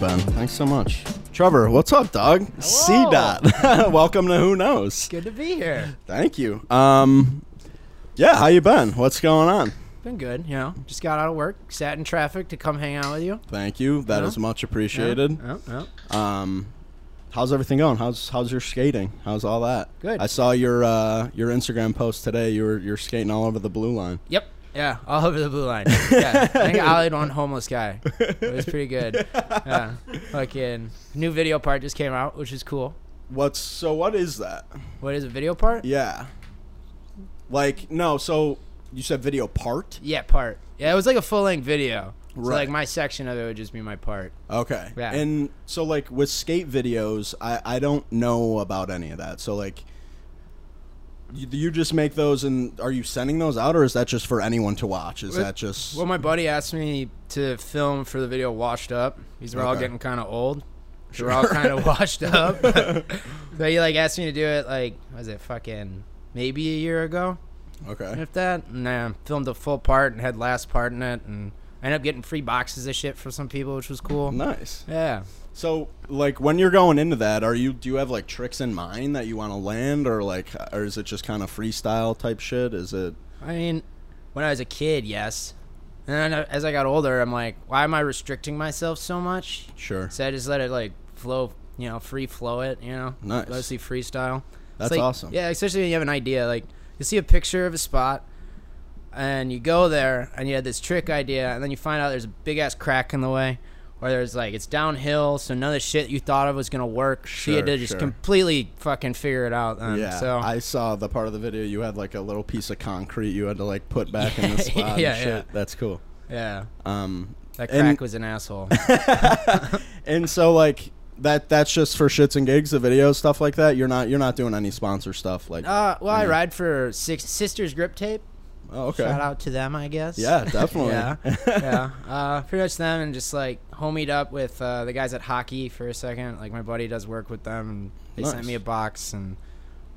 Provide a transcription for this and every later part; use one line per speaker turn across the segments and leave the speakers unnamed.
Ben. Thanks so much. Trevor, what's up, dog? C dot. Welcome to Who Knows.
Good to be here.
Thank you. Um, yeah, how you been? What's going on?
Been good, you know. Just got out of work, sat in traffic to come hang out with you.
Thank you. That is
Yeah.
much appreciated.
Oh, oh,
Um, how's everything going? How's how's your skating? How's all that?
Good.
I saw your uh, your Instagram post today. You were you're skating all over the blue line.
Yep. Yeah, all over the blue line. Yeah, I think I ollied one homeless guy. It was pretty good. Yeah, fucking new video part just came out, which is cool.
What's so? What is that?
What is a video part?
Yeah. Like no. So you said video part.
Yeah, part. Yeah, it was like a full length video. So
Right.
like my section of it would just be my part.
Okay.
Yeah.
And so like with skate videos, I I don't know about any of that. So like. You, you just make those, and are you sending those out, or is that just for anyone to watch? Is
Well-
that just
Well, my buddy asked me to film for the video Washed Up. These were all
Okay.
getting kind of old. They were all kind of washed up. so he like asked me to do it like was it fucking maybe a year ago
okay?
if that and I filmed a full part and had last part in it and I ended up getting free boxes of shit for some people which was cool.
Nice.
Yeah.
So, like, when you're going into that, are you do you have like tricks in mind that you want to land, or like, or is it just kind of freestyle type shit? Is it
I mean, when I was a kid, yes. And then uh, as I got older, I'm like, why am I restricting myself so much?
sure?
So I just let it like flow, you know, free flow it, you know.
Nice.
Mostly freestyle. It's
That's
like-
awesome.
Yeah, especially when you have an idea. Like you see a picture of a spot and you go there and you had this trick idea and then you find out there's a big ass crack in the way. Or there's like it's downhill, so none of the shit you thought of was gonna work. so you had
Sure,
to just
sure.
completely fucking figure it out. Then.
yeah,
So
I saw the part of the video you had like a little piece of concrete you had to like put back in the spot.
Yeah,
and shit.
yeah.
that's cool.
yeah,
Um,
that
and-
crack was an asshole.
and so like that that's just for shits and gigs, the video stuff like that. You're not you're not doing any sponsor stuff like.
Uh, well, I ride for Six Sisters Grip Tape.
oh, okay.
Shout out to them, I guess.
Yeah, definitely.
yeah, yeah. Uh, pretty much them, and just like homied up with uh, the guys at hockey for a second. Like my buddy does work with them, and they
Nice.
sent me a box, and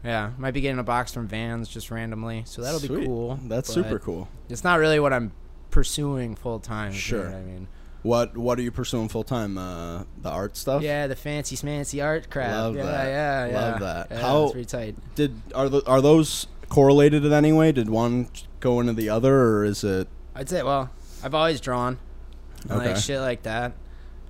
yeah, might be getting a box from Vans just randomly. So that'll be
Sweet.
cool.
That's
but
super cool.
It's not really what I'm pursuing full time.
Sure.
You know what I mean,
What what are you pursuing full time? Uh, the art stuff.
yeah, the fancy smancy art crap.
Love
yeah,
that.
yeah, yeah.
Love that.
Yeah,
How-
it's pretty tight.
Did are the, are those correlated in any way? Did one go into the other, or is it
I'd say, well, I've always drawn, and
Okay.
like shit like that,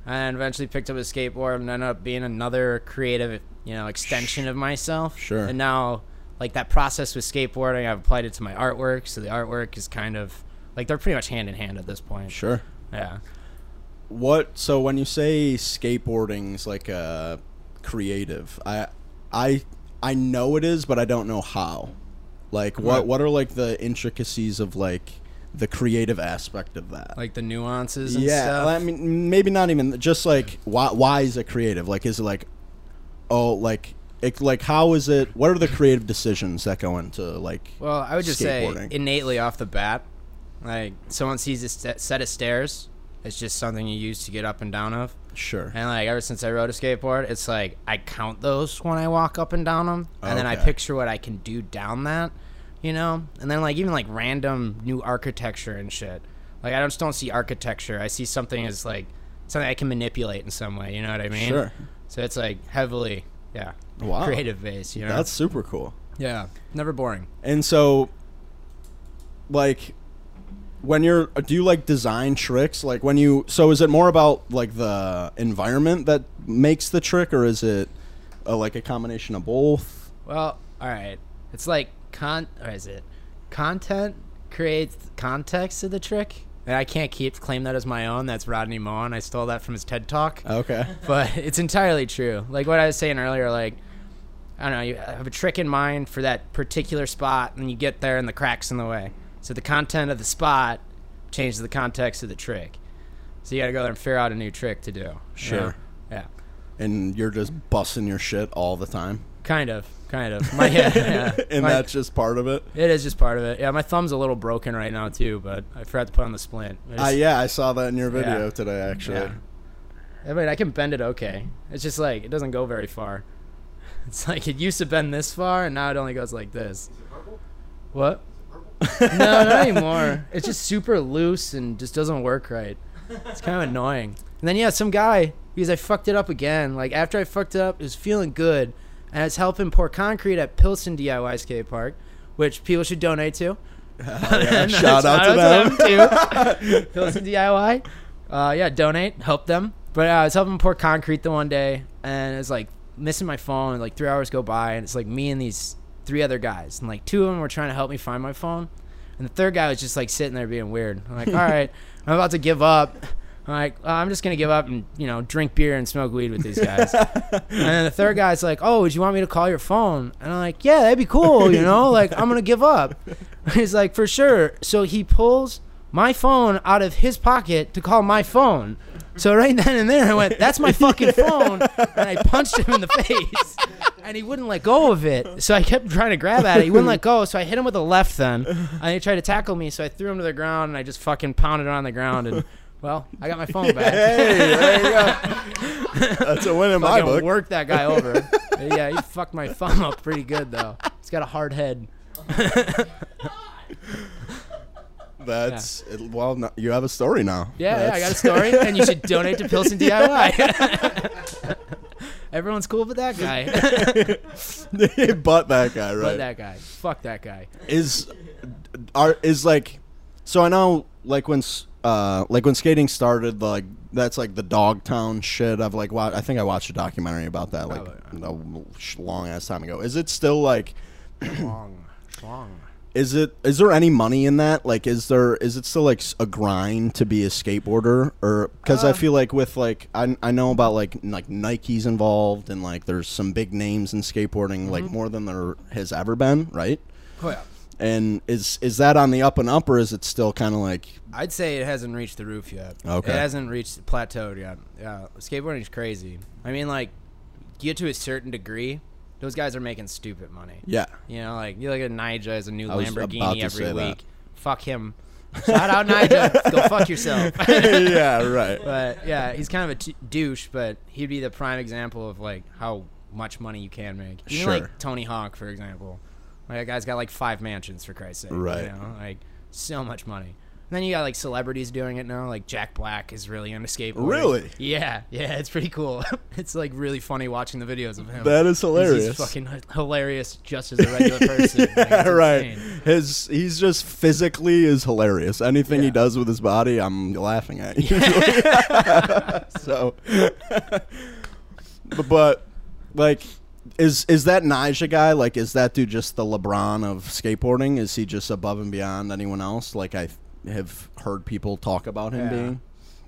and eventually picked up a skateboard and ended up being another creative, you know, extension of myself.
Sure.
And now, like that process with skateboarding, I've applied it to my artwork. So the artwork is kind of like they're pretty much hand in hand at this point.
sure?
Yeah.
What so when you say skateboarding's like a creative, I I I know it is, but I don't know how. Like what
Right.
what are like the intricacies of like the creative aspect of that?
Like the nuances and
yeah,
stuff.
I mean maybe not even just like why why is it creative? Like is it like oh like it, like how is it? What are the creative decisions that go into like
Well, I would just say
Skateboarding.
innately off the bat, like someone sees a st- set of stairs, it's just something you use to get up and down of.
sure?
And like ever since I rode a skateboard, it's like I count those when I walk up and down them, and then I
Okay.
picture what I can do down that, you know. And then like even like random new architecture and shit. Like I just don't see architecture. I see something as like something I can manipulate in some way. You know what I mean?
Sure.
So it's like heavily, yeah,
Wow.
creative base. You know?
That's super cool.
yeah, never boring.
And so, like, when you're, do you like design tricks? Like, when you, so is it more about like the environment that makes the trick, or is it uh, like a combination of both?
Well, all right. It's like con. Or is it content creates context of the trick? And I can't keep claim that as my own. That's Rodney Mullen. I stole that from his TED talk.
Okay.
But it's entirely true. Like what I was saying earlier. Like I don't know. You have a trick in mind for that particular spot, and you get there, and the cracks in the way. So the content of the spot changes the context of the trick. So you got to go there and figure out a new trick to do. you know?
Sure.
Yeah.
And you're just busting your shit all the time.
Kind of. Kind of. My, yeah, yeah.
and
My-
that's just part of it.
It is just part of it. Yeah, my thumb's a little broken right now too, but I forgot to put on the splint. I, just-
Uh, yeah, I saw that in your video
Yeah.
today, actually.
yeah. I mean, I can bend it okay. It's just like it doesn't go very far. It's like it used to bend this far, and now it only goes like this. What? no, not anymore. It's just super loose and just doesn't work right. It's kind of annoying. And then yeah, some guy because I fucked it up again. Like after I fucked it up, it was feeling good, and I was helping pour concrete at Pilsen DIY skate park, which people should donate to. And
Shout out to them.
too. Pilsen DIY. Uh, yeah, donate, help them. But uh, I was helping pour concrete the one day, and it's like missing my phone. Like three hours go by, and it's like me and these three other guys, and like two of them were trying to help me find my phone, and the third guy was just like sitting there being weird. I'm like, all right, I'm about to give up. I'm like, "Oh, I'm just gonna give up and you know drink beer and smoke weed with these guys. And then the third guy's like, "Oh, would you want me to call your phone?" And I'm like, "Yeah, that'd be cool, you know. Like, I'm gonna give up." He's like, "For sure." So he pulls my phone out of his pocket to call my phone. So right then and there, I went, "That's my fucking phone," and I punched him in the face. And he wouldn't let go of it, so I kept trying to grab at it. He wouldn't let go, so I hit him with a left then, and he tried to tackle me, so I threw him to the ground, and I just fucking pounded it on the ground, and well, I got my phone back.
Hey, there you go. That's a win in my
Fucking
book.
worked that guy over. yeah, he fucked my thumb up pretty good though. He's got a hard head.
That's it- well, no, you have a story now.
Yeah, yeah, I got a
That's-
story, and you should donate to Pilsen DIY. Everyone's cool but that guy.
but that guy, right?
but that guy. Fuck that guy.
is are is like so i know like when s- uh like when skating started like that's like the dogtown shit i've like wa- i think i watched a documentary about
Oh,
that like
Probably,
a sh- long ass time ago is it still like
Schlong. Schlong.
is it is there any money in that like is there is it still like s- a grind to be a skateboarder or because i feel like with like I, I know about like n- like nike's involved and like there's some big names in skateboarding like more than there has ever been right
Oh, yeah.
and is is that on the up and up, or is it still kind of like
I'd say it hasn't reached the roof yet.
Okay.
It hasn't reached plateaued yet. Yeah. Skateboarding's crazy. I mean, like, get to a certain degree, those guys are making stupid money.
yeah?
You know, like you look at Nija as a new
I was about
Lamborghini
to
every
say
week.
that.
Fuck him. Shout out Nija. Go fuck yourself.
yeah, right.
but yeah, he's kind of a t- douche, but he'd be the prime example of like how much money you can make. Even
Sure.
like Tony Hawk, for example. Like that guy's got like five mansions for Christ's sake.
Right.
You know? Like so much money. And then you got like celebrities doing it now. Like Jack Black is really into skateboarding.
Really?
Yeah. Yeah. It's pretty cool. it's like really funny watching the videos of him.
That is
He's-
hilarious.
He's fucking h- hilarious just as a regular person. Like, it's
yeah, right.
insane.
His he's just physically is hilarious. Anything he
Yeah.
does with his body, I'm laughing at. Usually. so, but, but like, is is that Nija guy? Like, is that dude just the LeBron of skateboarding? Is he just above and beyond anyone else? Like I have heard people talk about him
Yeah.
being.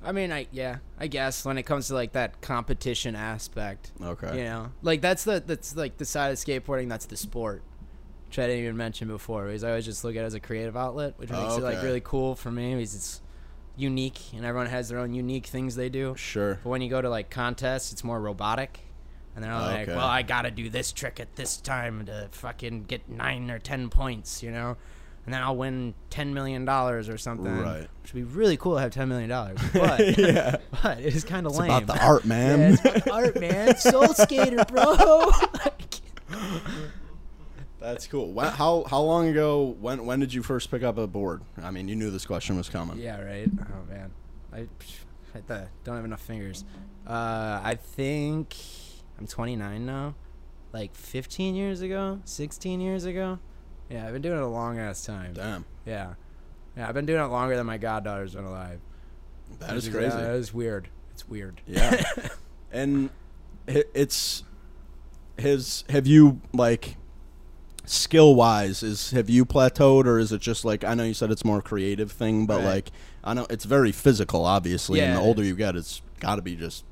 I mean, I yeah, I guess when it comes to like that competition aspect.
Okay.
You know, like that's the that's like the side of skateboarding that's the sport, which I didn't even mention before. Because I always just look at it as a creative outlet, which makes it like
Okay.
really cool for me because it's unique and everyone has their own unique things they do.
Sure.
But when you go to like contests, it's more robotic. And they're all like,
Okay.
well, I gotta do this trick at this time to fucking get nine or ten points, you know? And then I'll win ten million dollars or something.
Right.
Which would be really cool to have ten million dollars. But
yeah.
but it is kinda lame.
About the art,
Yeah,
man.
it's about the art, man. Soul skater, bro. Like,
That's cool. Wha how how long ago? When when did you first pick up a board? I mean, you knew this question was coming.
yeah, right. Oh man. I I th- don't have enough fingers. Uh I think I'm twenty nine now. Like fifteen years ago, sixteen years ago. Yeah, I've been doing it a long ass time.
Damn,
Yeah. Yeah, I've been doing it longer than my goddaughter's been alive.
that
Which
is
yeah,
crazy.
that is weird. It's weird.
Yeah, and hi- it's his. Have you like skill wise? Is have you plateaued, or is it just like I know you said it's more creative thing, but
Right.
like I know it's very physical, obviously. and
Yeah,
the
it
older
is.
you get, it's got to be just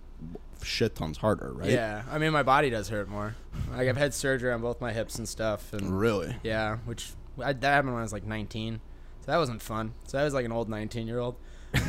shit tons harder, right?
Yeah. I mean my body does hurt more. Like I've had surgery on both my hips and stuff and
Really.
Yeah, which I, that happened when I was like 19, so that wasn't fun. So I was like an old 19 year old.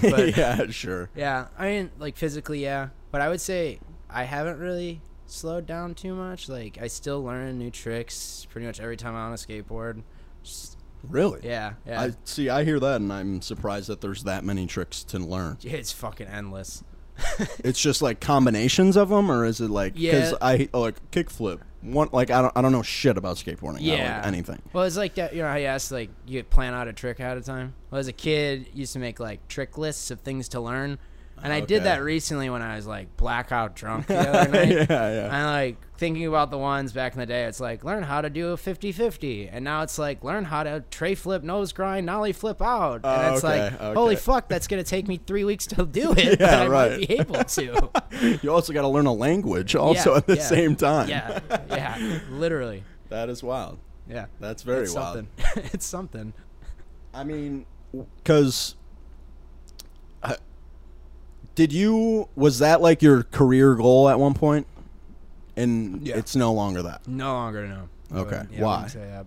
But yeah.
yeah, sure.
I mean, like physically, yeah. But I would say I haven't really slowed down too much. Like I still learn new tricks pretty much every time I'm on a skateboard. Just,
Really.
yeah, yeah.
I see. I hear that, and I'm surprised that there's that many tricks to learn.
it's fucking endless.
It's just like combinations of them, or is it like because
Yeah.
I oh, like kickflip one like I don't I don't know shit about skateboarding. I don't like
Yeah.
anything.
Well, it's like that. You know, how you asked like you plan out a trick ahead of time. Well, as a kid, used to make like trick lists of things to learn, And I
Okay.
did that recently when I was like blackout drunk the other night.
yeah, yeah.
And like thinking about the ones back in the day, it's like learn how to do a 50 50. And now it's like learn how to tray flip, nose grind, nollie flip out. And
Oh,
it's
okay,
like,
okay.
holy fuck, that's going to take me three weeks to do it.
Yeah,
but I
right.
might be able to.
you also got to learn a language also
Yeah,
at the
yeah.
same time.
yeah, yeah, literally.
That is wild.
Yeah.
That's very
it's
wild.
something. it's something.
I mean, because did you was that like your career goal at one point, and
Yeah.
it's no longer that.
No longer, no. I
Okay,
wouldn't- yeah, I
why?
wouldn't say, uh,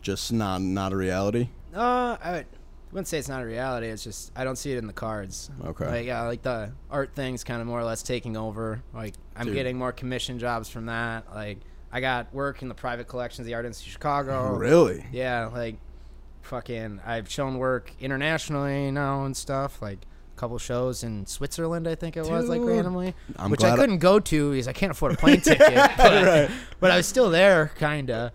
Just not not a reality.
Uh, I would- wouldn't say it's not a reality. It's just I don't see it in the cards.
Okay.
Like yeah, like the art thing's kind of more or less taking over. Like I'm
Dude.
getting more commission jobs from that. Like I got work in the private collections, of the Art Institute of Chicago.
Really?
Oh. Yeah. Like fucking, I've shown work internationally now and stuff. Like a couple shows in Switzerland, I think it was. Like
Dude.
randomly,
I'm
which
glad
I
I-
couldn't go to because I can't afford a plane ticket. But,
right.
but I was still there, kinda.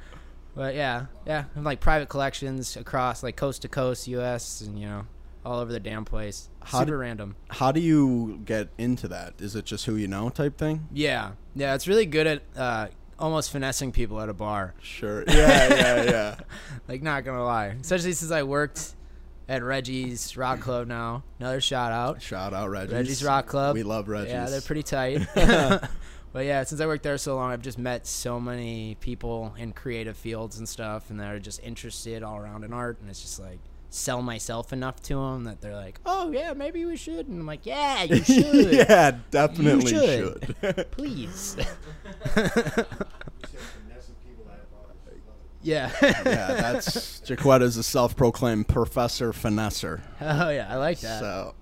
But yeah, yeah, and like private collections across like coast to coast, U.S. and you know all over the damn place.
How
Super
did-
random.
How do you get into that? Is it just who you know type thing?
Yeah, yeah, it's really good at uh, almost finessing people at a bar.
Sure. Yeah, yeah, yeah.
Like not gonna lie, especially since I worked at Reggie's Rock Club now. Another shout out,
Shout out Reggie's.
Reggie's Rock Club.
We love Reggie's.
Yeah, they're pretty tight. but yeah, since I worked there so long, I've just met so many people in creative fields and stuff, and they're just interested all around in art. And it's just like sell myself enough to them that they're like, "Oh yeah, maybe we should." And I'm like, "Yeah, you should.
yeah, definitely
You should.
should.
Please."
finessing people that are
yeah.
yeah, that's Jaquetta's a self-proclaimed professor finesser.
oh yeah, I like that.
So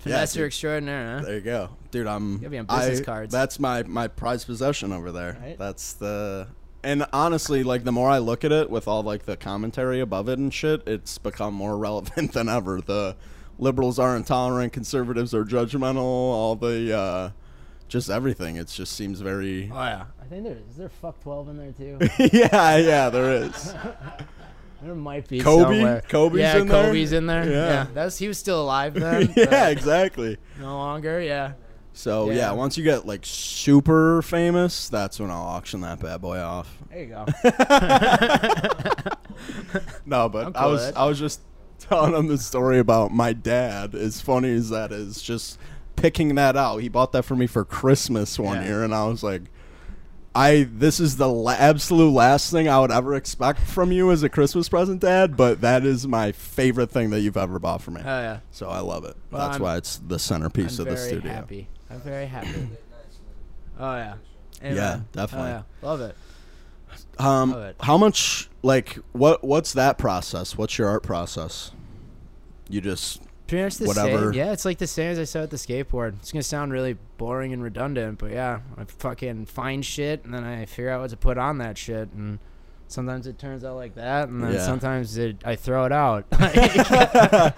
Professor
dude.
extraordinaire. Huh?
there you go, dude. I'm.
Gotta be on business
I-
cards.
That's my my prized possession over there.
Right.
That's the. And honestly, like the more I look at it, with all like the commentary above it and shit, it's become more relevant than ever. The liberals are intolerant, conservatives are judgmental, all the uh, just everything. It just seems very
Oh yeah. I think there is there fuck twelve in there too.
yeah, yeah, there is.
There might be
Kobe?
somewhere.
Kobe's
yeah,
in there?
Kobe's in there.
Yeah.
Yeah, that's he was still alive then.
yeah,
but
exactly.
no longer. Yeah,
So yeah.
Yeah.
once you get like super famous, that's when I'll auction that bad boy off.
there you go.
No, but
I'm
I
cool
was
with it.
I was just telling him the story about my dad. As funny as that is, just picking that out. He bought that for me for Christmas one
Yeah.
year, and I was like. I this is the la- absolute last thing I would ever expect from you as a Christmas present, Dad. But that is my favorite thing that you've ever bought for me.
Oh yeah,
So I love it.
Well,
That's
I'm-
why it's the centerpiece
I'm
of the
very
studio.
happy. I'm very happy. oh yeah. Amen.
Yeah, definitely.
Oh, yeah. Love it. Love
Um,
it.
how much like what what's that process? What's your art process? You just
Pretty much the
Whatever.
same. Yeah, it's like the same as I said with the skateboard. It's gonna sound really boring and redundant, but yeah, I fucking find shit and then I figure out what to put on that shit, and sometimes it turns out like that, and then
Yeah.
sometimes it, I throw it out.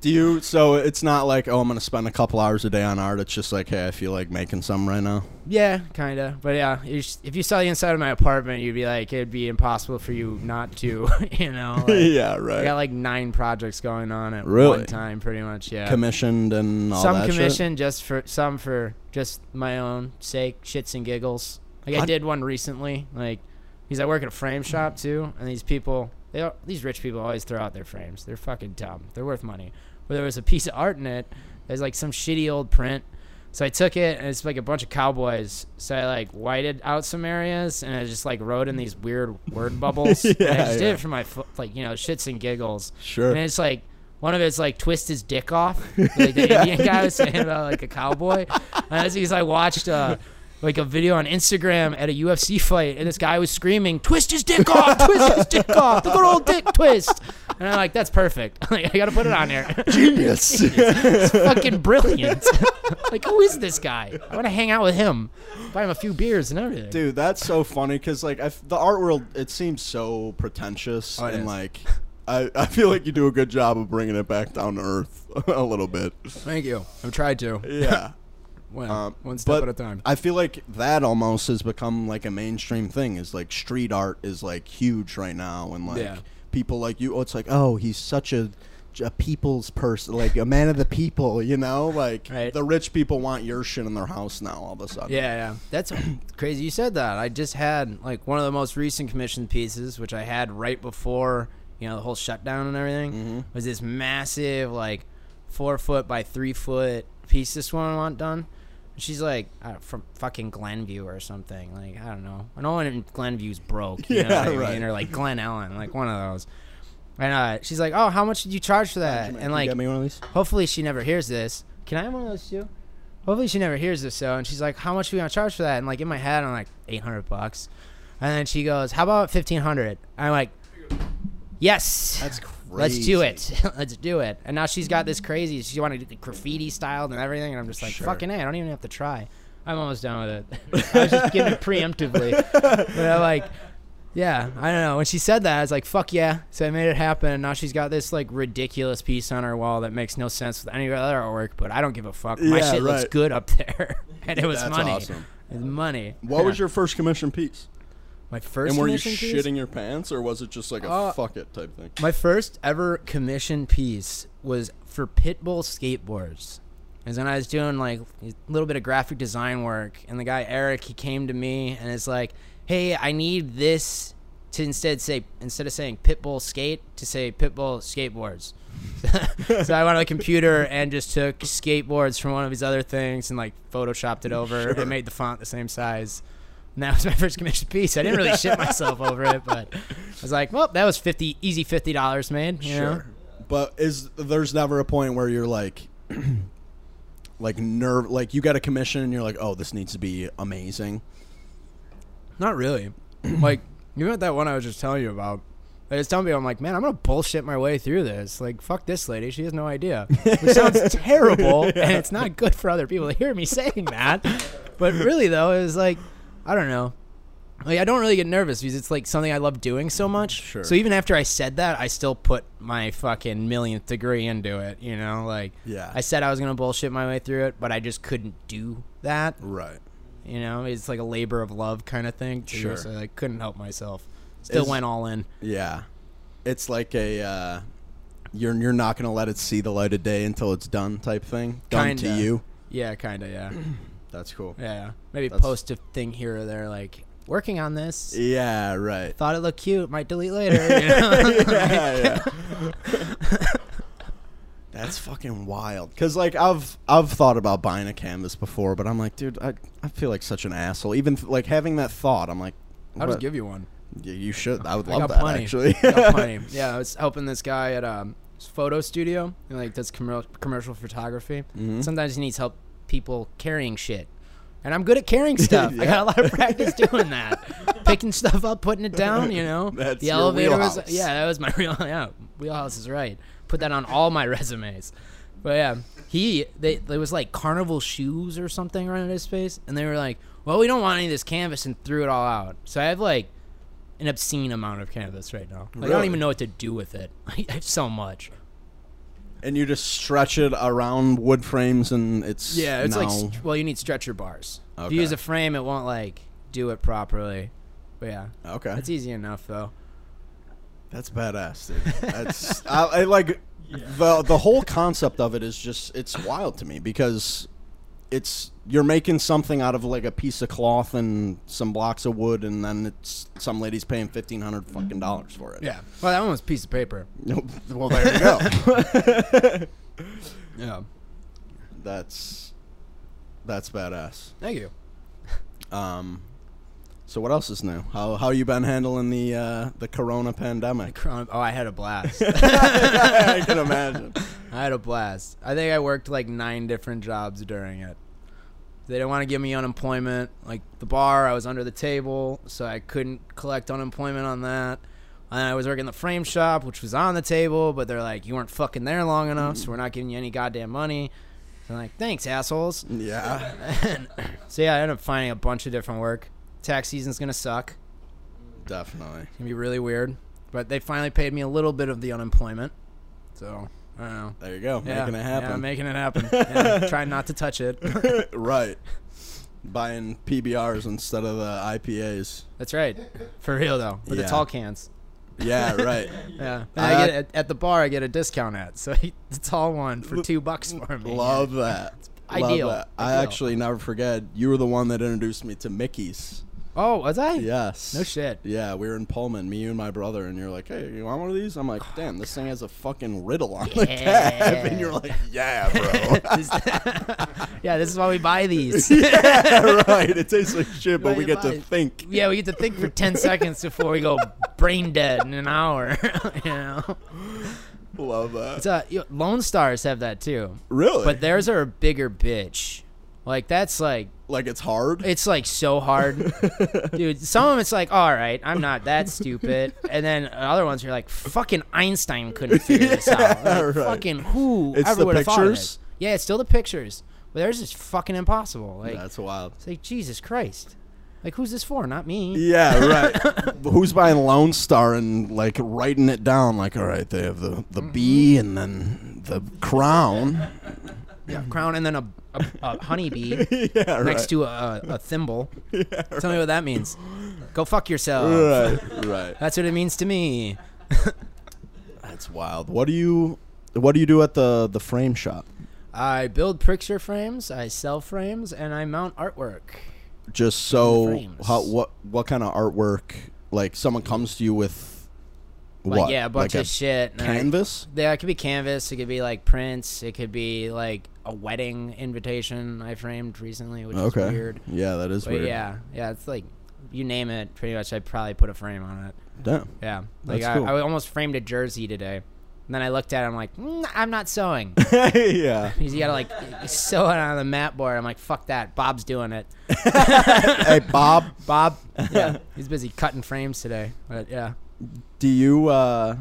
do you so it's not like oh I'm gonna spend a couple hours a day on art. It's just like hey I feel like making some right now.
Yeah, kind of. But yeah, you sh- if you saw the inside of my apartment, you'd be like, it'd be impossible for you not to, you know. Like,
yeah
I
right.
got like nine projects going on at
Really?
one time, pretty much. Yeah,
commissioned and all
some
that shit?
commission, just for some for just my own sake, shits and giggles. Like I,
I-
did one recently, like because I work at a frame shop too, and these people, they al- these rich people always throw out their frames. They're fucking dumb. They're worth money. But there was a piece of art in it. There's like some shitty old print. So I took it, and it's like a bunch of cowboys. So I like whited out some areas, and I just like wrote in these weird word bubbles. And I
Yeah,
just
yeah.
did it for my fu- like you know shits and giggles.
Sure.
And it's like one of it's like twist his dick off, like the
Yeah.
Indian guy was saying about like a cowboy. And it's because I watched uh, like a video on Instagram at a UFC fight, and this guy was screaming, "Twist his dick off! Twist his dick off! The good old dick twist!" And I'm like, "That's perfect. like, I gotta put it on there.
Genius.
it's fucking brilliant. like, who is this guy? I want to hang out with him, buy him a few beers and everything."
Dude, that's so funny because like I f the art world, it seems so pretentious
Oh, it
and
is.
like I, I feel like you do a good job of bringing it back down to earth a little bit.
Thank you. I've tried to.
Yeah.
Well,
Um, but I feel like that almost has become like a mainstream thing. Is like street art is like huge right now, and like
Yeah.
people like you. Oh, it's like oh, he's such a a people's person, like a man of the people. You know, like
Right.
the rich people want your shit in their house now. All of a sudden,
Yeah, yeah. That's crazy. You said that. I just had like one of the most recent commission pieces, which I had right before you know the whole shutdown and everything,
Mm-hmm.
was this massive like four foot by three foot piece. This one want done. And she's like uh, from fucking Glenview or something. Like I don't know. No one in Glenview's broke. You know
Yeah,
what I
right.
mean? Or like Glen Ellen, like one of those. And uh, she's like, "Oh, how much did you charge for that?"
Can
And
you
like,
get me one of these.
Hopefully she never hears this. Can I have one of those too? Hopefully she never hears this though. And she's like, "How much are we gonna charge for that?" And like in my head, I'm like, 800 bucks. And then she goes, "How about 1500?" I'm like, "Yes,
That's
let's do
crazy.
it, let's do it." And now she's got this crazy. She wanted it graffiti styled and everything. And I'm just like,
Sure.
"Fucking a, I don't even have to try." I'm almost done with it. I was just giving it preemptively, but I like. Yeah, I don't know. When she said that, I was like, "Fuck yeah!" So I made it happen, and now she's got this like ridiculous piece on her wall that makes no sense with any of her other artwork. But I don't give a fuck. My
Yeah,
shit looks
right.
good up there, and it was
That's
money.
awesome.
It was money.
What was your first commission piece?
my first?
And were you
commission piece?
shitting your pants, or was it just like a
Uh,
fuck it type thing?
My first ever commission piece was for Pitbull skateboards. Is when I was doing like a little bit of graphic design work, and the guy Eric he came to me and is like, "Hey, I need this to instead say instead of saying Pitbull skate to say Pitbull skateboards." so I went on the computer and just took skateboards from one of his other things and like photoshopped it over and made the font the same size. And that was my first commission piece. I didn't really shit myself over it, but I was like, well, that was fifty easy fifty dollars made. You know?
But is there's never a point where you're like like nerve like you got a commission and you're like, "Oh, this needs to be amazing."
Not really. like even at that one I was just telling you about. I was telling people I'm like, man, I'm gonna bullshit my way through this. Like, fuck this lady, she has no idea. Which sounds terrible, and it's not good for other people to hear me saying that. But really though, it was like, I don't know. Like I don't really get nervous because it's like something I love doing so much.
Sure.
So even after I said that, I still put my fucking millionth degree into it. You know, like
Yeah.
I said I was gonna bullshit my way through it, but I just couldn't do that.
Right.
You know, it's like a labor of love kind of thing. Too,
Sure.
So I couldn't help myself. Still
Is-
went all in.
Yeah. It's like a uh you're you're not going to let it see the light of day until it's done type thing. Done to
Kinda.
you.
Yeah, kind of. Yeah,
That's cool.
yeah. Maybe
That's-
post a thing here or there, like working on this.
Yeah, right.
Thought it looked cute. Might delete later. You know?
yeah, yeah. That's fucking wild. Cause like I've I've thought about buying a canvas before, but I'm like, dude, I, I feel like such an asshole. Even th- like having that thought, I'm like,
I'll just
what-
give you one.
you, you should. I would
I
love
got
that
plenty.
actually.
I got plenty. Yeah, I was helping this guy at um, his photo studio. He, like does commer- commercial photography.
Mm-hmm.
Sometimes he needs help people carrying shit. And I'm good at carrying stuff. I got a lot of practice doing that, picking stuff up, putting it down. You know,
That's
the
your
elevator
wheelhouse.
was yeah, that was my real yeah. Wheelhouse is right. Put that on all my resumes. But yeah, he they there was like carnival shoes or something around his face, and they were like, "Well, we don't want any of this canvas," and threw it all out. So I have like an obscene amount of canvas right now. Like I don't
Really?
even know what to do with it. I have so much.
and you just stretch it around wood frames, and it's
Yeah, it's like
now-
like well, you need stretcher bars. If
Okay.
you use a frame, it won't like do it properly. But yeah,
okay,
that's easy enough though.
That's badass, dude. That's I, I like the the whole concept of it is just it's wild to me because it's you're making something out of like a piece of cloth and some blocks of wood, and then it's some lady's paying fifteen hundred fucking dollars for it.
Yeah. Well, that one was a piece of paper.
Nope. well, there you go.
Yeah.
that's that's badass.
Thank you.
Um, so what else is new? How how you been handling the uh, the Corona pandemic?
Chrome- Oh, I had a blast.
I can imagine.
I had a blast. I think I worked like nine different jobs during it. They didn't want to give me unemployment. Like the bar, I was under the table, so I couldn't collect unemployment on that. And I was working the frame shop, which was on the table, but they're like, you weren't fucking there long enough, so we're not giving you any goddamn money. So I'm like, thanks, assholes.
Yeah.
so yeah, I ended up finding a bunch of different work. Tax season's gonna suck.
Definitely.
It's gonna be really weird. But they finally paid me a little bit of the unemployment. So I don't know.
There you go.
Yeah,
Making it
Yeah,
happen.
making it happen. Yeah, trying not to touch it.
right. Buying PBRs instead of the IPAs.
That's right. For real though, with
Yeah.
the tall cans.
Yeah, Uh, right.
Yeah. And
I-
I get at, at the bar. I get a discount at, so it's all one for two bucks for me.
Love that. Love
Ideal.
that. I
Ideal.
actually never forget. You were the one that introduced me to Mickey's.
Oh, was I?
Yes.
No shit.
Yeah, we were in Pullman, me, you, and my brother, and you're like, "Hey, you want one of these?" I'm like, "Damn, this thing has a fucking riddle on the
Oh, Yeah.
cab," and you're like, "Yeah, bro."
This- yeah, this is why we buy these.
yeah, right. It tastes like shit, but
Why
we
you
get
buy
to
it?
think.
Yeah, we get to think for ten seconds before we go brain dead in an hour. you know,
Love that.
it's uh, you Lone Stars have that too,
really?
but theirs are a bigger bitch. Like that's like
like it's hard.
it's like so hard, dude. Some of it's like, all right, I'm not that stupid, and then other ones are like, fucking Einstein couldn't figure this out.
Yeah,
Like,
right.
Fucking who
It's
ever
the
would have thought of
pictures?
it? Yeah, it's still the pictures, but theirs is fucking impossible. Like
That's wild.
it's like Jesus Christ. Like who's this for? Not me.
Yeah, right. But Who's buying Lone Star and like writing it down? Like, all right, they have the the bee
Mm-hmm.
and then the crown.
Yeah, crown and then a, a, a honeybee
yeah, right.
next to a, a thimble. Tell me what that means. Go fuck yourself.
right, right.
That's what it means to me.
That's wild. What do you what do you do at the the frame shop?
I build picture frames, I sell frames, and I mount artwork.
Just so
Frames.
how what what kind of artwork? Like someone comes to you with
Like,
what?
yeah, a bunch
like
of shit. and I-
canvas.
yeah, it could be canvas. It could be like prints. It could be like a wedding invitation I framed recently, which
Okay.
is weird.
Yeah, that is
But
weird.
yeah, yeah, it's like you name it. Pretty much, I probably put a frame on it.
Damn.
Yeah, like
That's
I,
cool.
I almost framed a jersey today, and then I looked at it. I'm like, mm, I'm not sewing.
yeah.
Because you gotta like sew it on the map board. I'm like, fuck that. Bob's doing it.
hey Bob,
Bob, yeah, he's busy cutting frames today. But yeah,
do you uh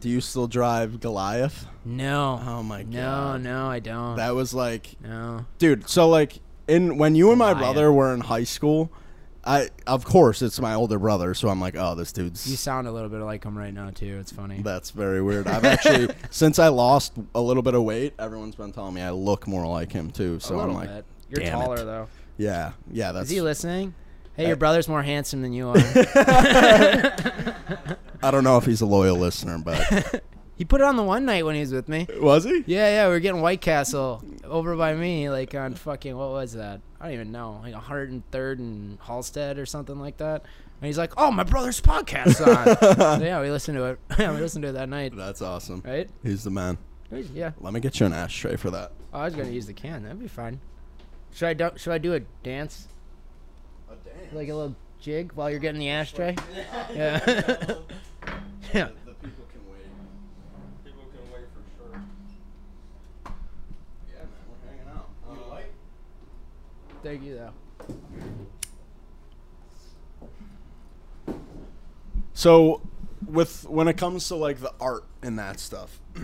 do you still drive Goliath?
no,
Oh my
no,
god.
no, I don't.
That was like
no,
dude so like in when you and my
Goliath.
brother were in high school i of course it's my older brother so i'm like oh this
you
dude's
sound a little bit like him right now too. It's funny.
that's very weird i've actually since i lost a little bit of weight everyone's been telling me i look more like him too
a
so i'm
little
like
bit. You're
damn
taller
it.
though.
yeah yeah that's
Is he listening? Hey,
Uh,
your brother's more handsome than you are.
i don't know if he's a loyal listener but
he put it on the one night when he was with me.
was he
Yeah, yeah, we were getting White Castle over by me, like on fucking what was that? I don't even know, like 103rd and Halstead or something like that. And he's like, "Oh, my brother's podcast's on." so, yeah, we listened to it. Yeah, we listened to it that night,
that's awesome
right?
he's the man
Yeah.
let me get you an ashtray for that
Oh, I was gonna use the can. That'd be fine. Should I do? Should I do a dance, Oh, like a little jig, while you're getting the ashtray? Yeah. yeah.
the people can wait
People can wait for sure.
yeah man we're hanging out Uh,
Thank you, though.
So, with when it comes to like the art and that stuff,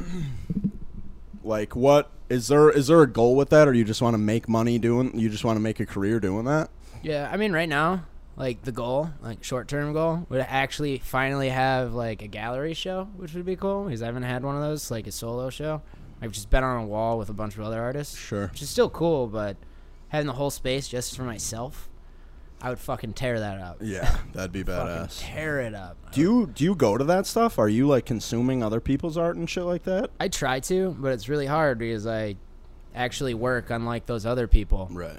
like what is there is there a goal with that, or you just want to make money doing? You just want to make a career doing that?
Yeah, I mean, right now, like the goal, like short term goal, would actually finally have like a gallery show, which would be cool because I haven't had one of those, like a solo show. I've just been on a wall with a bunch of other artists,
Sure.
which is still cool, but having the whole space just for myself, I would fucking tear that up.
Yeah, that'd be
Fucking
badass.
tear it up.
Do you do you go to that stuff? Are you like consuming other people's art and shit like that?
I try to, but it's really hard because I actually work unlike those other people.
Right.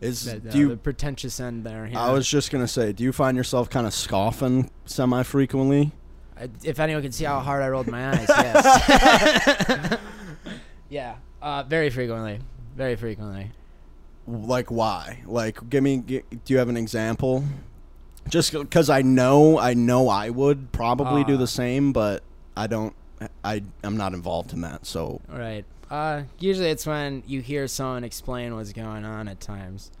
Is
That, uh,
do you?
the pretentious end there. you
I
know?
was just gonna say, do you find yourself kind of scoffing semi frequently?
I- Uh, if anyone can see how hard I rolled my eyes, yes. yeah, uh, very frequently, very frequently.
like why like give me gi- do you have an example just because i know i know i would probably do
Uh,
the same but i don't i i'm not involved in that so
All right. Uh, usually it's when you hear someone explain what's going on at times.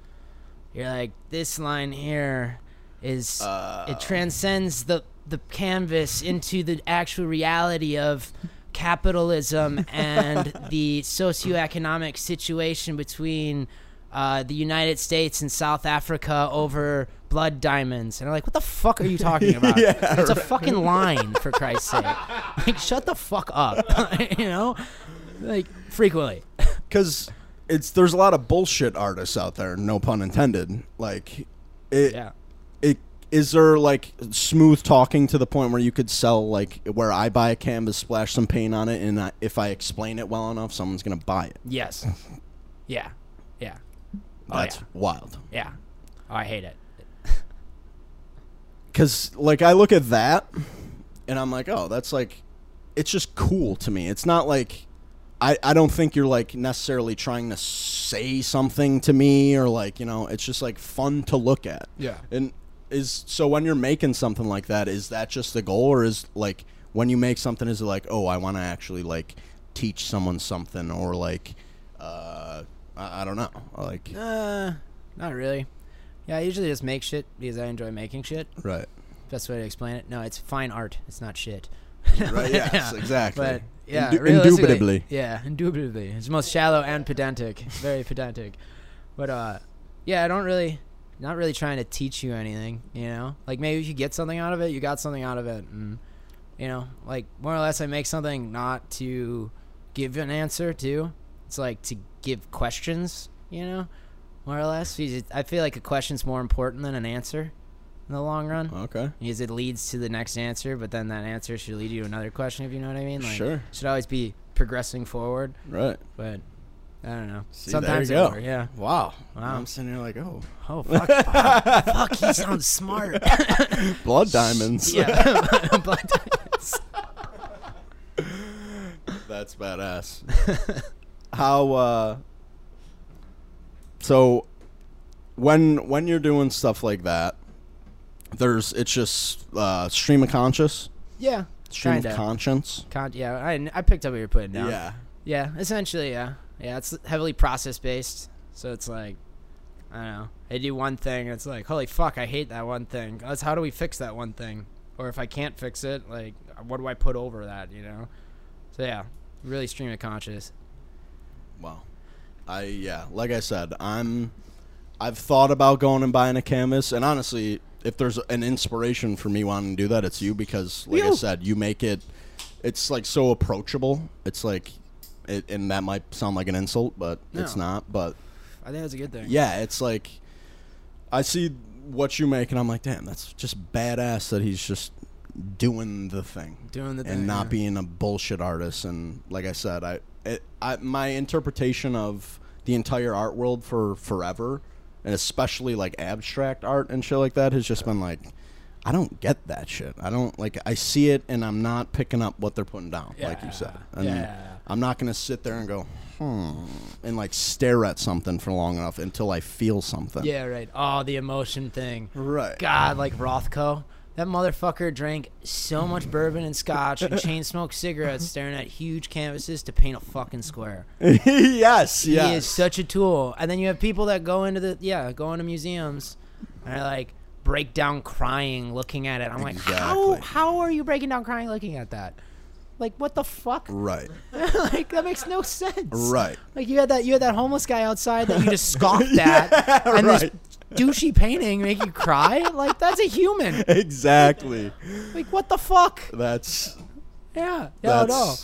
You're like, this line here is
Uh.
it transcends the the canvas into the actual reality of capitalism and the socioeconomic situation between uh, the United States and South Africa over blood diamonds. And I'm like, what the fuck are you talking about?
Yeah,
it's a fucking line, for Christ's sake. Like, shut the fuck up. you know? Like, frequently.
because it's there's a lot of bullshit artists out there no pun intended like it
Yeah.
it Is there like smooth talking to the point where you could sell like where I buy a canvas, splash some paint on it, and I, if I explain it well enough, someone's gonna buy it?
Yes. Yeah. Yeah. Oh,
That's
yeah.
wild.
Yeah. Oh, I hate it.
Because like I look at that, and I'm like, oh, that's like, it's just cool to me. It's not like, I I don't think you're like necessarily trying to say something to me or like you know, it's just like fun to look at.
Yeah.
And is so when you're making something like that, is that just the goal, or is like when you make something, is it like, oh, I want to actually like teach someone something, or like, uh, I, I don't know, like,
Uh, not really. Yeah, I usually just make shit because I enjoy making shit.
right,
Best way to explain it. No, it's fine art. It's not shit.
right, yes, exactly,
But yeah,
Indu-
realistically-
indubitably.
Yeah, indubitably. It's most shallow and pedantic. Very pedantic. But uh yeah, I don't really not really trying to teach you anything, you know? Like maybe if you get something out of it, you got something out of it and you know, like more or less I make something not to give an answer to. It's like to give questions, you know? More or less. Because it- I feel like a question's more important than an answer in the long run
okay.
because it leads to the next answer, but then that answer should lead you to another question, if you know what I mean. Like,
Sure.
Should always be progressing forward,
Right.
but I don't know.
See, there
Sometimes
you go.
Over, yeah.
Wow.
Wow.
I'm sitting there like, oh,
Oh fuck! wow. fuck, he sounds smart.
blood diamonds.
yeah. But-
That's badass. How uh So when when you're doing stuff like that, there's it's just uh stream of conscious,
yeah.
stream
Kinda.
of conscience.
Con- yeah. I, I picked up what you were putting down.
Yeah.
Yeah. Essentially, yeah. Yeah. It's heavily process based, so it's like. I don't know. I do one thing, it's like, holy fuck, I hate that one thing. Let's, how do we fix that one thing? Or if I can't fix it, like, what do I put over that, you know? So, yeah, really stream of conscious.
Wow. I yeah, like I said, I'm I've thought about going and buying a canvas and honestly, if there's an inspiration for me wanting to do that, it's you because like I
You.
said, you make it it's like so approachable. It's like it, and that might sound like an insult, but it's
No.
not, but
I think that's a good thing.
yeah, it's like I see what you make, and I'm like, damn, that's just badass that he's just doing the thing,
Doing the
and
thing,
not
yeah.
being a bullshit artist. And like I said, I, it, I, my interpretation of the entire art world for forever, and especially like abstract art and shit like that, has just been like. I don't get that shit. I don't like. I see it, and I'm not picking up what they're putting down, like you said.
Yeah.
And
Yeah.
I'm not gonna sit there and go, hmm, and like stare at something for long enough until I feel something.
Yeah, right. Oh, the emotion thing.
Right.
God, like Rothko. That motherfucker drank so much bourbon and scotch and chain smoked cigarettes staring at huge canvases to paint a fucking square.
yes. Yes.
He is such a tool. And then you have people that go into the yeah, go into museums and are like break down crying looking at it. I'm like, how
Exactly.
how are you breaking down crying looking at that? Like what the fuck?
right.
like that makes no sense.
Right.
Like you had that you had that homeless guy outside that you just scoffed at
Yeah,
and
right.
this douchey painting make you cry? like that's a human.
Exactly.
Like what the fuck?
That's.
Yeah. Yeah,
That's.
no.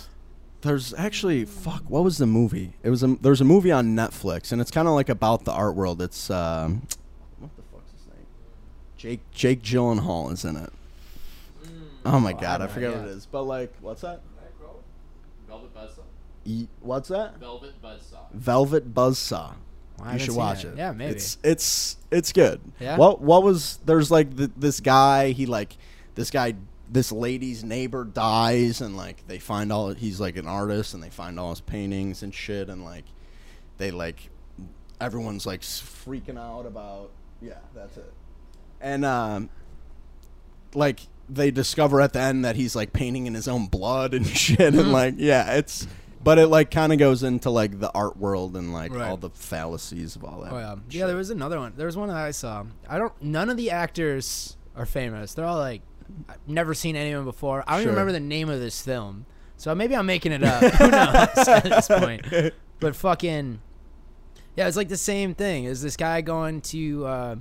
There's actually fuck. What was the movie? It was a there's a movie on Netflix, and it's kind of like about the art world. It's um, what the fuck's his name? Jake Jake Gyllenhaal is in it. Oh my god, I,
know,
forget
Mm. yeah.
what it is. But like, what's that?
Velvet Buzzsaw.
E- what's that?
Velvet Buzzsaw.
Velvet Buzzsaw.
I
you
haven't
should
seen
watch
it.
it.
Yeah, maybe.
It's it's it's good.
Yeah?
What what was there's like th this guy he like this guy this lady's neighbor dies and like they find all he's like an artist and they find all his paintings and shit and like they like everyone's like s- freaking out about yeah that's it and um like they discover at the end that he's like painting in his own blood and shit
Mm-hmm.
and like yeah it's but it like kind of goes into like the art world and like
Right.
all the fallacies of all that
Oh yeah, yeah. There was another one. There was one that I saw. I don't. None of the actors are famous. They're all like, I've never seen anyone before. I don't
Sure.
even remember the name of this film. So maybe I'm making it up. Who knows at this point? But fucking, yeah. It's like the same thing. Is this guy going to uh,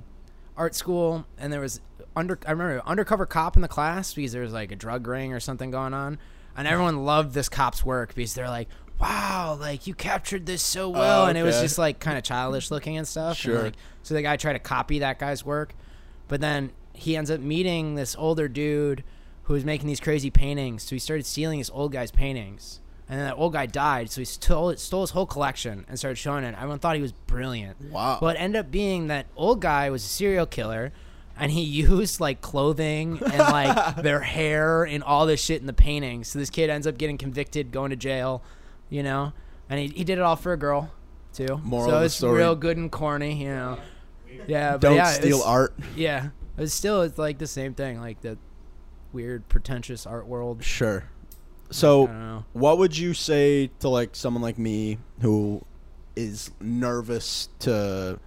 art school? And there was under. I remember undercover cop in the class because there was like a drug ring or something going on, and everyone loved this cop's work because they're like. Wow, like you captured this so well, and it was
Oh, okay.
just like kind of childish looking and stuff. and,
Sure.
like, so the guy tried to copy that guy's work, but then he ends up meeting this older dude who was making these crazy paintings. So he started stealing this old guy's paintings. And then that old guy died, so he stole, stole his whole collection and started showing it. Everyone thought he was brilliant.
Wow.
Well, it ended up being that old guy was a serial killer, and he used like clothing and like their hair and all this shit in the paintings. So this kid ends up getting convicted, going to jail, you know. And he, he did it all for a girl, too.
Moral
so
of the
it's
story.
real good and corny, you know. Yeah, but
Don't
yeah,
steal
it's-
art.
yeah, it's still it's like the same thing, like the weird pretentious art world.
Sure.
I
So,
don't know.
what would you say to like someone like me who is nervous to?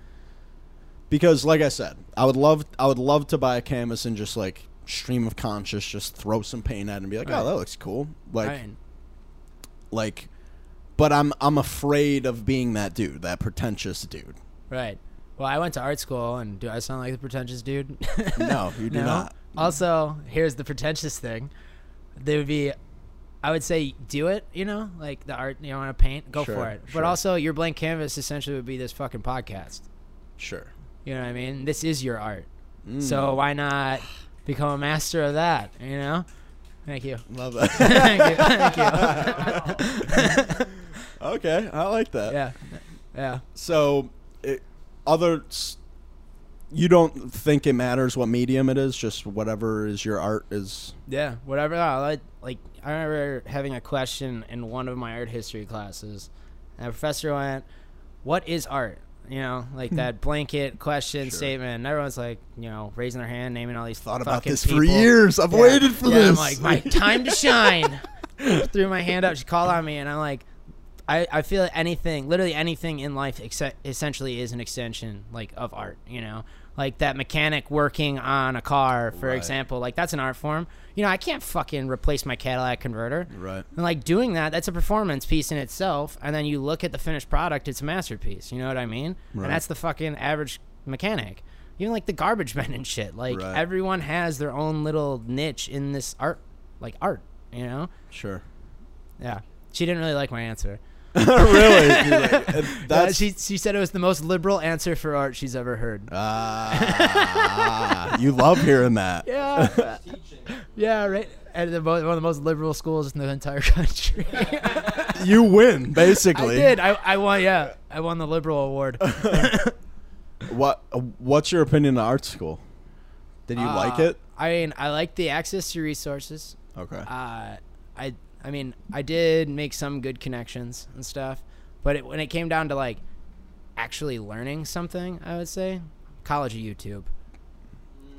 Because, like I said, I would love I would love to buy a canvas and just like stream of conscious, just throw some paint at it and be like,
Right.
oh, that looks cool. Like,
Ryan,
like, but I'm I'm afraid of being that dude, that pretentious dude.
right. Well, I went to art school, and do I sound like the pretentious dude?
No, you do not.
Also, here's the pretentious thing. There would be, I would say, do it. You know, like the art you want to paint, go
Sure,
for it.
sure.
But also, your blank canvas essentially would be this fucking podcast.
Sure.
You know what I mean? This is your art.
Mm.
So why not become a master of that? You know? Thank you.
Love it.
Thank you. Thank you.
okay, I like that.
yeah. Yeah.
So, it, other, s- you don't think it matters what medium it is, just whatever is your art is.
Yeah, whatever. I like, like I remember having a question in one of my art history classes, and the professor went, "What is art?" You know, like that blanket question statement. And everyone's like, you know, raising their hand, naming all these
Thought about
fucking
this for
people.
years. I've
Yeah.
waited for
Yeah,
this.
I'm like, my time to shine. Threw my hand up. She called on me, and I'm like, I, I feel anything, literally anything in life, except essentially is an extension like of art. You know, like that mechanic working on a car, for
Right.
example. Like that's an art form. You know, I can't fucking replace my Cadillac converter.
Right.
And like doing that, that's a performance piece in itself. And then you look at the finished product, it's a masterpiece. You know what I mean?
Right.
And that's the fucking average mechanic. Even like the garbage men and shit. Like
Right.
everyone has their own little niche in this art, like art, you know?
Sure.
Yeah. She didn't really like my answer.
really? You're like, uh,
That
that's. Uh.
she she said it was the most liberal answer for art she's ever heard.
Ah, you love hearing that.
yeah. uh,
Teaching.
yeah, right. At the mo- one of the most liberal schools in the entire country.
You win,
I
basically.
did. I, I won. Yeah, I won the liberal award.
What? uh, What's your opinion of art school? Did you like
Uh,
it?
I mean, I like the access to resources.
Okay.
Uh, I I mean, I did make some good connections and stuff, but it, when it came down to like actually learning something, I would say college of YouTube.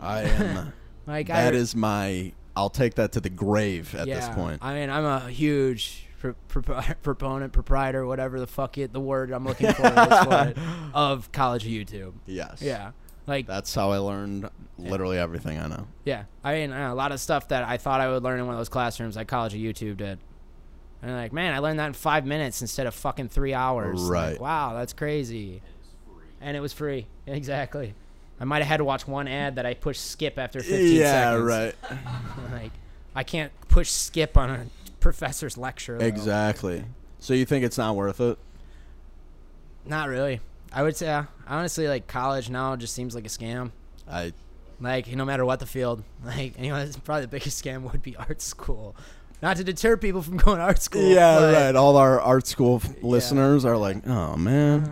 I am.
Like I,
that is my. I'll take that to the grave at
yeah,
this point.
I mean, I'm a huge pro- pro- proponent, proprietor, whatever the fuck it, the word I'm looking for, is for it, of college of YouTube.
yes.
Yeah, like
That's how I learned literally everything I know.
Yeah, I mean uh, a lot of stuff that I thought I would learn in one of those classrooms. Like college of YouTube did, and like, man, I learned that in five minutes instead of fucking three hours. Like,
Right.
wow, that's crazy. And it was free. Exactly. I might have had to watch one ad that I pushed skip after 15
yeah,
seconds.
right.
Like, I can't push skip on a professor's lecture. though.
Exactly. So you think it's not worth it?
Not really. I would say, uh, honestly, like college now just seems like a scam.
I
Like no matter what the field, like you know, that's probably the biggest scam would be art school. Not to deter people from going to art school.
Yeah,
but-
right. All our art school f- listeners are like, "Oh man."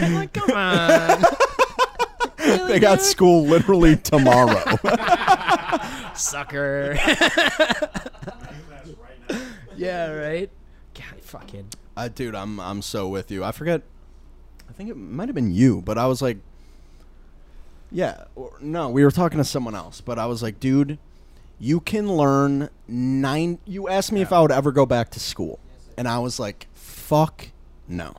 I'm like, come on. Really,
they got
dude?
school literally tomorrow.
sucker. yeah, right. God, fucking.
I dude, I'm I'm so with you. I forget I think it might have been you, but I was like Yeah, or, no, we were talking to someone else, but I was like, "Dude, you can learn nine you asked me if I would ever go back to school." And I was like, "Fuck no."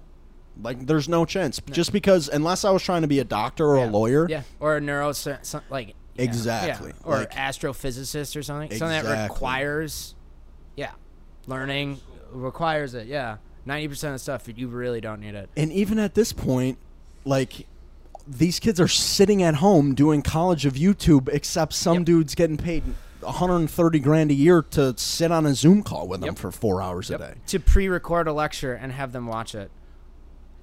Like there's no chance. Just because unless I was trying to be a doctor or a
Yeah.
lawyer,
Yeah, or a neuro, some, like yeah,
Exactly.
yeah. or
Like-
astrophysicist or something. Something that
Exactly.
requires, yeah, learning requires it. Yeah, ninety percent of the stuff you really don't need it.
And even at this point, like these kids are sitting at home doing college of YouTube, except some
Yep.
dude's getting paid 130 grand a year to sit on a Zoom call with them
Yep.
for four hours a day.
to pre-record a lecture and have them watch it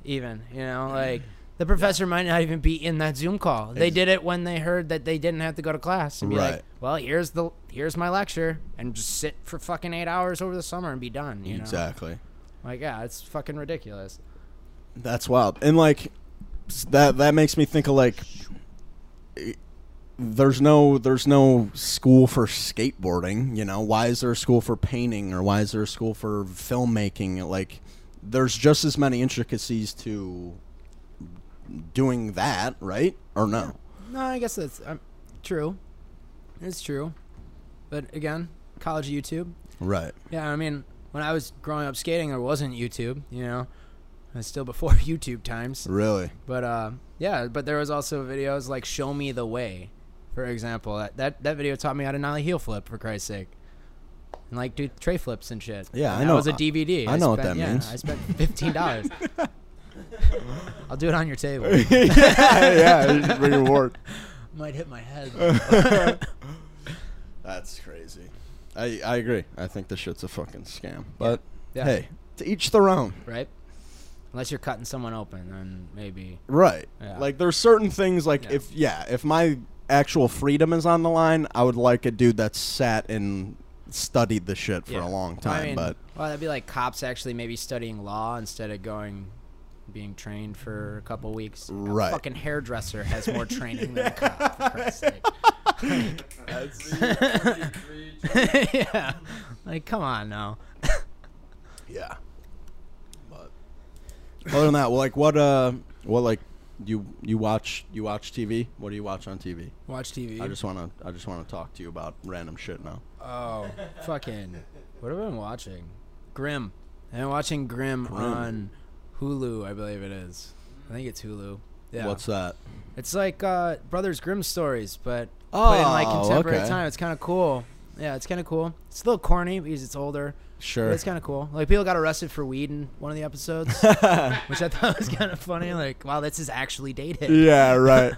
even you know like The professor might not even be in that Zoom call. They did it when they heard that they didn't have to go to class and be like,
Right.
"Well, here's the here's my lecture and just sit for fucking 8 hours over the summer and be done," you know.
Exactly.
Like, yeah, it's fucking ridiculous.
That's wild. And like s- that that makes me think of like eh, there's no there's no school for skateboarding, you know. Why is there a school for painting or why is there a school for filmmaking? Like there's just as many intricacies to doing that, right? Or no.
No, I guess that's um, true. It's true. But again, college YouTube.
Right.
Yeah, I mean, when I was growing up skating, there wasn't YouTube, you know. It's still before YouTube times.
Really.
But uh, yeah, but there was also videos like "Show Me the Way," for example. That that, that video taught me how to nollie heel flip for Christ's sake, and like do tray flips and shit.
Yeah,
And
I
that
know-
was a DVD.
I know what
spent-
that
yeah,
means.
I spent fifteen dollars. I'll do it on your table.
yeah, yeah, reward.
Might hit my head.
That's crazy. I I agree. I think this shit's a fucking scam. But
Yeah.
hey, to each their own.
right? Unless you're cutting someone open, then maybe.
Right.
Yeah.
Like there's certain things like
Yeah.
if yeah, if my actual freedom is on the line, I would like a dude that's sat and studied the shit for
Yeah.
a long
Well,
time.
I mean,
but
well, that'd be like cops actually maybe studying law instead of going, being trained for a couple weeks. You know,
Right.
fucking hairdresser has more training than a cop. For Christ's sake. yeah. Like, come on now.
yeah. But other than that, well, like what uh what like you you watch you watch TV? What do you watch on TV?
Watch TV.
I just wanna I just wanna talk to you about random shit now.
oh, fucking. What have I been watching? Grim. I've been watching Grim, on Hulu, I believe it is. I think it's Hulu. Yeah.
What's that?
It's like uh, Brothers Grimm stories, but but in like
Oh,
contemporary
okay.
time. It's kind of cool. Yeah, it's kind of cool. It's a little corny because it's older.
Sure.
But it's kind of cool. Like people got arrested for weed in one of the episodes, which I thought was kind of funny. Like, wow, this is actually dated.
yeah, right.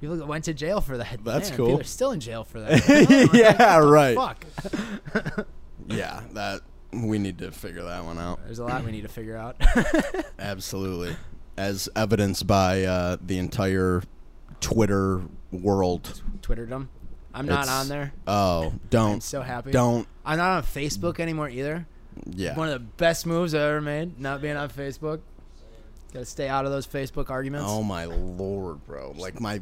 People went to jail for that.
That's
Man,
cool.
People are still in jail for that. Like, oh, like,
Yeah, right.
Fuck.
Yeah, that we need to figure that one out.
There's a lot we need to figure out.
Absolutely. As evidenced by uh, the entire Twitter world.
Twitterdom. I'm not
It's-
on there.
Oh, don't.
I'm so happy.
Don't.
I'm not on Facebook anymore either.
Yeah.
One of the best moves I ever made, not being on Facebook. Gotta stay out of those Facebook arguments.
oh, my Lord, bro. Like, my.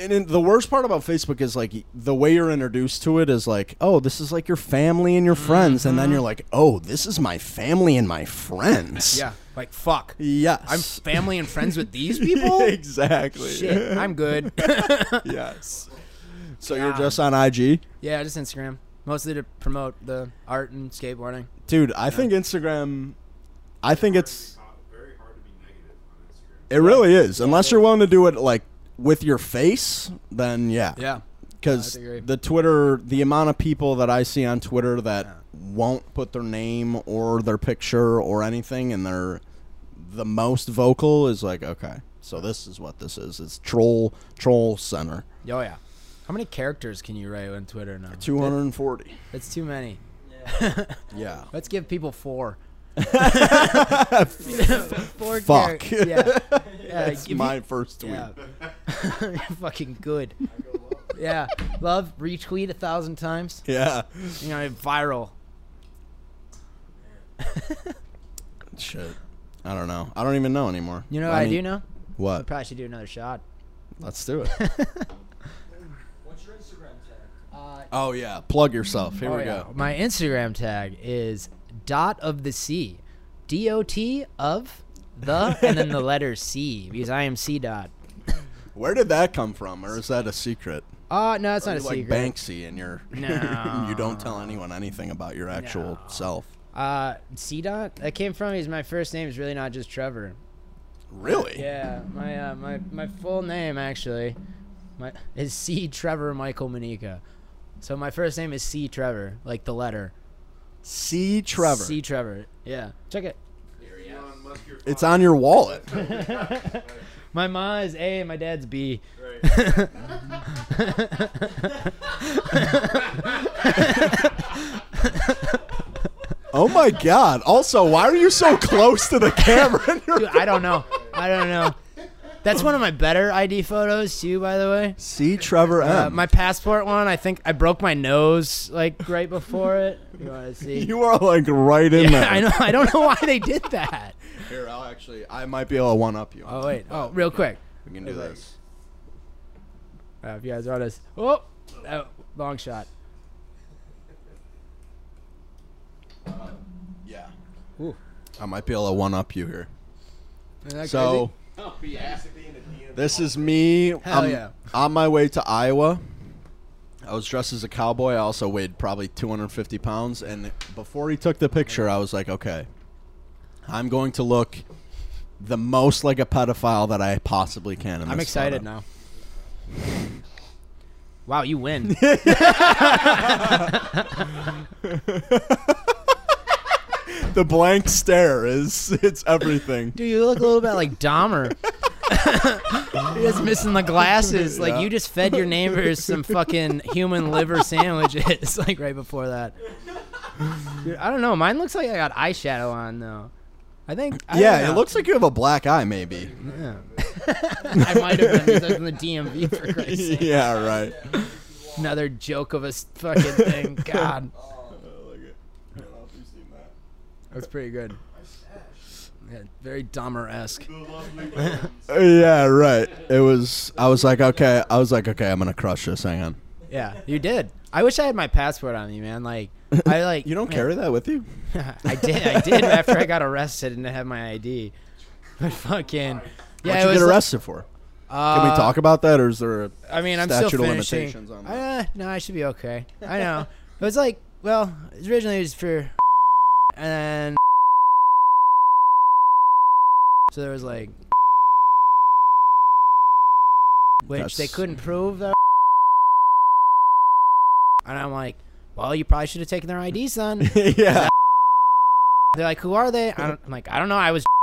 And, and the worst part about Facebook is like the way you're introduced to it is like, oh, this is like your family and your friends, and
Mm-hmm.
then you're like, oh, this is my family and my friends.
Yeah, like fuck.
Yes.
I'm family and friends with these people.
exactly.
Shit, I'm good.
yes. So you're
God.
just on IG?
yeah, just Instagram, mostly to promote the art and skateboarding.
Dude, I think Instagram. I think it's.
Very hard to be negative on Instagram.
It really is. Unless you're willing to do it like with your face, then yeah.
Yeah,
Because
I'd agree.
the Twitter, the amount of people that I see on Twitter that won't put their name or their picture or anything, and they're the most vocal is like, okay, so this is what this is. It's troll troll center.
oh yeah. How many characters can you write on Twitter now?
Two hundred and forty.
That's too many.
Yeah.
Let's give people four. four
Fuck.
characters. Yeah, yeah.
That's
give you-
my first tweet.
Yeah. You're fucking good. yeah. Love, retweet a thousand times.
Yeah.
You know, viral.
Shit. I don't know. I don't even know anymore.
You know what I, do
mean-
know? I
What?
probably should do another shot.
Let's do it.
What's your Instagram tag?
oh yeah. Plug yourself. Here
Oh,
we
yeah.
go.
My Instagram tag is dot of the sea. D O T of the and then the letter C because I am C dot.
Where did that come from, or is that a secret?
Oh no, it's not a
You're like
secret.
Banksy, and you're
No.
you don't tell anyone anything about your actual
No.
self.
Uh C dot? That came from is my first name is really not just Trevor.
Really?
Yeah, my uh, my my full name actually, my is C Trevor Michael Manika. So my first name is C Trevor, like the letter.
C. Trevor.
C Trevor. Yeah, check it.
Elon Musk, you're
it's on your wallet.
My ma is A, and my dad's B.
oh my God! Also, why are you so close to the camera?
Dude, I don't know. I don't know. That's one of my better ID photos too, by the way.
See Trevor M.
Uh, my passport one, I think I broke my nose like right before it. You want to see?
you are like right in there.
yeah, I know. I don't know why they did that.
Here, I'll actually, I might be able to one up you.
Oh wait. Oh, real quick.
we can do this.
Uh, if you guys are this, oh, oh, long shot.
Yeah,
Ooh.
I might be able to one up you here.
Isn't that
So
Oh, yeah.
this is me. I'm
yeah.
on my way to Iowa. I was dressed as a cowboy. I also weighed probably 250 pounds. And before he took the picture, I was like, okay, I'm going to look the most like a pedophile that I possibly can. In
I'm
this
excited
photo.
now. Wow, you win.
The blank stare is it's everything.
Dude, you look a little bit like Dahmer. You're just missing the glasses. Like
Yeah.
you just fed your neighbors some fucking human liver sandwiches. Like right before that. Dude, I don't know. Mine looks like I got eyeshadow on though. I think. I
yeah,
don't
it
know.
looks like you have a black eye, maybe.
Yeah. I might have been because I was in the DMV for Christ's sake.
yeah, right.
Another joke of a s- fucking thing. God, that's pretty good. Yeah, very Dahmer esque.
Yeah, right. It was. I was like, okay. I was like, okay. I'm gonna crush this. Hang on.
Yeah, you did. I wish I had my passport on me, man. Like, I like.
You don't
man,
carry that with you?
I did. I did after I got arrested and didn't have my ID. But fucking. Yeah,
What'd
it
you get
was,
arrested for?
Uh,
Can we talk about that, or is there? A,
I mean, I'm
statute
still
of
finishing.
limitations on
Uh, no, I should be okay. I know. it was like, well, originally it was for, and then so there was like, which they
That's-
couldn't prove that. And I'm like, well, you probably should have taken their ID, son.
yeah.
They're like, who are they? I don't, I'm like, I don't know. I was.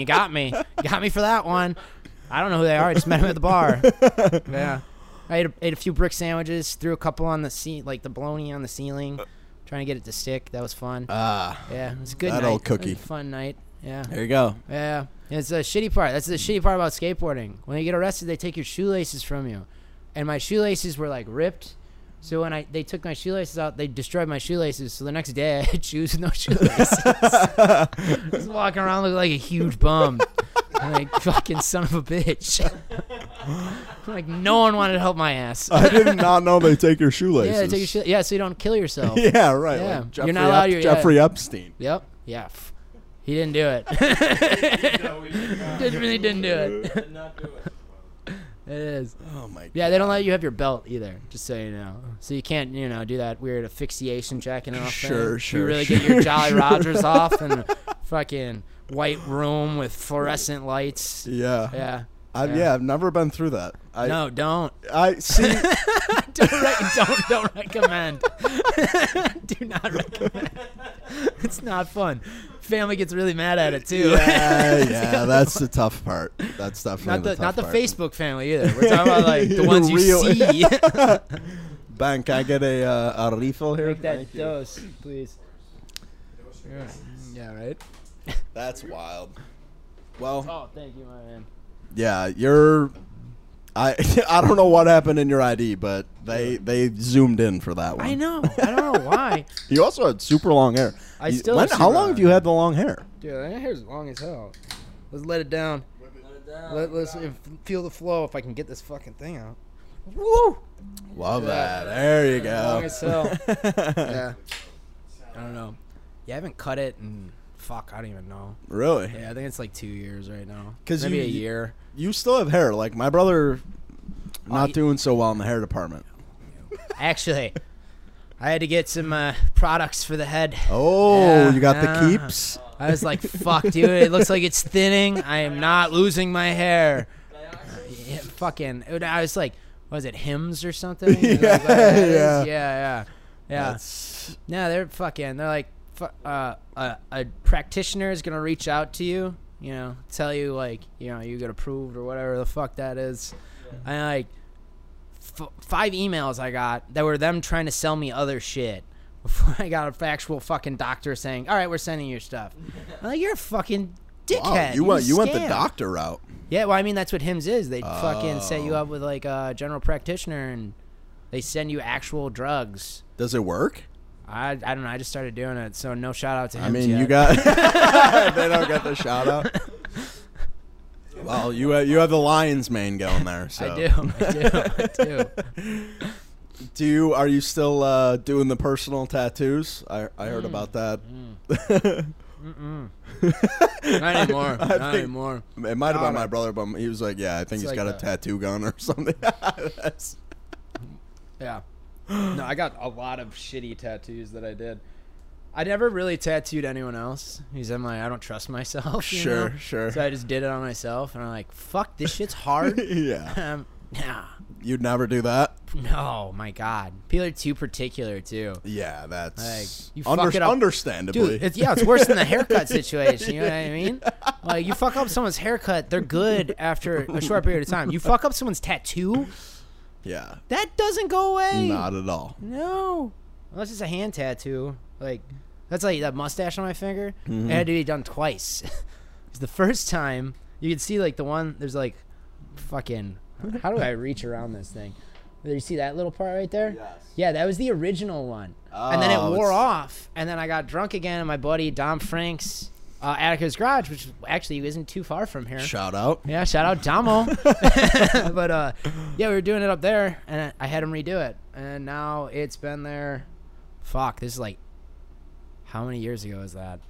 You got me. You got me for that one. I don't know who they are. I just met him at the bar. Yeah. I ate a, ate a few brick sandwiches, threw a couple on the ce- like the bologna on the ceiling, trying to get it to stick. That was fun.
Ah,
Yeah, it was a good
that
night.
old
It was a
cookie.
fun night. Yeah.
there you go.
Yeah. It's the shitty part. That's the shitty part about skateboarding. When you get arrested, they take your shoelaces from you. And my shoelaces were like ripped. So when I they took my shoelaces out, they destroyed my shoelaces. So the next day I had shoes with no shoelaces. Just walking around looking like a huge bum. like fucking son of a bitch. like no one wanted to help my ass.
I did not know they take your shoelaces.
Yeah, take your shit. Yeah, so you don't kill yourself.
Yeah, right.
Yeah.
Like Jeffrey,
You're not allowed
Ep-
to- yeah.
Jeffrey Epstein.
Yep. Yeah. F- He didn't do it. Did really didn't do it.
Did not do it.
It is.
Oh my. God.
Yeah, they don't let you have your belt either. Just so you know, so you can't, you know, do that weird asphyxiation jacking off. thing.
Sure,
You
sure,
really get
sure,
your Jolly
sure.
Rogers off in a fucking white room with fluorescent lights.
Yeah.
Yeah.
I, yeah.
yeah.
I've never been through that. I,
No, don't.
I see.
don't, re- don't don't recommend. Do not recommend. It's not fun. Family gets really mad at it too.
yeah, yeah. That's the tough part. That's definitely
not the,
the tough
not the
part.
Facebook family either. We're talking about like the ones you
Real-
see.
Ben, can I get a uh, a refill here? Thank you.
dose, please. Yeah, right.
That's wild. Well,
Oh, thank you, my man.
yeah, you're. I I don't know what happened in your ID, but they they zoomed in for that one.
I know. I don't know why.
You also had super long hair.
I
You-
still
When,
have
how long
super long
have you had the long hair?
Dude, that hair's long as hell. Let's let it down.
Let it down.
Let, let's if- feel the flow if I can get this fucking thing out. Woo!
Love
Yeah.
that. There you go.
Long as hell. Yeah. I don't know. Yeah, I haven't cut it and fuck, I don't even know.
Really?
Yeah, I think it's like two years right now.
'Cause
maybe
you-
a year.
You still have hair. Like my brother,
Oh,
not doing so well in the hair department.
Actually, I had to get some uh, products for the head.
Oh,
Yeah.
you got
Ah.
the keeps.
I was like, fuck, dude, it looks like it's thinning. I am not losing my hair. Yeah, fucking, it- I was like, was it hymns or something? yeah, yeah, yeah,
yeah.
yeah, yeah.
That's-
No, they're fucking. They're like, fu- uh, a, a practitioner is gonna reach out to you, you know, tell you like, you know, you get approved or whatever the fuck that is. And like, f- five emails I got that were them trying to sell me other shit. Before I got a actual fucking doctor saying, "All right, we're sending you stuff," I'm like, "You're a fucking dickhead.
you went
a
you went the
scam."
doctor route.
Yeah, well, I mean that's what Hims is. They fucking set you up
Oh.
with like a general practitioner, and they send you actual drugs.
Does it work?
I I don't know. I just started doing it, so no shout out to Hims.
I mean,
yet.
you got they don't get the shout out. Well, you have, you have the lion's mane going there. So
I do. I do. I do.
Do you are you still uh, doing the personal tattoos? I I heard about that.
Not anymore.
I
Not
think-
anymore.
It might have
Got
been my
it.
brother, but he was like, "Yeah, I think he's
like
got a
a-
tattoo gun or something." That's-
Yeah. No, I got a lot of shitty tattoos that I did. I never really tattooed anyone else. He's I'm like I don't trust myself. you
Sure,
know?
sure.
So I just did it on myself, and I'm like, fuck, this shit's hard.
yeah,
um, nah,
you'd never do that.
no, my god, people are too particular too.
Yeah, that's
Like, you
under-
fuck it up-
understandably.
Dude, it's, yeah, it's worse than the haircut situation. You know what I mean? Like, you fuck up someone's haircut, they're good after a short period of time. You fuck up someone's tattoo,
yeah,
that doesn't go away.
not at all.
No, unless it's a hand tattoo. Like, that's like that mustache on my finger.
Mm-hmm.
It had to be done twice. 'Cause the first time you could see like the one there's like, fucking. How do I reach around this thing? You see that little part right there?
Yes.
Yeah, that was the original one. and then it
Oh,
wore
it's-
off, and then I got drunk again, and my buddy Dom Franks, uh, Attica's Garage, which actually isn't too far from here.
Shout out.
yeah, shout out Damo. but uh, yeah, we were doing it up there, and I had him redo it, and now it's been there. Fuck, this is like, how many years ago is that?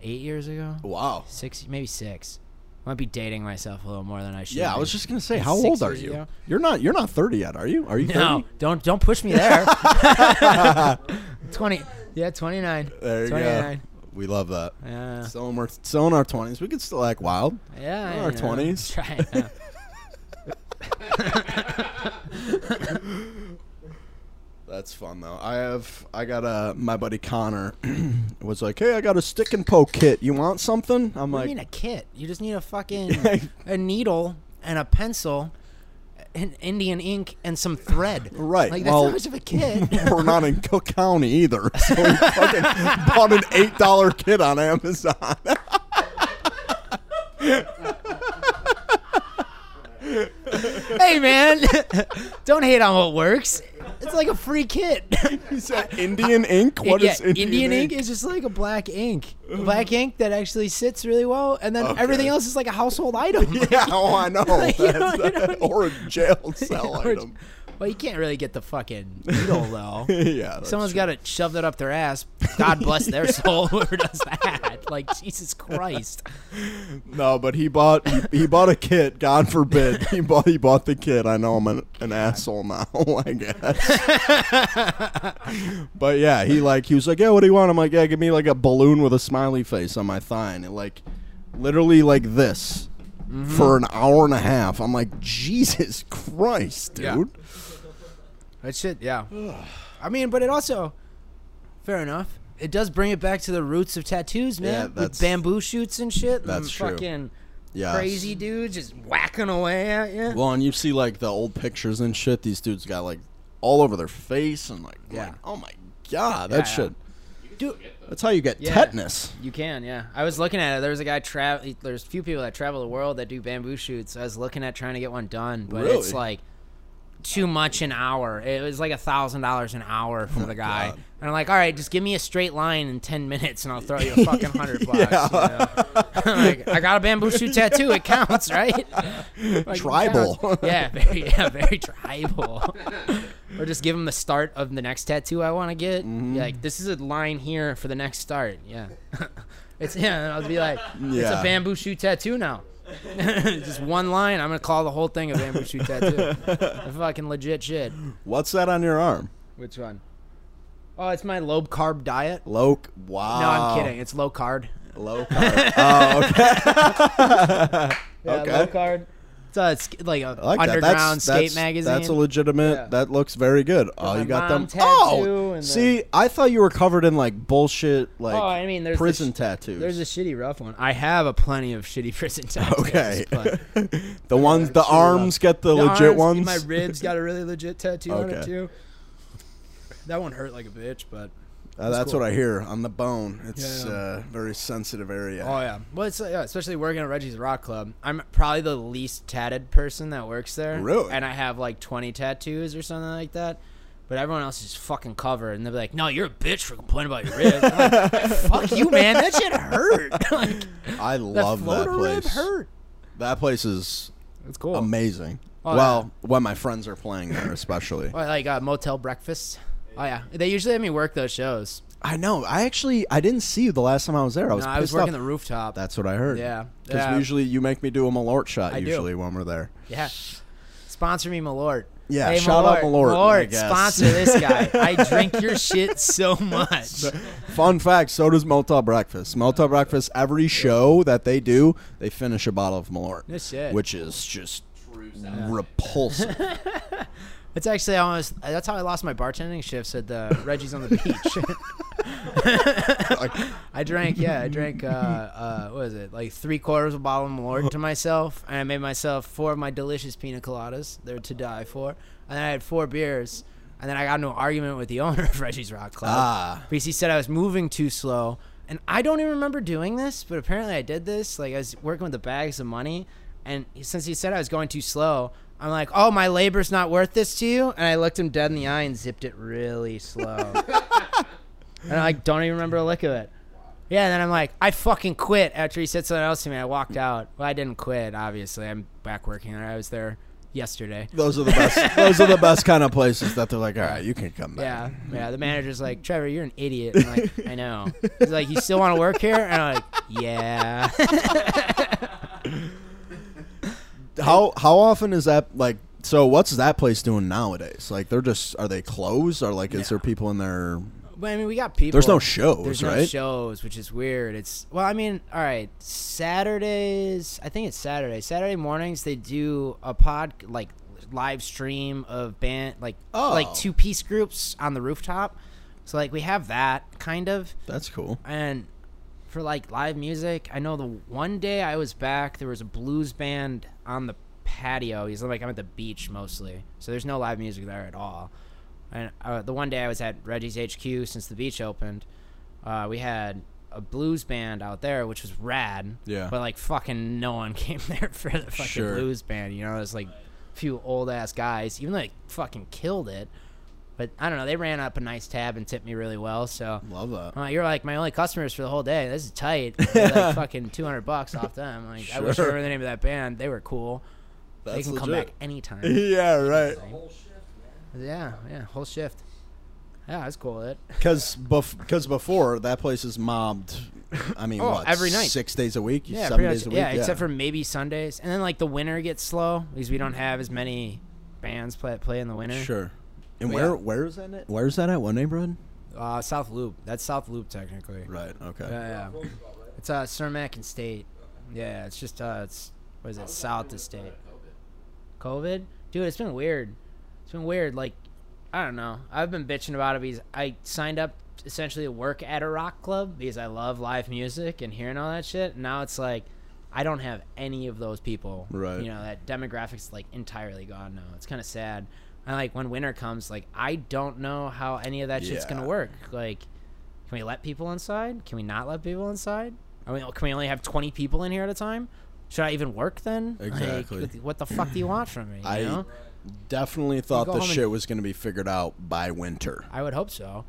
Eight years ago?
Wow.
Six? Maybe six. Might be dating myself a little more than I should.
Yeah, I
be.
was just gonna say, how
Six
old are
years
you?
ago.
You're not you're not thirty yet, are you? Are you?
No,
30?
don't don't push me there. Twenty, yeah, twenty nine.
There you go.
29.
We love that.
Yeah,
Still in, we're still in our twenties. We could still act wild.
yeah.
in
I
our
know.
20s.
Try it now.
That's fun though. I have I got a my buddy Connor was like, hey, I got a stick and poke kit. You want something? I'm
What do
like,
you mean a kit? You just need a fucking a needle and a pencil, an Indian ink, and some thread.
Right,
Like that's
well-
not much of a kit.
we're not in Cook County either. So we fucking bought an eight dollar kit on Amazon.
hey man, don't hate on what works. It's like a free kit.
He said Indian ink. What is Indian,
ink is just like a black ink, black ink that actually sits really well, and then
Okay.
everything else is like a household item.
Yeah, oh, I know.
Like, you
That's-
don't- you don't
or a jail cell
Or-
item.
Well, you can't really get the fucking needle though.
yeah, that's
Someone's
true.
got to shove that up their ass. God bless their soul, whoever does that. Like Jesus Christ.
No, but he bought he, he bought a kit. God forbid he bought he bought the kit. I know I'm an, an asshole now. I guess. but yeah, he like he was like, yeah, what do you want? I'm like, yeah, give me like a balloon with a smiley face on my thigh, and it, like literally like this
Mm-hmm.
for an hour and a half. I'm like, Jesus Christ, dude.
Yeah. That shit, yeah. I mean, but it also, fair enough. It does bring it back to the roots of tattoos, man.
Yeah,
with
that's-
bamboo shoots and shit. and
that's
them
true.
Fucking
Yes.
crazy dudes just whacking away at you.
Well, and you see like the old pictures and shit. These dudes got like all over their face and like, I'm
Yeah.
like, oh my god, that
Yeah, yeah.
shit.
Dude,
That's how you get
Yeah.
tetanus.
You can, yeah. I was looking at it. There was a guy travel. There's few people that travel the world that do bamboo shoots. I was looking at trying to get one done, but
Really?
it's like too much an hour. It was like a thousand dollars an hour for the guy.
Oh God.
And I'm like, all right, just give me a straight line in ten minutes, and I'll throw you a fucking hundred bucks.
Yeah.
you know? I'm like, I got a bamboo shoot tattoo. It counts, right? Like, it
Tribal.
counts. yeah, very, yeah, very tribal. or just give him the start of the next tattoo I want to get.
Mm-hmm.
Yeah, Like this is a line here for the next start. Yeah, it's yeah. And I'll be like, it's
Yeah.
a bamboo shoot tattoo now. just one line. I'm gonna call the whole thing a bamboo shoot tattoo. The fucking legit shit.
What's that on your arm?
Which one? Oh, it's my low carb diet.
Low. c- Wow.
No, I'm kidding. It's low carb.
Low carb. oh, okay.
Yeah,
okay.
low carb. It's a, sk- like a
I like that.
underground
That's,
skate
that's,
magazine.
That's a legitimate.
Yeah.
That looks very good. Oh,
my
you got
mom
them.
tattoo
Oh,
and the-
see, I thought you were covered in like bullshit, like
Oh, I mean, there's the
prison
sh-
tattoos.
There's a shitty rough one. I have a plenty of shitty prison tattoos.
okay.
but-
the ones, the arms get the, legit
arms,
ones.
My ribs got a really legit tattoo on
Okay.
it too. That one hurt like a bitch, but
Uh, that's what I hear on the bone. It's
Yeah.
uh, very sensitive area.
Oh yeah. Well, it's uh, yeah, especially working at Reggie's Rock Club. I'm probably the least tatted person that works there.
Really?
And I have like 20 tattoos or something like that. But everyone else is fucking covered, and they're like, "No, you're a bitch for complaining about your ribs." I'm like, Fuck you, man. That shit hurt. like,
I
the
love that
floater
place.
rib hurt.
That place is
That's cool.
amazing.
Oh,
well, when my friends are playing there, especially.
Well, like uh, motel breakfasts. Oh yeah, they usually have me work those shows.
I know. I actually I didn't see you the last time I was there. I was
No,
pissed
I was working
off.
the rooftop.
That's what I heard.
Yeah.
Because
Yeah.
usually you make me do a Malort shot
I do.
usually when we're there.
Yeah. Sponsor me, Malort.
Yeah, shout out Malort, I guess.
sponsor this guy. I drink your shit so much.
Fun fact: So does Motel Breakfast. Motel Breakfast. Every show that they do, they finish a bottle of Malort.
No shit.
Which is just
True sound.
repulsive.
That's actually how I was, that's how I lost my bartending shifts at the Reggie's on the beach.
Like,
I drank, yeah, I drank, uh, uh, what was it, like three quarters of a bottle of Malort to myself, and I made myself four of my delicious pina coladas. They're to die for. And then I had four beers, and then I got into an argument with the owner of Reggie's Rock Club.
ah,
because he said I was moving too slow. And I don't even remember doing this, but apparently I did this. Like I was working with the bags of money, and he- since he said I was going too slow, I'm like, "Oh, my labor's not worth this to you." And I looked him dead in the eye and zipped it really slow. and I like don't even remember a lick of it. Yeah, and then I'm like, I fucking quit after he said something else to me. I walked out. Well, I didn't quit, obviously. I'm back working there. I was there yesterday.
those are the best. those are the best kind of places that they're like, all right, you can come back.
Yeah, yeah. The manager's like, Trevor, you're an idiot. And I'm like, I know. He's like, you still want to work here? And I'm like, yeah.
How how often is that like? So what's that place doing nowadays? Like they're just are they closed or like is there people in there?
but I mean, we got people.
There's no shows,
There's
right?
no shows, which is weird. It's well, I mean, all right. Saturdays, I think it's Saturday. Saturday mornings, they do a pod like live stream of band like
Oh.
like two piece groups on the rooftop. So like we have that kind of.
That's cool.
and for like live music, I know the one day I was back, there was a blues band on the patio. He's like, I'm at the beach mostly, so there's no live music there at all. And uh, the one day I was at Reggie's HQ since the beach opened, uh, we had a blues band out there, which was rad.
Yeah.
But like, fucking no one came there for the fucking
Sure.
blues band. You know, there's like a few old ass guys, even though they fucking killed it. But I don't know, they ran up a nice tab and tipped me really well. So
Love that.
I'm like, you're like my only customers for the whole day. This is tight. They're like fucking 200 bucks off them. Like I wish I
Sure.
remember the name of that band. They were cool. they
That's
can come
legit.
back anytime.
Yeah, right.
Whole shift, man.
yeah, yeah, whole shift. Yeah, that's cool. It.
Because because before that place is mobbed. I mean,
Oh,
what,
every night.
six days a week,
Yeah,
seven
pretty
days a
much,
week.
yeah, except for maybe Sundays. And then like the winter gets slow because we don't have as many bands play play in the winter.
sure. And
But
where
yeah.
where is that? At? Where is that at? What neighborhood?
Uh, South Loop. That's South Loop technically.
Right. Okay.
Yeah, yeah.
Roosevelt, right?
It's uh Cermak and State. Yeah, it's just uh, it's what is it? South of State. COVID, dude, it's been weird. It's been weird. Like, I don't know. I've been bitching about it because I signed up essentially to work at a rock club because I love live music and hearing all that shit. Now it's like I don't have any of those people.
Right.
You know that demographic's like entirely gone now. It's kind of sad. And like when winter comes, like I don't know how any of that shit's
Yeah.
gonna work. Like, can we let people inside? Can we not let people inside? I mean, can we only have twenty people in here at a time? Should I even work then? Like,
Exactly.
what the- what the fuck do you want from me? You
I
know?
definitely thought
go
the
home and-
shit was going to be figured out by winter,
I would hope so.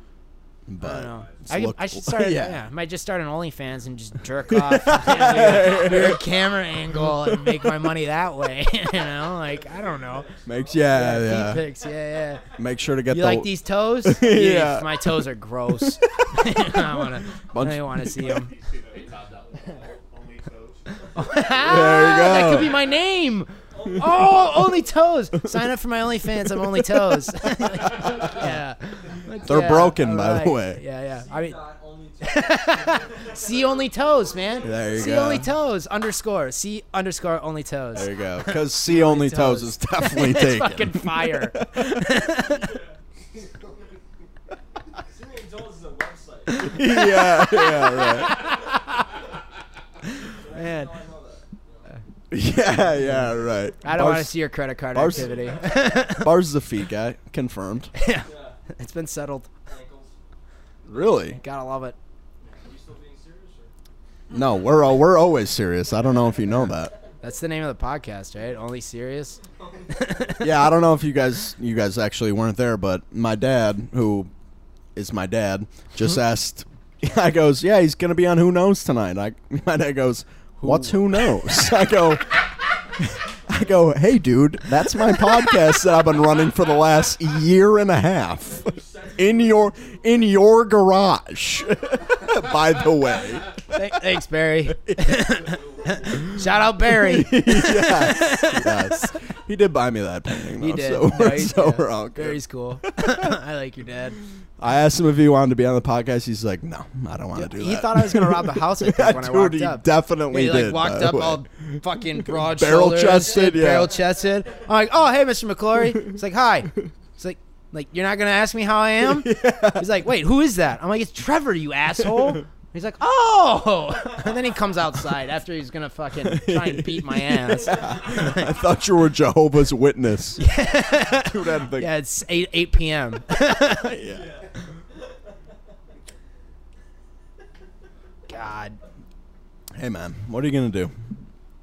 but
I don't know.
Uh, it's
I, could-
look-
I should start. yeah.
yeah.
I might just start an OnlyFans and just jerk off at your, your camera angle and make my money that way. you know, like I don't know.
Makes yeah,
Feet
yeah.
pics, yeah, yeah.
Make sure to get
You
the
like these toes?
Yeah.
Ew, My toes are gross. I wanna.
Bunch-
I don't want to see them.
They topped out with only coach.
Ah, That
go.
could be my name. oh, only toes. Sign up for my OnlyFans. I'm only toes. yeah.
They're
Yeah,
broken, by the
alright.
way.
Yeah, yeah. I mean,
Not only to
see only toes, man.
There you
see
go.
only toes underscore see underscore only toes.
There you go. Because see only toes
toes.
is definitely
it's
taken.
fucking fire.
Single Indulge is a website.
yeah, yeah, right.
Man,
I know that.
Yeah, yeah, right.
I don't want to
Bars-
see your credit card
bars-
activity.
Bars is the feet guy. Confirmed.
it's been settled.
Ankles.
Really?
Gotta love it.
Are you still being serious? Or?
No, we're uh, we're always serious. I don't know if you know that.
That's the name of the podcast, right? Only serious.
Yeah, I don't know if you guys you guys actually weren't there, but my dad, who is my dad,
Mm-hmm.
just asked. I goes, yeah, he's gonna be on Who Knows tonight. I my dad goes, what's Who Knows? I go. I go, hey, dude, that's my podcast that I've been running for the last year and a half in your in your garage. By the way,
Th- thanks, Barry. Shout out Barry.
yes, yes. He did buy me that painting. Though,
He did.
So,
No, he-
so
yeah.
we're all good.
Barry's cool. I like your dad.
I asked him if he wanted to be on the podcast. He's like, no, I don't want to do
He
that.
thought I was gonna rob the house. I think, when I
Dude,
walked
he
up.
definitely
He
did.
like
by
walked
the
up
way.
all fucking broad
Barrel
shoulders,
chested, yeah.
barrel chested. I'm like, oh hey, Mr. McClory. It's like hi. It's like like you're not gonna ask me how I am. He's like, wait, who is that? I'm like, it's Trevor, you asshole. He's like, oh, and then he comes outside after he's gonna fucking try and beat my ass.
Yeah. I thought you were Jehovah's Witness. Dude, I think,
Yeah, it's eight eight p.m.
yeah.
God,
Hey, man, what are you gonna do?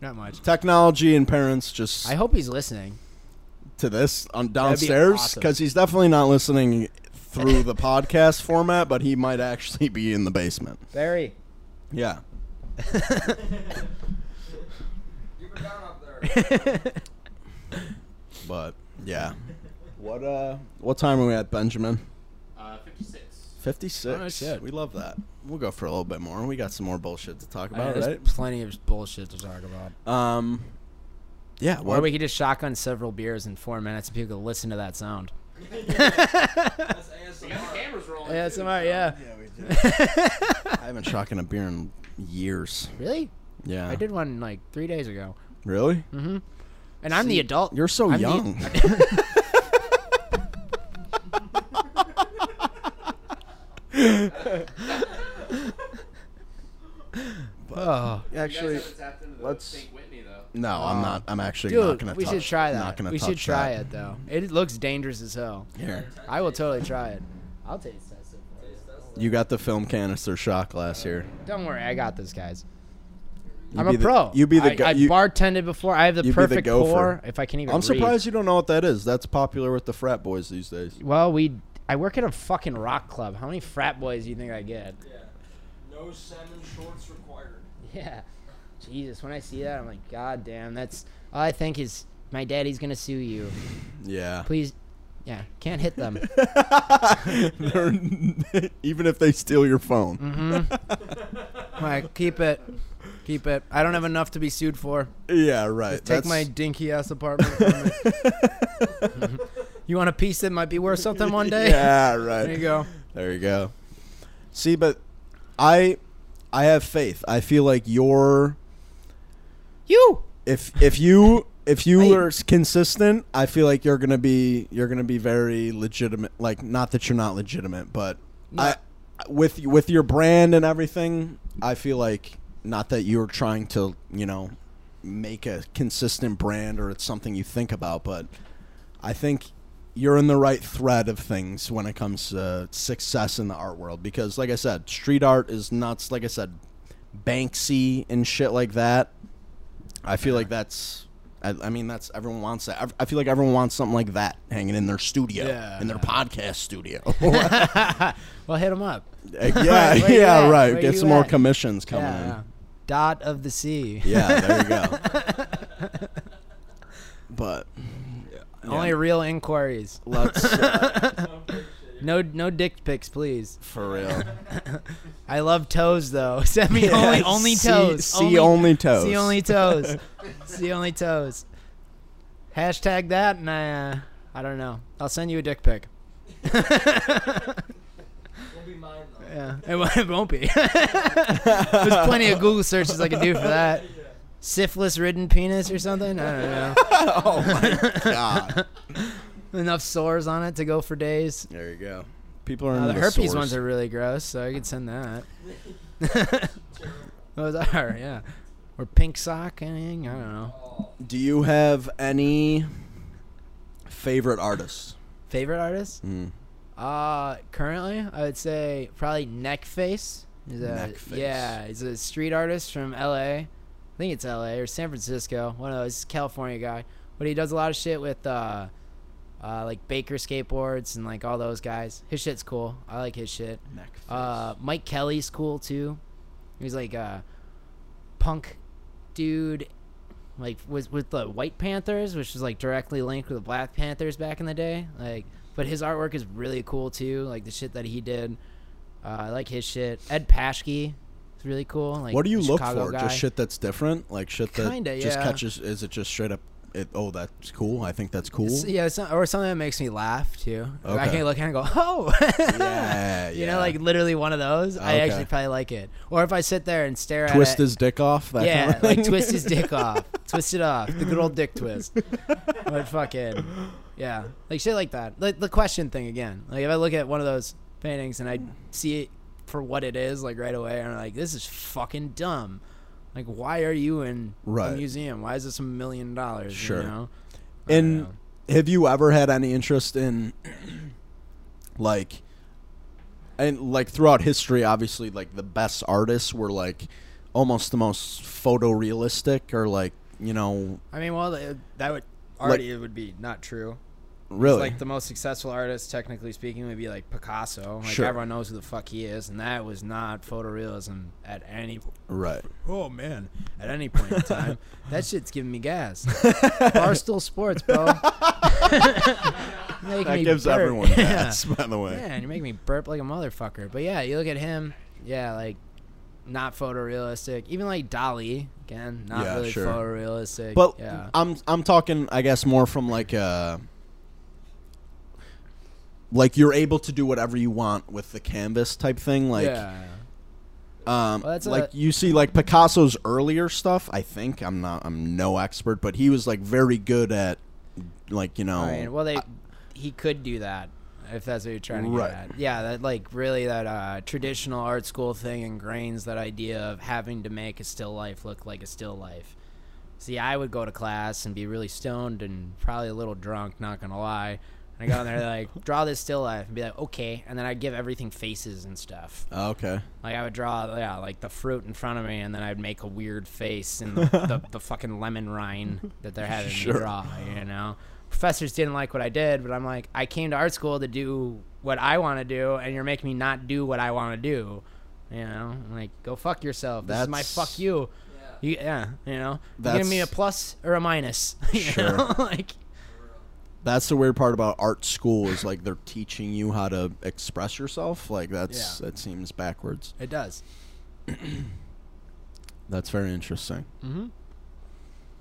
not much.
Technology and parents just
I hope he's listening.
to this on
That'd be
downstairs
awesome.
because he's definitely not listening through the podcast format, but he might actually be in the basement.
Barry.
Yeah.
You were down up there.
But yeah. What uh what time are we at, Benjamin?
Uh, 56.
Fifty
Oh,
six.
shit.
we love that. We'll go for a little bit more. We got some more bullshit to talk
I mean,
about,
there's
right?
plenty of bullshit to talk about.
Um Yeah,
Or
what
we could just shotgun several beers in four minutes and people could listen to that sound.
That's
We got the
ASMR.
cameras rolling.
Yeah,
too,
some alright,
so-
yeah.
I haven't shotgun a beer in years.
Really?
Yeah.
I did Mm-hmm. one like three days ago.
Really?
And I'm the adult.
You're so
I'm the-
young.
Oh,
You guys haven't tapped into the
let's-
St. Whitney, though.
No, I'm not. I'm actually not
dude,
gonna
we
touch
should try
Not
that.
gonna
We
touch
should try
that.
it though. It looks dangerous as hell.
Here.
I will totally try it. I'll taste test it.
You got the film canister shot glass here.
Don't worry, I got this, guys.
You
I'm a
be the-
pro.
you be the
I,
go-
I
you-
bartended before. I have the
you be the
perfect
gopher.
pour. If I can even.
I'm
read.
surprised you don't know what that is. That's popular with the frat boys these days.
Well, we. I work at a fucking rock club. How many frat boys do you think I get?
Yeah. No salmon shorts required.
Yeah. Jesus, when I see that, I'm like, God damn, that's all I think is my daddy's gonna sue you.
Yeah.
Please, yeah, can't hit them.
They're- even if they steal your phone.
Mm-hmm. I'm like, keep it, keep it. I don't have enough to be sued for.
Yeah, right.
Take my dinky ass apartment. From me. You want a piece that might be worth something one day?
Yeah, right.
There you go.
There you go. See, but I I have faith. I feel like you're
You.
if if you if you
Wait.
are s- consistent, I feel like you're gonna be you're gonna be very legitimate. Like not that you're not legitimate, but I with with your brand and everything, I feel like not that you're trying to you know make a consistent brand or it's something you think about, but I think you're in the right thread of things when it comes to success in the art world because like I said, street art is nuts. Like I said, Banksy and shit like that. I feel like that's. I, I mean, that's everyone wants that. I, I feel like everyone wants something like that hanging in their studio,
Yeah.
in their podcast studio.
Well, hit them up.
yeah,
Where you
yeah,
at?
right.
Where
Get
you
some more
at?
commissions coming
Yeah. Dot of the sea.
in. Yeah, there you go. but
Only real inquiries.
let's uh,
No, no dick pics, please.
for real.
I love toes though. Send me only
Yeah,
only
see-
toes.
see only toes.
See only toes. see only toes. Hashtag that and I, uh, I don't know. I'll send you a dick pic.
Won't be mine though.
Yeah, it, won't- it won't be. There's plenty of Google searches I could do for that. Syphilis-ridden penis or something. I don't know.
oh my god.
Enough sores on it to go for days.
There you go. People are in
Uh, the
the
herpes
source.
ones are really gross, so I could send that. Those are, yeah. Or pink sock, anything? I don't know.
Do you have any favorite artists?
Favorite artist?
Mm.
Uh, currently, I would say probably Neckface. He's a,
Neckface.
Yeah, he's a street artist from L.A. I think it's L.A. or San Francisco. One of those he's a California guy, but he does a lot of shit with uh, uh, like Baker skateboards and like all those guys. His shit's cool. I like his shit.
Neck face.
Uh, Mike Kelly's cool too. He's like a punk dude, like was with the White Panthers, which was like directly linked with the Black Panthers back in the day. Like, but his artwork is really cool too. Like the shit that he did, uh, I like his shit. Ed Paschke is really cool. Like,
what do you
the
look
Chicago
for?
guy.
Just shit that's different, like shit that
Kinda,
just
yeah.
catches. Is it just straight up? It, oh, that's cool. I think that's cool.
S- Yeah, some, or something that makes me laugh too. Like, I
Okay.
can look at it and go, oh,
yeah,
You know, like literally one of those. I
Okay.
actually probably like it. Or if I sit there and stare
twist
at it,
his dick off. That
yeah,
kind of thing.
like twist his dick off, twist it off, the good old dick twist. but fucking, yeah, like shit like that. Like the question thing again. Like if I look at one of those paintings and I see it for what it is, like right away, and I'm like, this is fucking dumb. Like, why are you in a
Right.
museum? Why is this a million dollars?
Sure.
You know? I don't
And
know.
have you ever had any interest in like and like throughout history obviously like the best artists were like almost the most photorealistic or like, you know,
I mean, well, th- that would already it would be not true.
really
Like the most successful artist, technically speaking, would be like Picasso. Like
Sure.
everyone knows who the fuck he is, and that was not photorealism at any.
right.
Oh man, at any point in time, that shit's giving me gas. Barstool Sports, bro. Make
That
me
gives
burp.
everyone
Yeah.
gas, by the way.
Man, you make me burp like a motherfucker. But yeah, you look at him. Yeah, like not photorealistic. Even like Dolly again, not
Yeah,
really
sure.
photorealistic.
But
yeah.
I'm I'm talking, I guess, more from like a like you're able to do whatever you want with the canvas type thing. Like,
yeah.
um,
Well, that's
like
a-
you see, like Picasso's earlier stuff. I think I'm not I'm no expert, but he was like very good at like you know.
I mean, well, they he could do that if that's what you're trying to get
Right.
at. Yeah, that like really that uh, traditional art school thing ingrains that idea of having to make a still life look like a still life. See, I would go to class and be really stoned and probably a little drunk, not gonna lie. And I go in there like draw this still life and be like okay, and then I would give everything faces and stuff.
Ah, okay.
Like I would draw, yeah, like the fruit in front of me, and then I'd make a weird face in the, the, the fucking lemon rind that they're having
Sure.
me draw. You know, professors didn't like what I did, but I'm like, I came to art school to do what I want to do, and you're making me not do what I want to do. You know, I'm like go fuck yourself. This is my
That's-
fuck you.
Yeah.
you yeah, you know, you give me a
That's-
plus or a minus. You
Sure.
know? like
That's the weird part about art school is like they're teaching you how to express yourself. Like that's
Yeah.
that seems backwards.
it does.
That's very interesting.
Mm-hmm.
How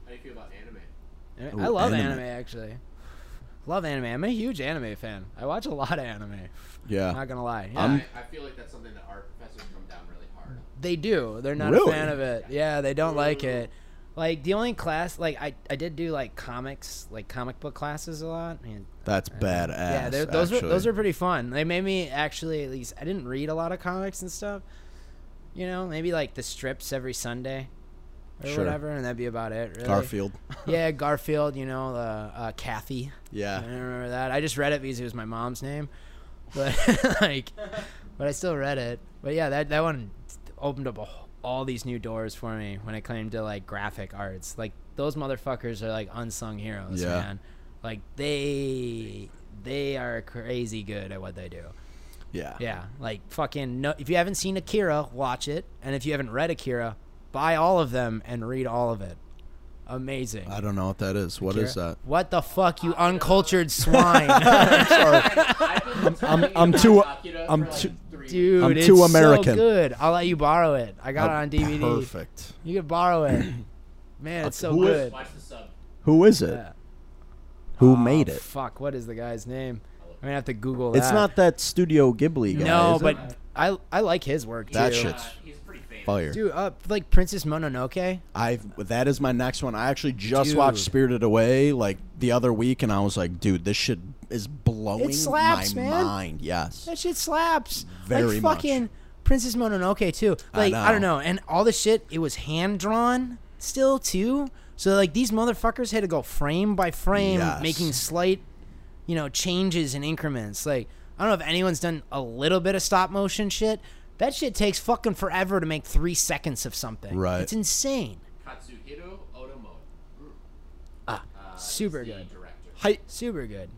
do you feel about anime?
I
Ooh,
I love
anime.
anime actually. Love anime. I'm a huge anime fan. I watch a lot of anime.
Yeah.
Not gonna lie. Yeah,
I'm-
I, I feel like that's something that our professors come down really hard on.
they do. They're not
Really?
a fan of it. Yeah, they don't like it. Like the only class, like I, I did do like comics, like comic book classes a lot. and-
That's badass.
yeah, they're- those were
actually.
those were pretty fun. They made me actually at least I didn't read a lot of comics and stuff. You know, maybe like the strips every Sunday or
Sure.
whatever, and that'd be about it. Really.
Garfield.
Yeah, Garfield. You know, uh, uh, Kathy. I
Yeah.
don't remember that. I just read it because it was my mom's name, but like, but I still read it. But yeah, that that one opened up a wh- all these new doors for me when it came to like graphic arts. Like those motherfuckers are like unsung heroes,
Yeah.
man. Like they they are crazy good at what they do.
Yeah.
Yeah, like fucking. No, if you haven't seen Akira, watch it, and if you haven't read Akira, buy all of them and read all of it. Amazing.
I don't know what that is. What is that?
What the fuck, you uncultured swine,
I've been
I'm-
talking
I'm
about
too-
Akira
I'm
for like
too-
three weeks.
dude?
I'm
it's
too
so
American.
good. I'll let you borrow it. I got it on DVD.
Perfect.
You can borrow it. Man, it's so
who is-
good.
Watch the sub.
Who is it?
Yeah.
Who
Oh,
made it?
Fuck, what is the guy's name? I'm gonna have to Google that.
It's not that Studio Ghibli guy.
no,
is it?
but I I like his work
That
too.
shit's
Uh, he's pretty famous.
fire.
Dude, uh, like Princess Mononoke.
I that is my next one. I actually just
Dude.
watched Spirited Away like the other week, and I was like, dude, this shit is blowing
It slaps,
my
man.
mind. Yes.
That shit slaps.
Very
like
much.
fucking Princess Mononoke too. Like I,
know.
don't know, and all the shit it was hand drawn still too. So like these motherfuckers had to go frame by frame,
Yes.
making slight, you know, changes and increments. Like I don't know if anyone's done a little bit of stop motion shit. That shit takes fucking forever to make three seconds of something.
Right.
It's insane.
Katsuhiro Otomo.
Ah,
Uh,
super
he's the
good.
Director.
Hi.
Super good.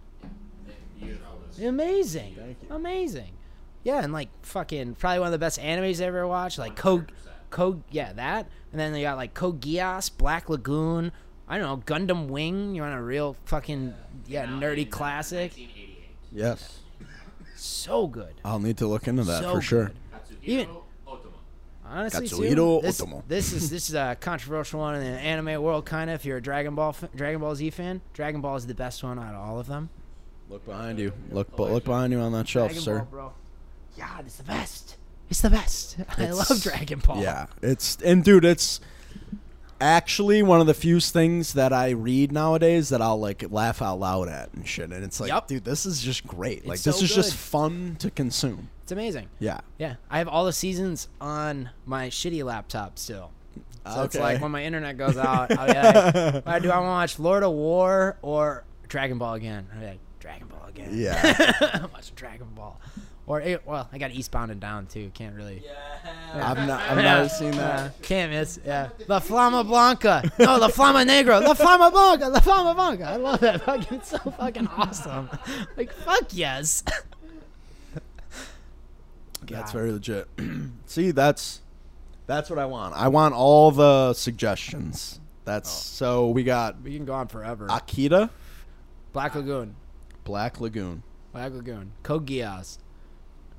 Beautiful.
Amazing.
Thank you.
Amazing. Yeah, and like fucking probably one of the best animes I ever watched. Like Code,
100%.
Code, yeah, that. And then they got like Code Geass, Black Lagoon. I don't know, Gundam Wing. You want a real fucking yeah,
Now in,
nerdy
uh,
classic?
1988.
Yes.
So good.
I'll need to look into that
So
for sure.
good.
Katsuhiro
Even-
Otomo.
Honestly, too,
Katsuhiro
this,
Otomo.
this is this is a controversial one in the anime world, kind of. If you're a Dragon Ball fa- Dragon Ball Z fan, Dragon Ball is the best one out of all of them.
Look behind you. Look, but look behind you on that shelf,
Dragon
sir.
Ball, bro. God, it's the best. It's the best. I
It's-
love Dragon Ball.
Yeah, it's and dude, it's actually one of the few things that I read nowadays that I'll like laugh out loud at and shit. And it's like,
Yup.
dude, this is just great. Like
It's
this
so
is just
good.
fun to consume.
it's amazing.
Yeah.
Yeah, I have all the seasons on my shitty laptop still. So it's
Okay.
like when my internet goes out, I'll be like, "Why do I want to watch Lord of War or Dragon Ball again? I'll be like, Dragon Ball again.
Yeah.
I'm watching Dragon Ball. Or, eh, well, I got Eastbound and Down too. Can't really.
Yeah.
I've not I've
Yeah.
never seen that.
Yeah, can't miss. Yeah. La Flama Blanca. No, La Flama Negro. La Flama Blanca. La Flama Blanca. I love that fucking. It's so fucking awesome. Like, fuck yes.
That's
God.
very legit. See, that's that's what I want. I want all the suggestions. That's
Oh.
so we got
We can go on forever.
Akita,
Black Lagoon.
Black Lagoon.
Black Lagoon, Code Geass,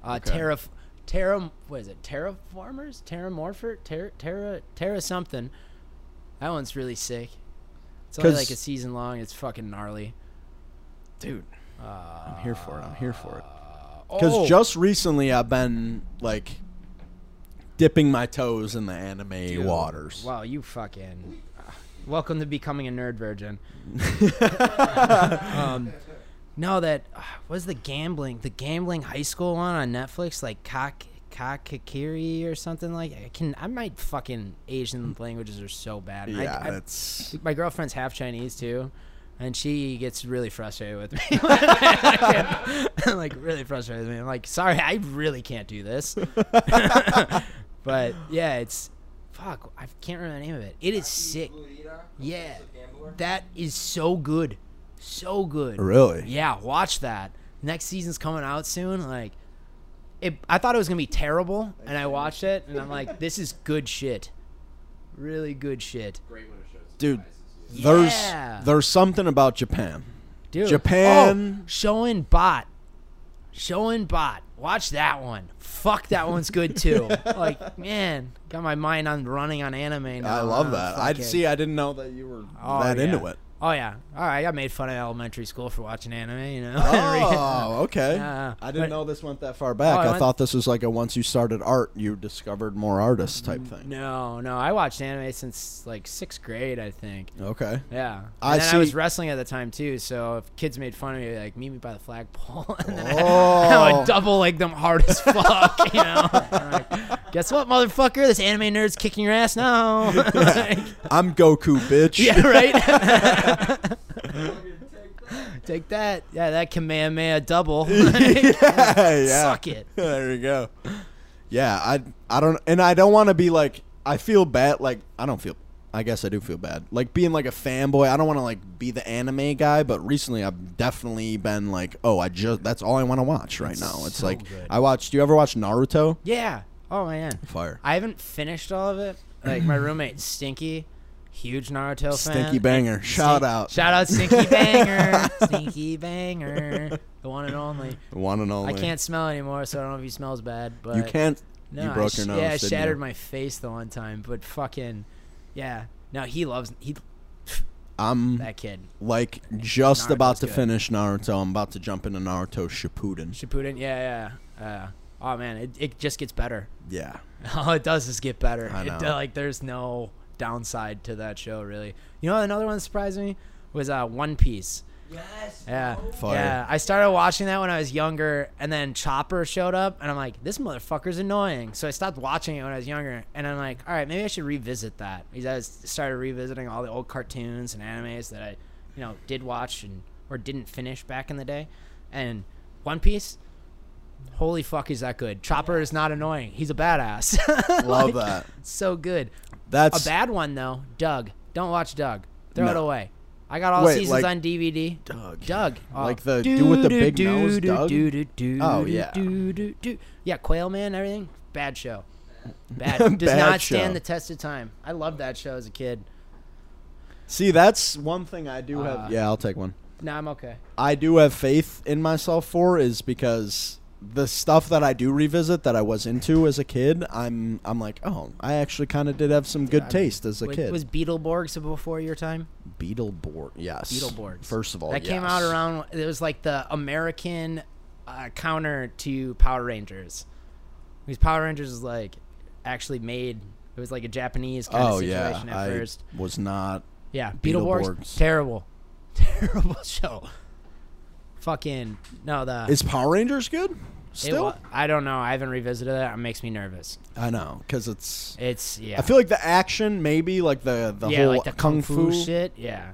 uh,
Okay.
Terra, Terra, what is it? Terraformers, Terramorpher, Terra, Terra, Terra something. That one's really sick. It's only
'Cause-
like a season long. It's fucking gnarly.
Dude, I'm here for it. I'm here for it. Because
Oh,
just recently I've been like dipping my toes in the anime waters.
wow, you fucking. uh, Welcome to becoming a nerd virgin. um, no, that uh, was the gambling, the gambling high school one on Netflix, like cock. Kakakiri or something like I can I might fucking Asian languages are so bad. and I-
yeah,
I-
that's
my girlfriend's half Chinese too, and she gets really frustrated with me. I can't- like really frustrated with me. I'm like, sorry, I really can't do this. but yeah, it's fuck. I can't remember the name of it. It is sick. Yeah, that is so good, so good.
really.
Yeah, watch that. Next season's coming out soon. Like, it. I thought it was gonna be terrible, and I watched it, and I'm like, this is good shit. Really good shit.
Great when it shows.
Dude.
surprises you.
There's
Yeah.
there's something about Japan.
Dude.
Japan-
Oh, Showen Bot. Showen Bot. Watch that one. Fuck, that one's good too. like, man, got my mind on running on anime now.
I love
Oh,
that.
fuck
I
it.
see. I didn't know that you were
Oh,
that
yeah.
into it.
Oh, yeah. All right, I got made fun of elementary school for watching anime, you know?
Oh, okay.
Yeah,
I didn't
but-
know this went that far back.
Oh, it
I
went-
thought this was like a once you started art, you discovered more artists
Mm.
type thing.
no, no. I watched anime since like sixth grade, I think.
Okay.
Yeah. And
I
then I was
see.
wrestling at the time too, so if kids made fun of me, like meet me by the flagpole, and then I, I
Oh.
would double like them hard as fuck, you know. I'm like, Guess what, motherfucker? This anime nerd's kicking your ass now. Like,
I'm Goku, bitch.
yeah, right.
Take that.
Take that. Yeah, that Kamehameha double.
yeah, yeah.
Suck it.
there you go. Yeah, I I don't and I don't want to be like I feel bad like I don't feel I guess I do feel bad. Like being like a fanboy, I don't want to like be the anime guy, but recently I've definitely been like, "Oh, I just that's all I want to watch right now." It's
so
like
good.
I watched you ever watch Naruto?
Yeah. Oh man.
Fire.
I haven't finished all of it. Like my roommate Stinky, huge Naruto fan.
Stinky Banger. Shout out.
Shout out Stinky Banger. Stinky Banger. The one and only.
The One and only.
I can't smell anymore, so I don't know if he smells bad. But
You can't
No,
you
I
broke
sh-
your nose.
Yeah, I
didn't
shattered
you?
my face the one time. But fucking, yeah. No, he loves he
I'm
that kid.
like just about
Naruto's
to
good.
finish Naruto. I'm about to jump into Naruto Shippuden.
Shippuden. Yeah, yeah. Uh, oh man, it, it just gets better.
Yeah.
All it does is get better.
I
It,
know.
like there's no downside to that show really. You know another one that surprised me was uh, One Piece.
Yes.
Yeah.
no.
Fire.
Yeah, I started watching that when I was younger, and then Chopper showed up, and I'm like, this motherfucker's annoying. So I stopped watching it when I was younger, and I'm like, all right, maybe I should revisit that. Because I was- started revisiting all the old cartoons and animes that I, you know, did watch and or didn't finish back in the day, and One Piece. Holy fuck, he's that good. Chopper is not annoying. He's a badass.
Love
Like,
that.
So good. A
That's
bad one though. Doug. Don't watch Doug. Throw it
No.
away. I got all
Wait,
seasons
like-
on DVD.
Doug.
Doug. Oh.
Uh, Like the dude with the big nose,
do,
Doug?
do, do, do,
Oh,
do,
yeah.
do, do, do. Yeah, Quail Man, everything. Bad show. Bad. Does
Bad
not
show.
stand the test of time. I loved that show as a kid.
see, that's one thing I do
Uh,
have. Yeah, I'll take one.
No, I'm okay.
I do have faith in myself for is because the stuff that I do revisit that I was into as a kid, I'm I'm like, oh, I actually kind of did have some good
I-
taste as a
Was-
kid.
Was Beetleborgs before your time?
Beetleborg, yes.
Beetleborgs.
First of all,
that came
Oh, yes.
out around. It was like the American uh, counter to Power Rangers, because Power Rangers was like actually made. It was like a Japanese kind of
Oh yeah,
situation at
I
first.
was not.
Yeah, Beetleborgs,
Beetleborgs.
terrible, terrible show. Fucking no, the
Is Power Rangers good?
it
Still,
wa- I don't know. I haven't revisited that. It makes me nervous.
I know because it's.
It's yeah.
I feel like the action, maybe like the the
yeah,
whole
like the kung, fu, shit. Yeah.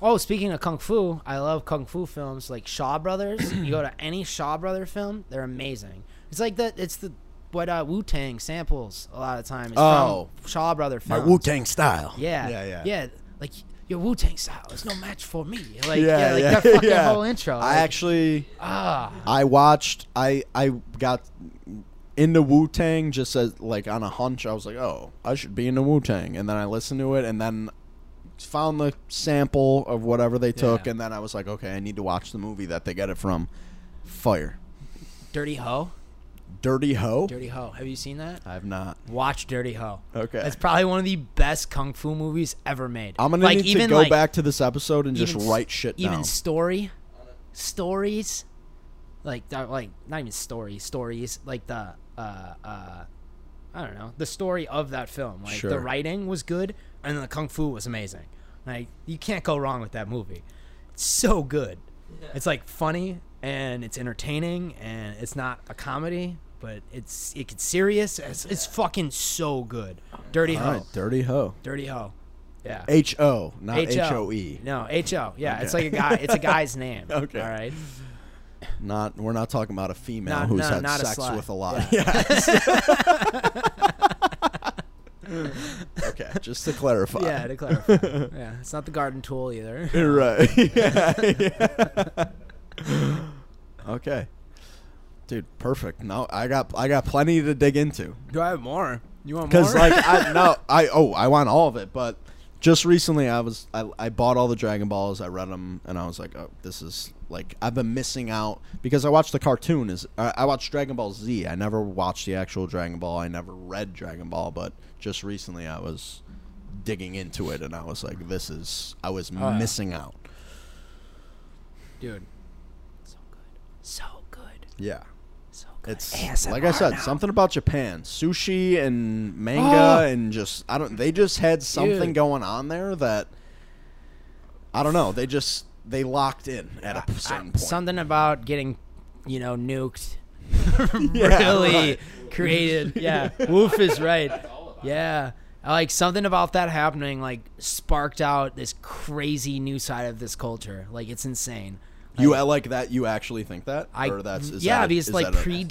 Oh, speaking of kung fu, I love kung fu films like Shaw Brothers. you go to any Shaw Brother film, they're amazing. It's like the it's the what uh, Wu Tang samples a lot of time. It's
Oh.
from Shaw Brother
My
films.
Wu Tang style.
Yeah,
yeah, yeah.
Like your Wu Tang style is no match for me. Like yeah,
yeah,
like
yeah,
that fucking
yeah.
whole intro.
I
like,
actually,
ah,
I watched. I I got into Wu Tang just as like on a hunch. I was like, oh, I should be into Wu Tang, and then I listened to it, and then found the sample of whatever they took,
Yeah.
and then I was like, okay, I need to watch the movie that they get it from. Fire,
Dirty Ho,
Dirty Ho.
Dirty Ho. Have you seen that?
I've not.
Watch Dirty Ho.
Okay.
it's probably one of the best kung fu movies ever made.
I'm gonna
like,
need
even
to go
like,
back to this episode and just
even s-
write shit
even
down.
story stories like uh, like not even story stories like the uh uh i don't know the story of that film like
Sure.
the writing was good and the kung fu was amazing like you can't go wrong with that movie it's so good it's like funny and it's entertaining and it's not a comedy but it's it gets serious it's, it's fucking so good dirty
All
ho
right, Dirty Ho.
dirty ho yeah
H O, not H
H-O.
O E.
No, H O. Yeah, it's
Okay.
like a guy. It's a guy's name.
Okay.
All right.
Not we're not talking about a female
Not-
who's
no,
had
not a
sex
slut.
with a lot. Yes. okay, just to clarify.
Yeah, to clarify. yeah, it's not the garden tool either.
right. Yeah, yeah. okay. Dude, perfect. No, I got I got plenty to dig into.
Do I have more? You want more?
Cuz like I no, I oh, I want all of it, but just recently I was I, I bought all the Dragon Balls, I read them and I was like, "Oh, this is like I've been missing out because I watched the cartoon is I, I watched Dragon Ball Z. I never watched the actual Dragon Ball. I never read Dragon Ball, but just recently I was digging into it and I was like, this is I was
yeah.
missing out.
dude. So good. So good.
Yeah.
So good.
It's
ASMR
like I said,
now.
something about Japan, sushi and manga,
Oh.
and just I don't. They just had something
Dude.
going on there that I don't know. They just they locked in at a certain point.
Something about getting, you know, nuked.
Yeah,
really
right.
created. Yeah, Woof is right. Yeah, I like something about that happening like sparked out this crazy new side of this culture. Like it's insane.
you uh, like that? You actually think that?
I
or that's is
yeah,
that a-
because
is
like
that a-
pre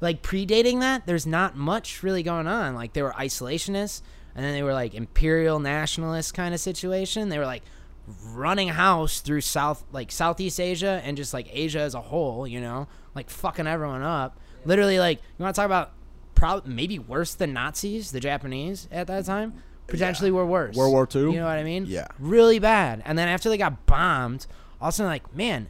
like predating that, there's not much really going on. Like they were isolationists, and then they were like imperial nationalist kind of situation. They were like running house through south like Southeast Asia and just like Asia as a whole. You know, like fucking everyone up. Literally, like you want to talk about probably maybe worse than Nazis, the Japanese at that time. Potentially were worse.
World War Two?
You know what I mean?
Yeah.
Really bad. And then after they got bombed, all of a sudden like, man,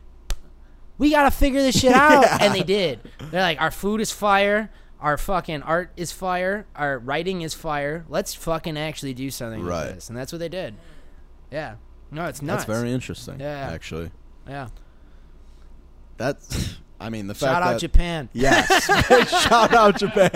we gotta figure this shit out. And they did. They're like, our food is fire, our fucking art is fire, our writing is fire. Let's fucking actually do something
Right.
with this. And that's what they did. Yeah. No, it's
That's
nuts.
very interesting.
Yeah.
actually,
yeah.
that's. I mean, the fact
Shout out
that
Japan.
yes, shout out Japan.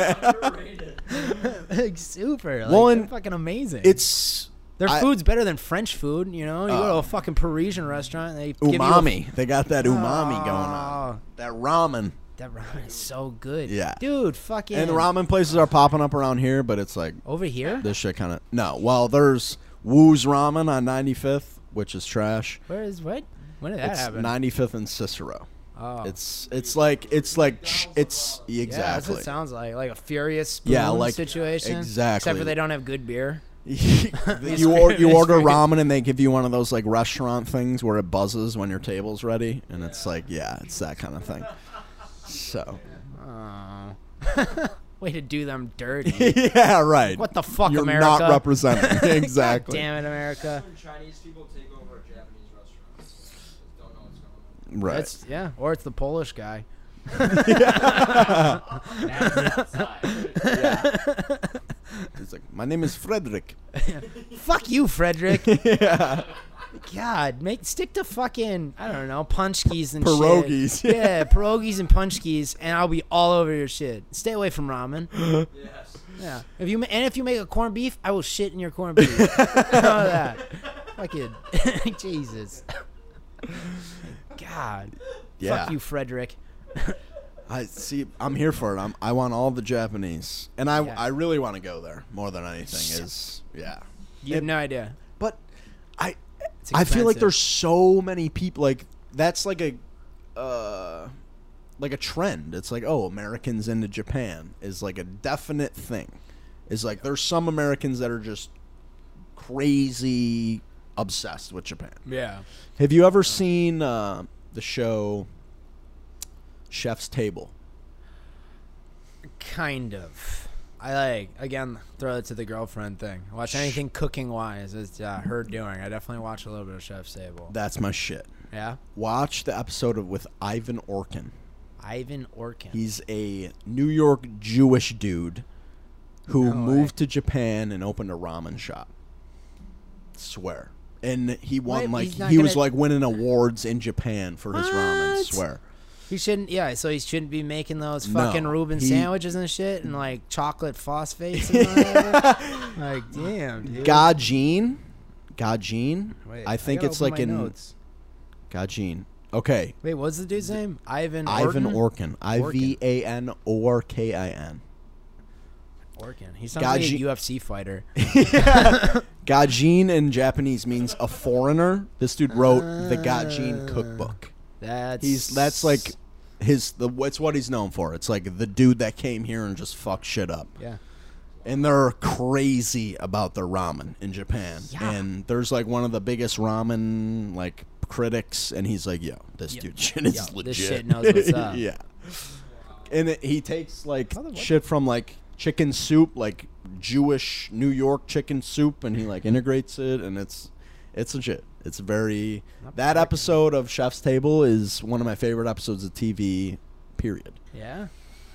like, super. Like,
Well,
they're
and
fucking amazing.
It's
Their
I-
food's better than French food, you know? You go to
Oh.
a fucking Parisian restaurant and they give you a-
umami. They got that umami going on.
Oh,
That ramen.
That ramen is so good.
Yeah.
Dude, fucking.
And ramen places are popping up around here, but it's like
Over here?
this shit kind of no. Well, there's Woo's Ramen on 95th, which is trash.
Where is what? When did that
It's
happen?
95th and Cicero.
Oh.
It's it's like it's like ch- it's
Yeah, that's what
exactly.
it sounds like. Like a furious spoon
Yeah, like-
situation. Except
exactly.
for they don't have good beer.
you or, you
It's
order
great.
ramen and they give you one of those like restaurant things where it buzzes when your table's ready, and it's like yeah, it's that kind of thing. So
Oh. Way to do them dirty.
yeah, right.
What the fuck,
You're
America?
not representing
God
exactly.
Damn it, America.
When Chinese people take over Japanese restaurants, Just don't know what's going on.
Right.
That's yeah, or it's the Polish guy.
It's like my name is Frederick.
Fuck you, Frederick.
yeah.
God, make stick to fucking I don't know punchkies and
Pierogies.
Shit. Yeah, pierogies and punchkies, and I'll be all over your shit. Stay away from ramen.
Yes.
Yeah. If you ma- and if you make a corned beef, I will shit in your corned beef. How about that? Fucking Jesus. God.
Yeah.
Fuck you, Frederick.
I see. I'm here for it. I'm, I want all the Japanese, and I
Yeah.
I really want to go there more than anything. Is yeah,
You have no idea.
but I
It's
I feel like
expensive.
there's so many people like that's like a uh like a trend. It's like oh Americans into Japan is like a definite thing. Is like there's some Americans that are just crazy obsessed with Japan.
yeah.
Have you ever seen uh, the show Chef's Table?
Kind of. I like again throw it to the girlfriend thing. Watch anything cooking wise. It's uh, her doing. I definitely watch a little bit of Chef's Table.
That's my shit.
Yeah.
Watch the episode of with Ivan Orkin.
Ivan Orkin.
He's a New York Jewish dude who
No
moved to Japan and opened a ramen shop. Swear. And he won
Wait,
like
he's
he
not
was
gonna-
like winning awards in Japan for his ramen.
What?
Swear.
He shouldn't. Yeah. So he shouldn't be making those
No,
fucking Reuben
he-
sandwiches and shit and like chocolate phosphates. And whatever. like damn, dude.
Gajin, Gajin.
Wait,
I think
gotta
it's
open
like
my
in
notes.
Gajin. Okay,
Wait, what's the dude's name? Ivan.
Ivan Orkin.
Orkin?
I V A N O R K I N.
Orkin. He sounds like a
Gaji-
UFC fighter.
Gajin in Japanese means a foreigner. This dude wrote the Gajin
Ah.
cookbook.
That's
He's that's like his the it's what he's known for. It's like the dude that came here and just fucked shit up.
Yeah.
And they're crazy about their ramen in Japan.
Yeah.
And there's like one of the biggest ramen like critics and he's like, "Yo, this dude shit is
Yo,
legit."
this shit knows what's up.
yeah. And it, he takes like
Mother- what?
shit from like chicken soup, like Jewish New York chicken soup and he like integrates it and it's it's legit. It's very that episode of Chef's Table is one of my favorite episodes of TV period.
Yeah.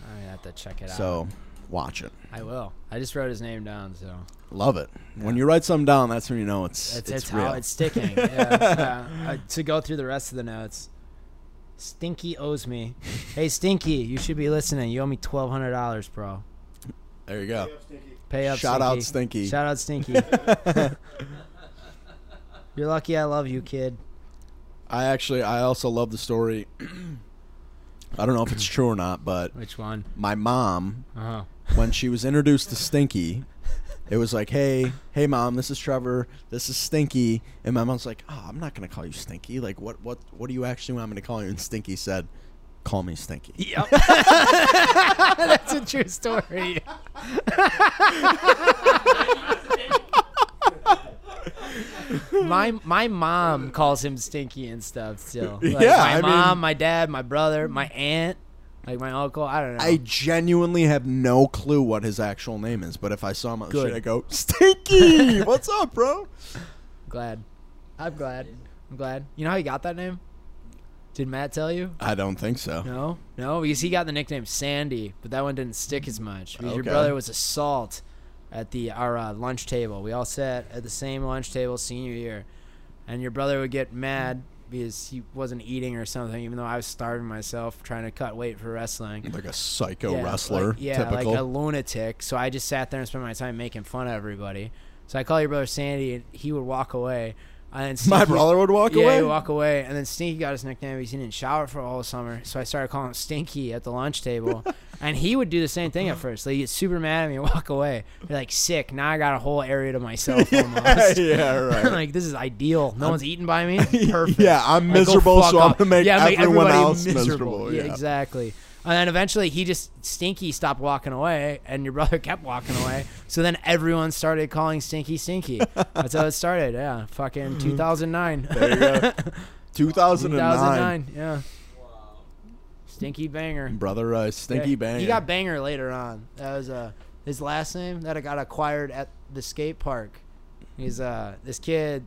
I mean, I have to check it out.
So watch it.
I will. I just wrote his name down, so
Love it. When you write something down, that's when you know it's
that's,
it's,
that's
real.
how it's sticking. yeah, yeah. Uh, to go through the rest of the notes, Stinky owes me. Hey, Stinky, you should be listening. You owe me twelve hundred dollars, bro.
there you go.
Pay up.
Shout out Stinky.
Shout out Stinky. You're lucky I love you, kid.
I actually I also love the story. I don't know if it's true or not, but
Which one?
my mom
Uh
when she was introduced to Stinky, it was like, "Hey, hey, mom, this is Trevor. This is Stinky." And my mom's like, "Oh, I'm not gonna call you Stinky. Like, what, what, what do you actually want me to call you?" And Stinky said, "Call me Stinky."
Yep. That's a true story. my my mom calls him stinky and stuff still. Like,
Yeah,
my
I
mom,
mean-
my dad, my brother, my aunt, like my uncle. I don't know.
I genuinely have no clue what his actual name is, but if I saw him, on the
Good.
street, I go, "Stinky, what's up, bro?"
glad. I'm glad. I'm glad. You know how he got that name? Did Matt tell you?
I don't think so.
No, no, because he got the nickname Sandy, but that one didn't stick as much. Because your
Okay.
brother was a salt at the our uh, lunch table. We all sat at the same lunch table senior year, and your brother would get mad because he wasn't eating or something, even though I was starving myself trying to cut weight for wrestling.
Like a psycho
Yeah,
wrestler,
like- yeah,
typical.
like a lunatic. So I just sat there and spent my time making fun of everybody. So I call your brother Sandy, and he would walk away. And then
My
Sneaky-
brother would walk
yeah,
away.
he'd walk away. And then Stinky got his nickname because he didn't shower for all summer. So I started calling him Stinky at the lunch table. and he would do the same thing at first. Like, he'd get super mad at me and walk away. Be like, sick. Now I got a whole area to myself almost.
yeah, right.
like, this is ideal. No one's eating by me. Perfect.
Yeah, I'm
Like, go
miserable,
fuck
so I'm
off.
gonna make
Yeah,
everyone
everybody
else miserable, yeah.
exactly. And then eventually he just Stinky stopped walking away, and your brother kept walking away. So then everyone started calling Stinky Stinky. That's how it started. Yeah, fucking 2009.
Mm-hmm. There you go. 2009.
2009. Yeah,
Wow.
Stinky Banger.
Brother Rice, Stinky
Yeah,
Bang.
He got Banger later on. That was uh, his last name that got acquired at the skate park. He's uh, this kid,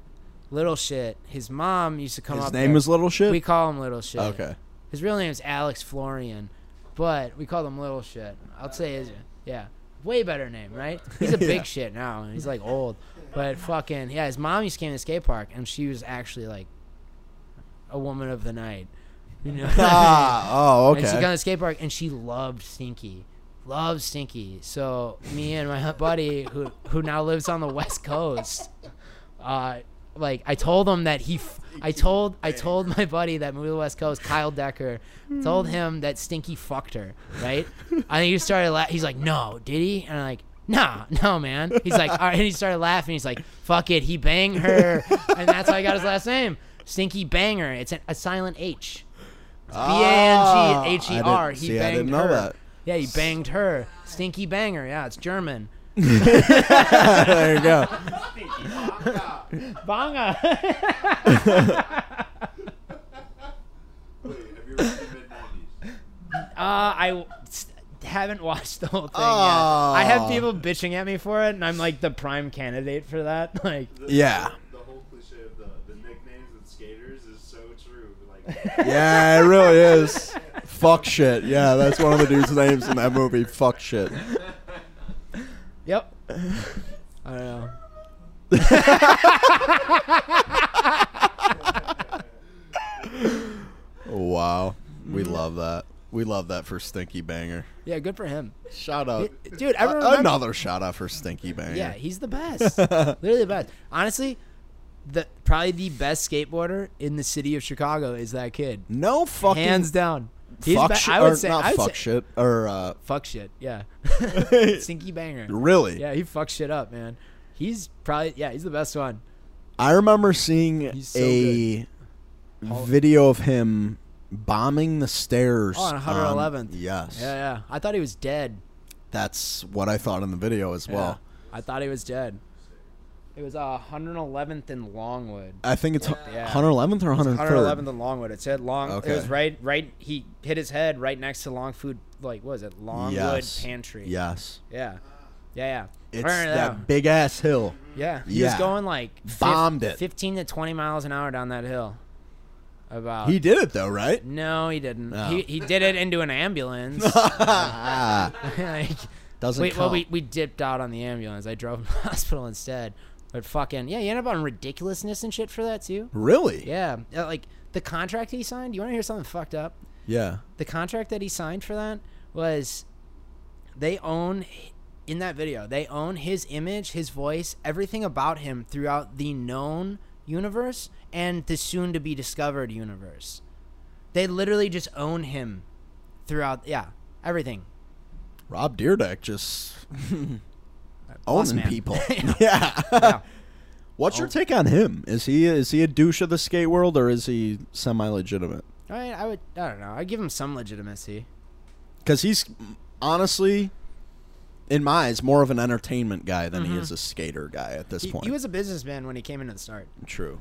little shit. His mom used to come
His
up.
name
there.
was Little Shit?
We call him Little Shit.
okay.
His real name is Alex Florian, but we call him Little Shit. I'll say his yeah, way better name, right? He's a big
Yeah.
shit now, and he's like old, but fucking yeah. His mom used to came to the skate park, and she was actually like a woman of the night, you know.
ah, oh, okay.
And she got in the skate park, and she loved Stinky. Loved Stinky. So me and my buddy, who who now lives on the West Coast, uh, like I told him that he, f- I told I told my buddy that moved to the West Coast, Kyle Decker, told him that Stinky fucked her, right? and he started, la- he's like, no, did he? And I'm like. Nah, no, man. He's like, all right. And he started laughing. He's like, fuck it. He banged her. And that's how he got his last name. Stinky Banger. It's a, a silent H. B A N G H E
Ah, I
R.
didn't-
He
see, I
banged
didn't know
her.
that.
Yeah, he banged her. Stinky banger. Yeah, it's German.
there you go.
Banger.
Wait, have you ever seen mid nineties?
uh, I w- s- haven't watched the whole thing
Oh.
yet. I have people bitching at me for it, and I'm like the prime candidate for that. Like,
Yeah.
The whole cliche of the, the nicknames and skaters is so true. Like
Yeah, it really is. Fuck shit. Yeah, that's one of the dude's names in that movie. Fuck shit.
yep. I don't know.
Wow. We love that. We love that for Stinky Banger.
Yeah, good for him,
Shout out.
dude. I
A-
remember-
another shout out for Stinky Banger.
Yeah, he's the best. Literally the best. Honestly, the probably the best skateboarder in the city of Chicago is that kid.
No fucking
Hands down. He's
fuck
be-
shit.
I would
or
say
not
I would
fuck
say-
shit. Or uh,
fuck shit. Yeah. Stinky banger.
really.
Yeah, he fucks shit up, man. He's probably yeah, he's the best one.
I remember seeing
He's so
a video of him bombing the stairs
Oh, on 111th.
yes.
Yeah, yeah. I thought he was dead.
That's what I thought in the video as well.
Yeah. I thought he was dead. It was uh, 111th and Longwood.
I think it's
Yeah.
111th or 103rd.
111th and Longwood. It said Long.
Okay.
It was right, right. He hit his head right next to Long Food. Like, what was it Longwood
Yes.
Pantry?
Yes.
yeah, yeah, yeah.
It's
Right,
that
yeah.
big ass hill.
Yeah, he was
Yeah.
going like fif-
Bombed it.
fifteen to twenty miles an hour down that hill. About
He did it though, right?
no, he didn't.
No.
He he did it into an ambulance. like,
Doesn't
we,
count.
well, we we dipped out on the ambulance. I drove him to the hospital instead. But fucking yeah, you end up on ridiculousness and shit for that too.
really?
Yeah, uh, like the contract he signed. You want to hear something fucked up?
Yeah.
the contract that he signed for that was they own in that video they own his image his voice everything about him throughout the known universe and the soon to be discovered universe they literally just own him throughout yeah everything
Rob Deerdeck just
boss
owning
man.
people.
Yeah.
yeah.
yeah Oh.
What's your take on him? Is he is he a douche of the skate world or is he semi legitimate?
I, mean, I would i don't know i give him some legitimacy
Because he's honestly, in my eyes, more of an entertainment guy than he is a skater guy at this
Mm-hmm. he,
point.
he was a businessman when he came into the start
true.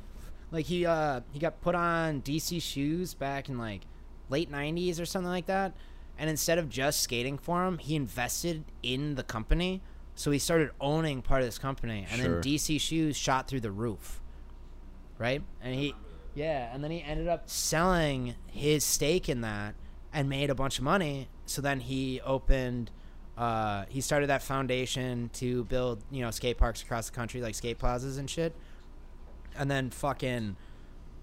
Like he uh he got put on DC shoes back in like late '90s or something like that, and instead of just skating for him, he invested in the company. So he started owning part of this company, and
Sure.
then DC shoes shot through the roof, right? And he, yeah, and then he ended up selling his stake in that and made a bunch of money. So then he opened. Uh, he started that foundation to build, you know, skate parks across the country, like skate plazas and shit and then fucking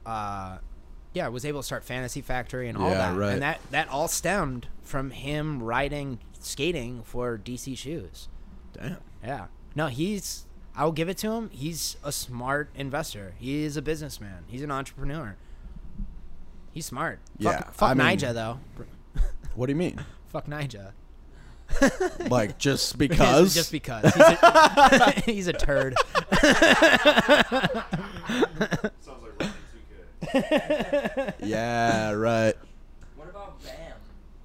uh yeah was able to start fantasy factory and all
Yeah,
that
right.
and that that all stemmed from him riding skating for dc shoes
Damn.
yeah no he's I'll give it to him. He's a smart investor. He is a businessman. He's an entrepreneur. He's smart.
Yeah,
Fuck, fuck
I mean-
Nija though.
What do you mean?
fuck Nija.
Like just because?
just because he's a, he's a turd.
Sounds like Ronnie 2K.
yeah, right.
What about Bam?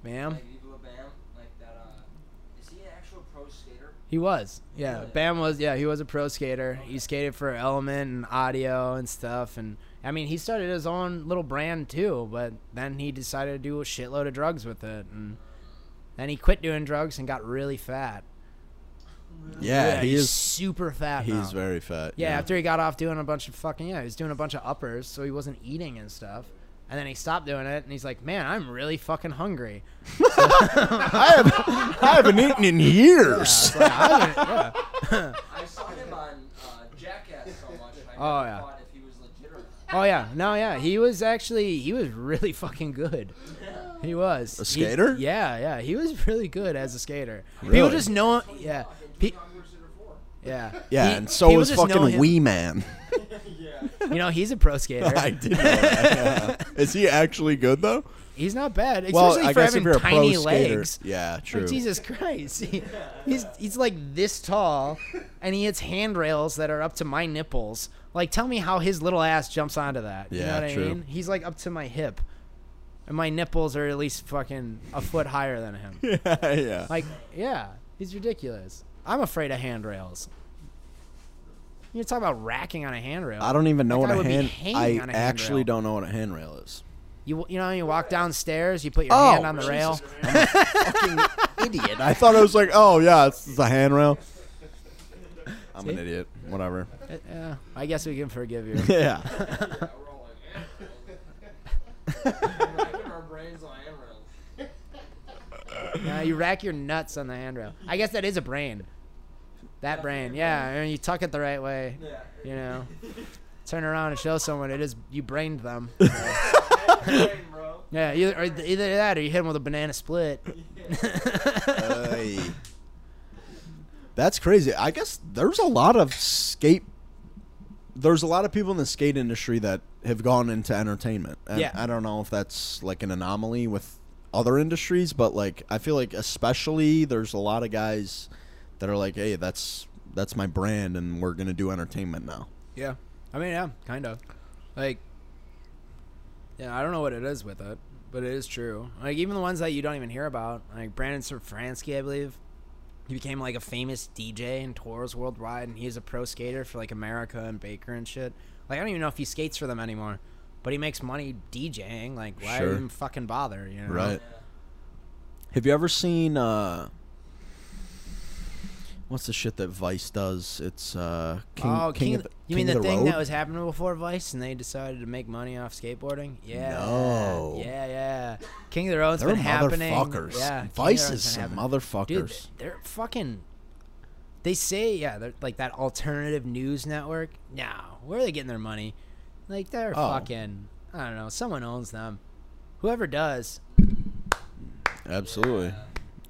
Ma'am,
Like Evil Bam? Like that, uh. Is he an actual pro skater?
he was. Yeah,
Really?
Bam was. Yeah, he was a pro skater. He skated for Element and Audio and stuff. And I mean, he started his own little brand too. But then he decided to do a shitload of drugs with it, and then he quit doing drugs and got really fat.
Yeah, he
he's
is.
super fat.
He's
now.
very fat.
Yeah, after he got off doing a bunch of fucking yeah, he was doing a bunch of uppers, so he wasn't eating and stuff. And then he stopped doing it, and he's like, "Man, I'm really fucking hungry."
I, have, I haven't eaten in years.
Like, I didn't- yeah.
I saw him on uh, Jackass so much. I
Oh,
never
yeah.
thought if he was legit or not.
Oh yeah, no yeah, he was actually he was really fucking good. He was
A
He-
skater?
yeah, yeah, he was really good as a skater. People
Really?
just know him. Yeah, pe- yeah,
Yeah,
He-
and so
people
was
just know
fucking
him-
Wee Man.
You know, he's a pro skater.
I did. Know that, yeah. Is he actually good though?
He's not bad,
well,
especially
I
for
guess
having
if you're a pro
tiny
skater,
legs.
yeah,
Like,
true.
Jesus Christ. He- he's he's like this tall and he hits handrails that are up to my nipples. Like tell me how his little ass jumps onto that. you know
Yeah,
what I
true.
mean? He's like up to my hip. And my nipples are at least fucking a foot higher than him.
yeah, yeah.
Like, yeah, he's ridiculous. I'm afraid of handrails. You're talking about racking on a handrail.
I don't even know what
That guy
a
would be
hand. I
hanging on a
actually
handrail.
don't know what a handrail is.
You you know you walk downstairs, you put your
e- Oh,
hand on the rail.
Idiot. I thought I was like, oh yeah, it's, it's a handrail. I'm an
See?
idiot. Whatever.
Uh, yeah, I guess we can forgive you.
Yeah.
Yeah, we're all like, "Eh." Like, in our brains on Emerald.
No, you rack your nuts on the handrail. I guess that is a brain. That brain, yeah. And you tuck it the right way.
Yeah.
You know, turn around and show someone it is you brained them.
Hey, bro.
Yeah, either, or either that or you hit them with a banana split.
Ay. That's crazy. I guess there's a lot of skate. There's a lot of people in the skate industry that have gone into entertainment. And
Yeah.
I don't know if that's like an anomaly with other industries, but like I feel like especially there's a lot of guys that are like, "Hey, that's that's my brand, and we're gonna do entertainment now."
yeah, I mean, yeah, kind of. Like, yeah, I don't know what it is with it, but it is true. Like even the ones that you don't even hear about, like Brandon Safransky, I believe. He became like a famous DJ and tours worldwide, and he's a pro skater for like America and Baker and shit. Like I don't even know if he skates for them anymore, but he makes money DJing. Like why
Sure.
even fucking bother? You know?
Right.
Yeah.
Have you ever seen uh what's the shit that Vice does? It's uh King
oh,
King, of
the-
the,
you
King
mean
of
the, thing
Road?
that was happening before Vice, and they decided to make money off skateboarding? Yeah,
No.
yeah, yeah. King of the Road's
They're
been happening.
motherfuckers.
Yeah, King of the
Vice is
Road's been
some
happening. Dude,
motherfuckers.
they're, they're fucking. They say, yeah, they're like that alternative news network. No, where are they getting their money? Like they're
Oh.
fucking. I don't know. Someone owns them. Whoever does.
Absolutely.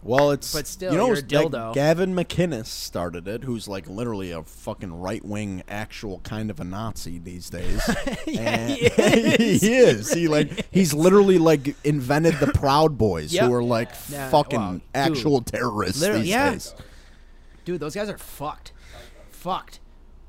Well, it's
But still,
you know,
you're
it's
a
like
dildo.
Gavin McInnes started it, who's like literally a fucking right wing, actual kind of a Nazi these days.
yeah, he
And-
is.
Eh, he is. He like he's literally like invented the Proud Boys,
Yep.
who are like
Yeah,
fucking
wow, dude.
actual terrorists
Literally,
these
yeah.
days.
Dude, those guys are fucked. fucked.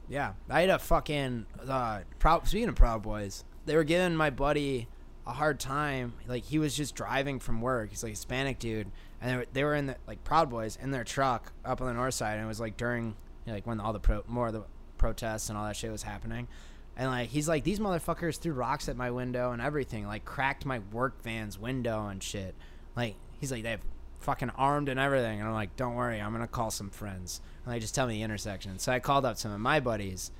Yeah, I had a fucking. Uh, proud, speaking of Proud Boys, they were giving my buddy a hard time. Like he was just driving from work. He's like a Hispanic dude, and they were, they were in the like Proud Boys in their truck up on the north side, and it was like during you know, like when all the pro, more of the protests and all that shit was happening. And like he's like these motherfuckers threw rocks at my window and everything, like cracked my work van's window and shit. Like he's like they've fucking armed and everything. And I'm like, don't worry, I'm gonna call some friends. And they just tell me the intersection. So I called up some of my buddies.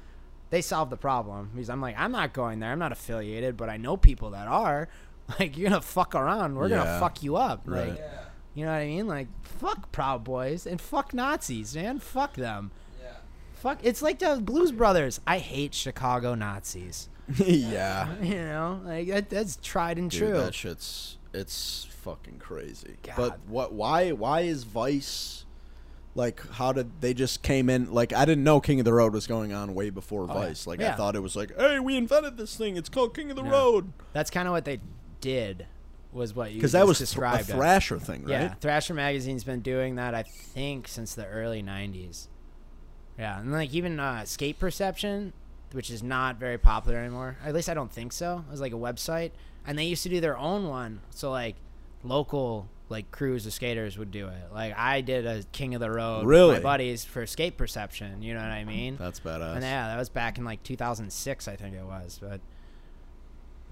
They solved the problem because I'm like, I'm not going there. I'm not affiliated, but I know people that are. Like you're gonna fuck around. We're gonna
Yeah.
fuck you up.
Right.
Like,
Yeah.
you know what I mean? Like fuck Proud Boys and fuck Nazis, man. Fuck them.
Yeah.
Fuck. It's like the Blues Brothers. I hate Chicago Nazis.
yeah,
You know, like that, that's tried and
Dude,
true.
That shit's it's fucking crazy.
God.
But what? Why? Why is Vice like how did they just came in like I didn't know King of the Road was going on way before Vice. Like I
Oh, Yeah.
thought it was like, hey, we invented this thing. It's called King of the
No.
Road
That's kind of what they did, was what you
because that
just
was th- a
described. as.
Thrasher thing, right?
Yeah, Thrasher magazine's been doing that I think since the early '90s. Yeah, and like even uh, Skate Perception, which is not very popular anymore. At least I don't think so. It was like a website, and they used to do their own one. So like local like crews of skaters would do it. Like I did a King of the Road with
Really?
my buddies for Skate Perception. You know what I mean?
That's badass.
and yeah, that was back in like 2006, I think it was. But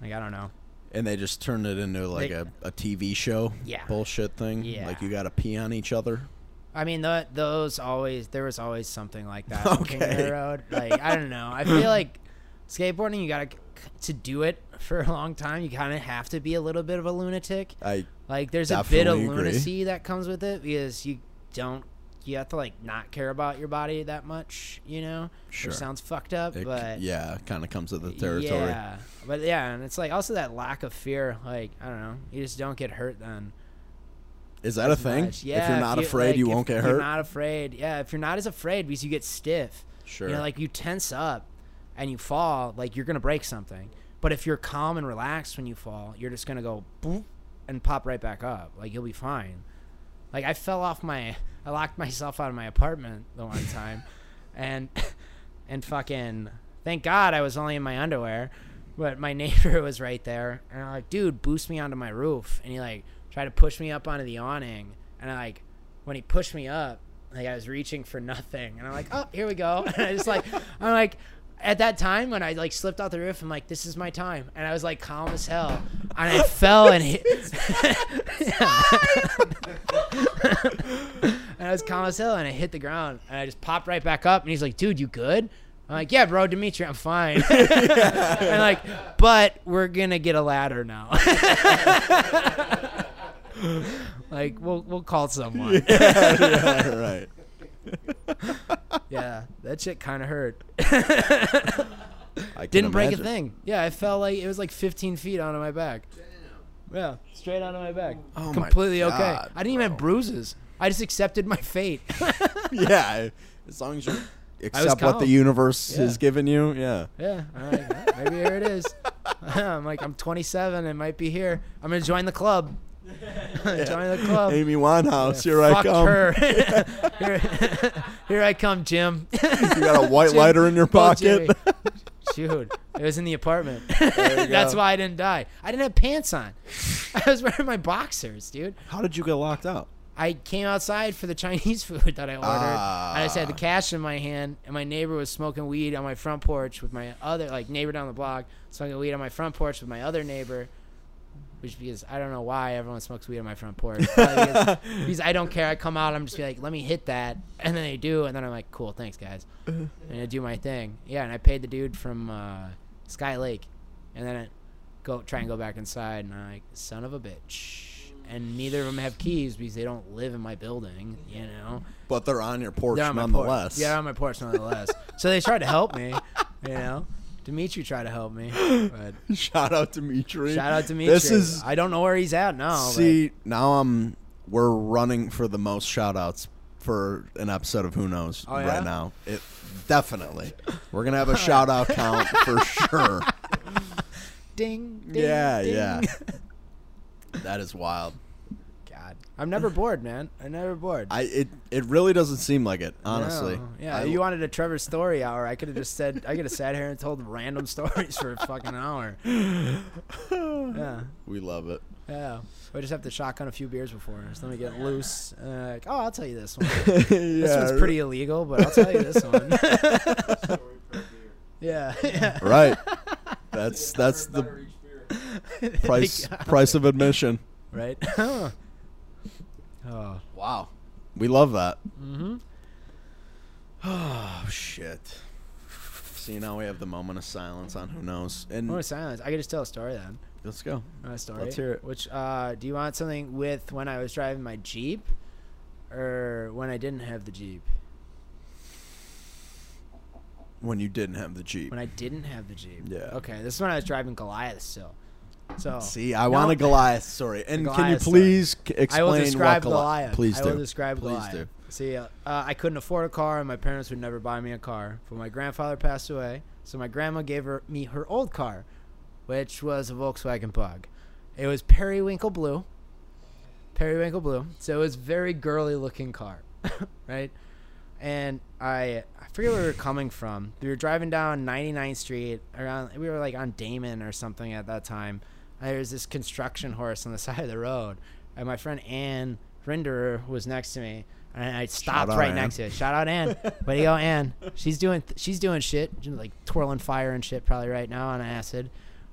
like I don't know.
and they just turned it into like
They-
a, a TV show
Yeah.
bullshit thing.
Yeah.
Like you got to pee on each other.
I mean, tho- those always there was always something like that. on King of
Okay.
the Road. Like I don't know. I feel like skateboarding, you gotta to do it for a long time. You kind of have to be a little bit of a lunatic.
I
Like there's a bit of
Definitely agree.
lunacy that comes with it because you don't you have to like not care about your body that much. You know,
Sure.
which sounds fucked up,
it,
but
yeah, kind of comes with the territory.
yeah, but yeah, and it's like also that lack of fear. Like I don't know, you just don't get hurt then
Is that a thing?
much. Yeah,
if you're not afraid,
like,
you
if
won't get
you're
hurt.
not afraid. Yeah, if you're not as afraid because you get stiff.
Sure.
You know, like you tense up and you fall, like you're gonna break something. But if you're calm and relaxed when you fall, you're just gonna go boom and pop right back up. Like you'll be fine. Like I fell off my, I locked myself out of my apartment the one time, and and fucking thank God I was only in my underwear, but my neighbor was right there, and I'm like, dude, boost me onto my roof, and he like tried to push me up onto the awning, and I like when he pushed me up, like I was reaching for nothing, and I'm like, oh, here we go, and I just like I'm like. At that time, when I like slipped off the roof, I'm like, "This is my time," and I was like calm as hell, and I fell and hit. and I was calm as hell, and I hit the ground, and I just popped right back up. And he's like, "Dude, you good?" I'm like, "Yeah, bro, Dimitri, I'm fine." and like, but we're gonna get a ladder now. like, we'll we'll call someone. Yeah,
yeah, right.
that shit kind of hurt.
I can
Didn't break a
imagine.
thing. Yeah, I fell like it was like 15 feet onto my back. Yeah, straight onto my back.
Oh my
Completely okay.
God,
I didn't even have bruises. I just accepted my fate.
Yeah, I- as long as you accept what the
calm.
universe
Yeah.
has given you. Yeah.
Yeah, I'm like, "Oh, maybe here it is. I'm like, I'm 27. It might be here. I'm gonna join the club. join the club.
Amy Winehouse, here I
Fuck
come.
her. here, here I come, Jim.
You got a white
Jim,
lighter in your
pull
pocket.
Jimmy. Dude, it was in the apartment.
you
That's
go.
why I didn't die. I didn't have pants on. I was wearing my boxers, dude.
How did you get locked out?
I came outside for the Chinese food that I ordered. I just had the
Ah.
cash in my hand, and my neighbor was smoking weed on my front porch with my other like neighbor down the block smoking weed on my front porch with my other neighbor. Which because I don't know why everyone smokes weed on my front porch. Probably because, because I don't care. I come out, I'm just be like, let me hit that, and then they do, and then I'm like, cool, thanks guys,
Uh-huh.
and I do my thing. Yeah, and I paid the dude from uh, Sky Lake, and then I go try and go back inside, and I'm like, son of a bitch. And neither of them have keys because they don't live in my building, you know.
But they're on your porch
They're on my
nonetheless.
porch. Yeah, they're on my porch nonetheless. so they tried to help me, you know. Dimitri tried to help me. But
Shout out Dimitri.
shout out Dimitri.
This is
I don't know where he's at now. but-
see now I'm we're running for the most shout outs for an episode of Who Knows
Oh, yeah?
right now. It definitely. We're gonna have a shout out count for sure.
ding, ding.
yeah,
ding.
yeah. That is wild.
God. I'm never bored, man. I'm never bored.
I it it really doesn't seem like it, honestly.
No. Yeah,
I-
you wanted a Trevor Story hour. I could have just said I could have sat here and told random stories for a fucking hour. Yeah.
we love it.
Yeah. We just have to shotgun a few beers before us. Then we get loose. Uh, like, oh, I'll tell you this one. This one's pretty illegal, but I'll tell you this one.
Story per beer.
yeah. yeah.
right. That's that's
Third batter
the
each beer.
price price of admission.
uh, Right. oh. Mm-hmm.
Wow. We love that. Oh shit. See now we have the moment of silence on who knows. And
Moment of silence. I could just tell a story then.
let's go.
A story.
Let's hear it.
Which uh, do you want something with when I was driving my Jeep, or when I didn't have the Jeep?
When you didn't have the Jeep.
When I didn't have the Jeep.
Yeah.
Okay. This is when I was driving Goliath still. So.
See, I
No.
want a Goliath story. And can you
Goliath story.
please c-
I will
explain
describe
what Goli-
Goliath.
Please
I
do.
will describe
Please
Goliath.
do.
See, uh, I couldn't afford a car, and my parents would never buy me a car. But my grandfather passed away, so my grandma gave her, me her old car, which was a Volkswagen Bug. It was periwinkle blue. Periwinkle blue. So it was very girly looking car, right? And I, I forget where we were coming from. We were driving down 99th Street around. We were like on Damon or something at that time. And There was this construction horse on the side of the road, and my friend Ann Renderer was next to me, and I stopped
out,
right
Ann.
next to it. Shout out Ann. Way to go, Ann. She's doing she's doing shit, She's, like twirling fire and shit probably right now on acid,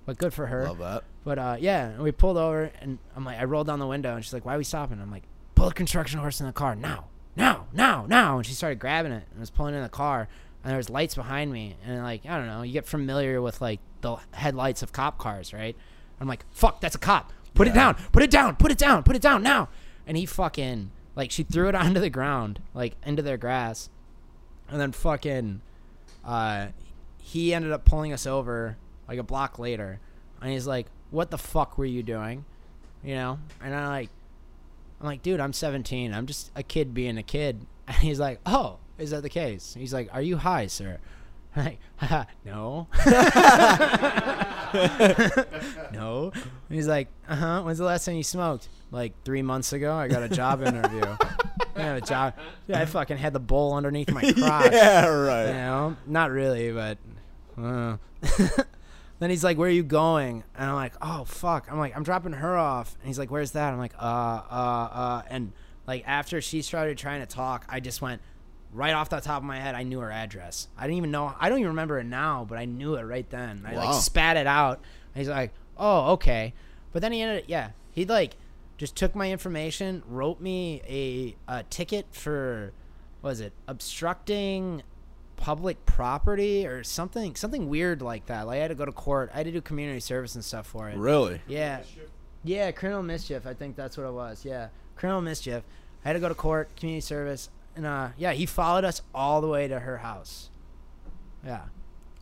but good for her.
Love that.
But uh, yeah, and we pulled over, and I'm like, I rolled down the window, and she's like, "Why are we stopping?" I'm like, "Pull the construction horse in the car now, now, now, now!" And she started grabbing it, and I was pulling it in the car, and there was lights behind me, and like, I don't know, you get familiar with like the headlights of cop cars, right? I'm like, "Fuck, that's a cop! Put it
Yeah.
down! Put it down! Put it down! Put it down now!" And he fucking like she threw it onto the ground, like into their grass, and then fucking uh, he ended up pulling us over like a block later, and he's like, "What the fuck were you doing?" You know, and I like, I'm like, "Dude, I'm 17. I'm just a kid being a kid." And he's like, "Oh, is that the case?" He's like, "Are you high, sir?" I'm like, "Haha, no, no. And he's like, "Uh huh. When's the last time you smoked?" Like three months ago, I got a job interview. I got a job. Yeah, I fucking had the bowl underneath my crotch.
yeah, right.
You know, not really, but. uh. then he's like, "Where are you going?" And I'm like, "Oh fuck!" I'm like, "I'm dropping her off." And he's like, "Where's that?" I'm like, "Uh, uh, uh." And like after she started trying to talk, I just went right off the top of my head. I knew her address. I didn't even know. I don't even remember it now, but I knew it right then. I
Wow.
like spat it out. And he's like, "Oh, okay." But then he ended. Yeah, he like just took my information, wrote me a, a ticket for what was it obstructing public property or something something weird like that. Like I had to go to court. I had to do community service and stuff for it.
Really?
Yeah. Yeah, criminal mischief. I think that's what it was. Yeah, criminal mischief. I had to go to court, community service, and uh, yeah, he followed us all the way to her house. Yeah,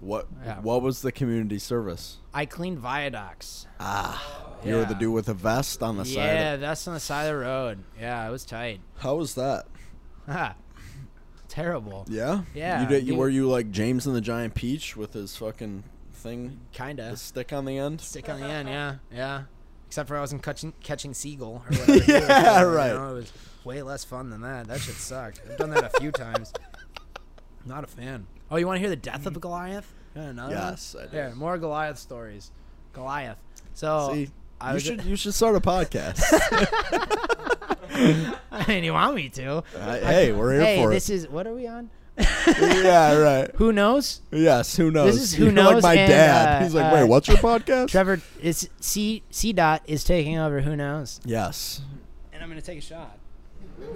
What
Yeah.
What was the community service?
I cleaned viaducts.
Ah, you were the
Yeah.
dude with a vest on the
Yeah,
side.
that's on the side of the road. Yeah, it was tight.
How was that?
Ha. Terrible.
Yeah.
Yeah,
You did. You,
dude.
were you like James and the Giant Peach with his fucking thing,
Kinda.
the stick on the end?
Stick on the end. Yeah, yeah. Except for I wasn't catching catching seagull or whatever. he was
Yeah,
doing, you
right.
know, it was way less fun than that. That shit sucked. I've done that a few times. Not a fan. Oh, you want to hear the death of Goliath? Yeah, another one?
Mm-hmm. Yes, I do.
Yeah, more Goliath stories. Goliath. So
See,
I
you
was-
should you should start a podcast.
I mean, you want me to?
I- Uh, hey, we're here
hey,
for
this
it.
is what are we on?
yeah, right.
Who knows?
Yes, who knows?
is who
You're Like
knows
my
and,
dad.
uh,
He's like,
uh,
wait, what's your podcast?
Trevor is C C dot is taking over. Who knows?
Yes,
And I'm gonna take a shot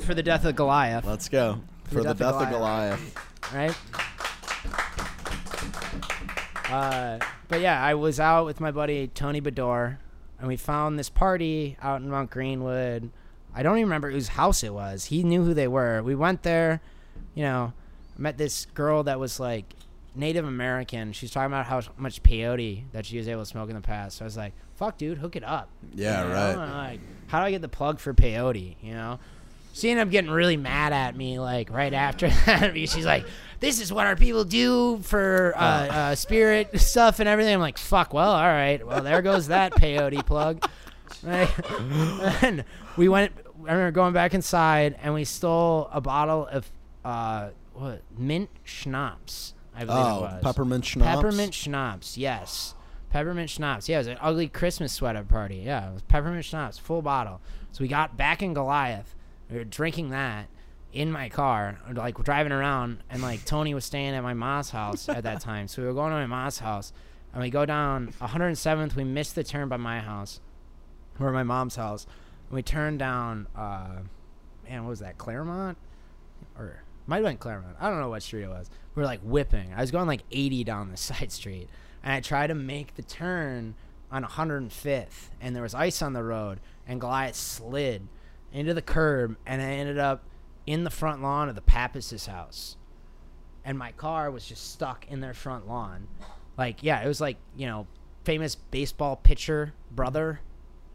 for the death of Goliath.
let's go for the death of Goliath.
right? Uh, but yeah, I was out with my buddy Tony Bador, and we found this party out in Mount Greenwood. I don't even remember whose house it was. He knew who they were. We went there, you know, met this girl that was like Native American. She's talking about how much peyote that she was able to smoke in the past. So I was like, "Fuck, dude, hook it up."
Yeah,
you know?
right.
And, like, how do I get the plug for peyote? You know, she ended up getting really mad at me, like right after that. because She's like, "This is what our people do for uh,
Oh.
uh, spirit stuff and everything." I'm like, "Fuck, well, all right, well, there goes that peyote plug." Right? and we went. I remember going back inside and we stole a bottle of uh, what mint schnapps. I believe it
Oh,
was
peppermint schnapps.
Peppermint schnapps, yes. Peppermint schnapps. Yeah, it was an ugly Christmas sweater party. Yeah, it was peppermint schnapps, full bottle. So we got back in Goliath. We were drinking that in my car, or, like driving around, and like Tony was staying at my mom's house at that time. So we were going to my mom's house, and we go down 107th. We missed the turn by my house, or my mom's house. And we turned down, uh, man, what was that, Claremont? or might have been Claremont. I don't know what street it was. We were like whipping. I was going like 80 down the side street, and I tried to make the turn on 105th, and there was ice on the road, and Goliath slid into the curb, and I ended up in the front lawn of the Pappas' house, and my car was just stuck in their front lawn. Like, yeah, it was like you know, famous baseball pitcher brother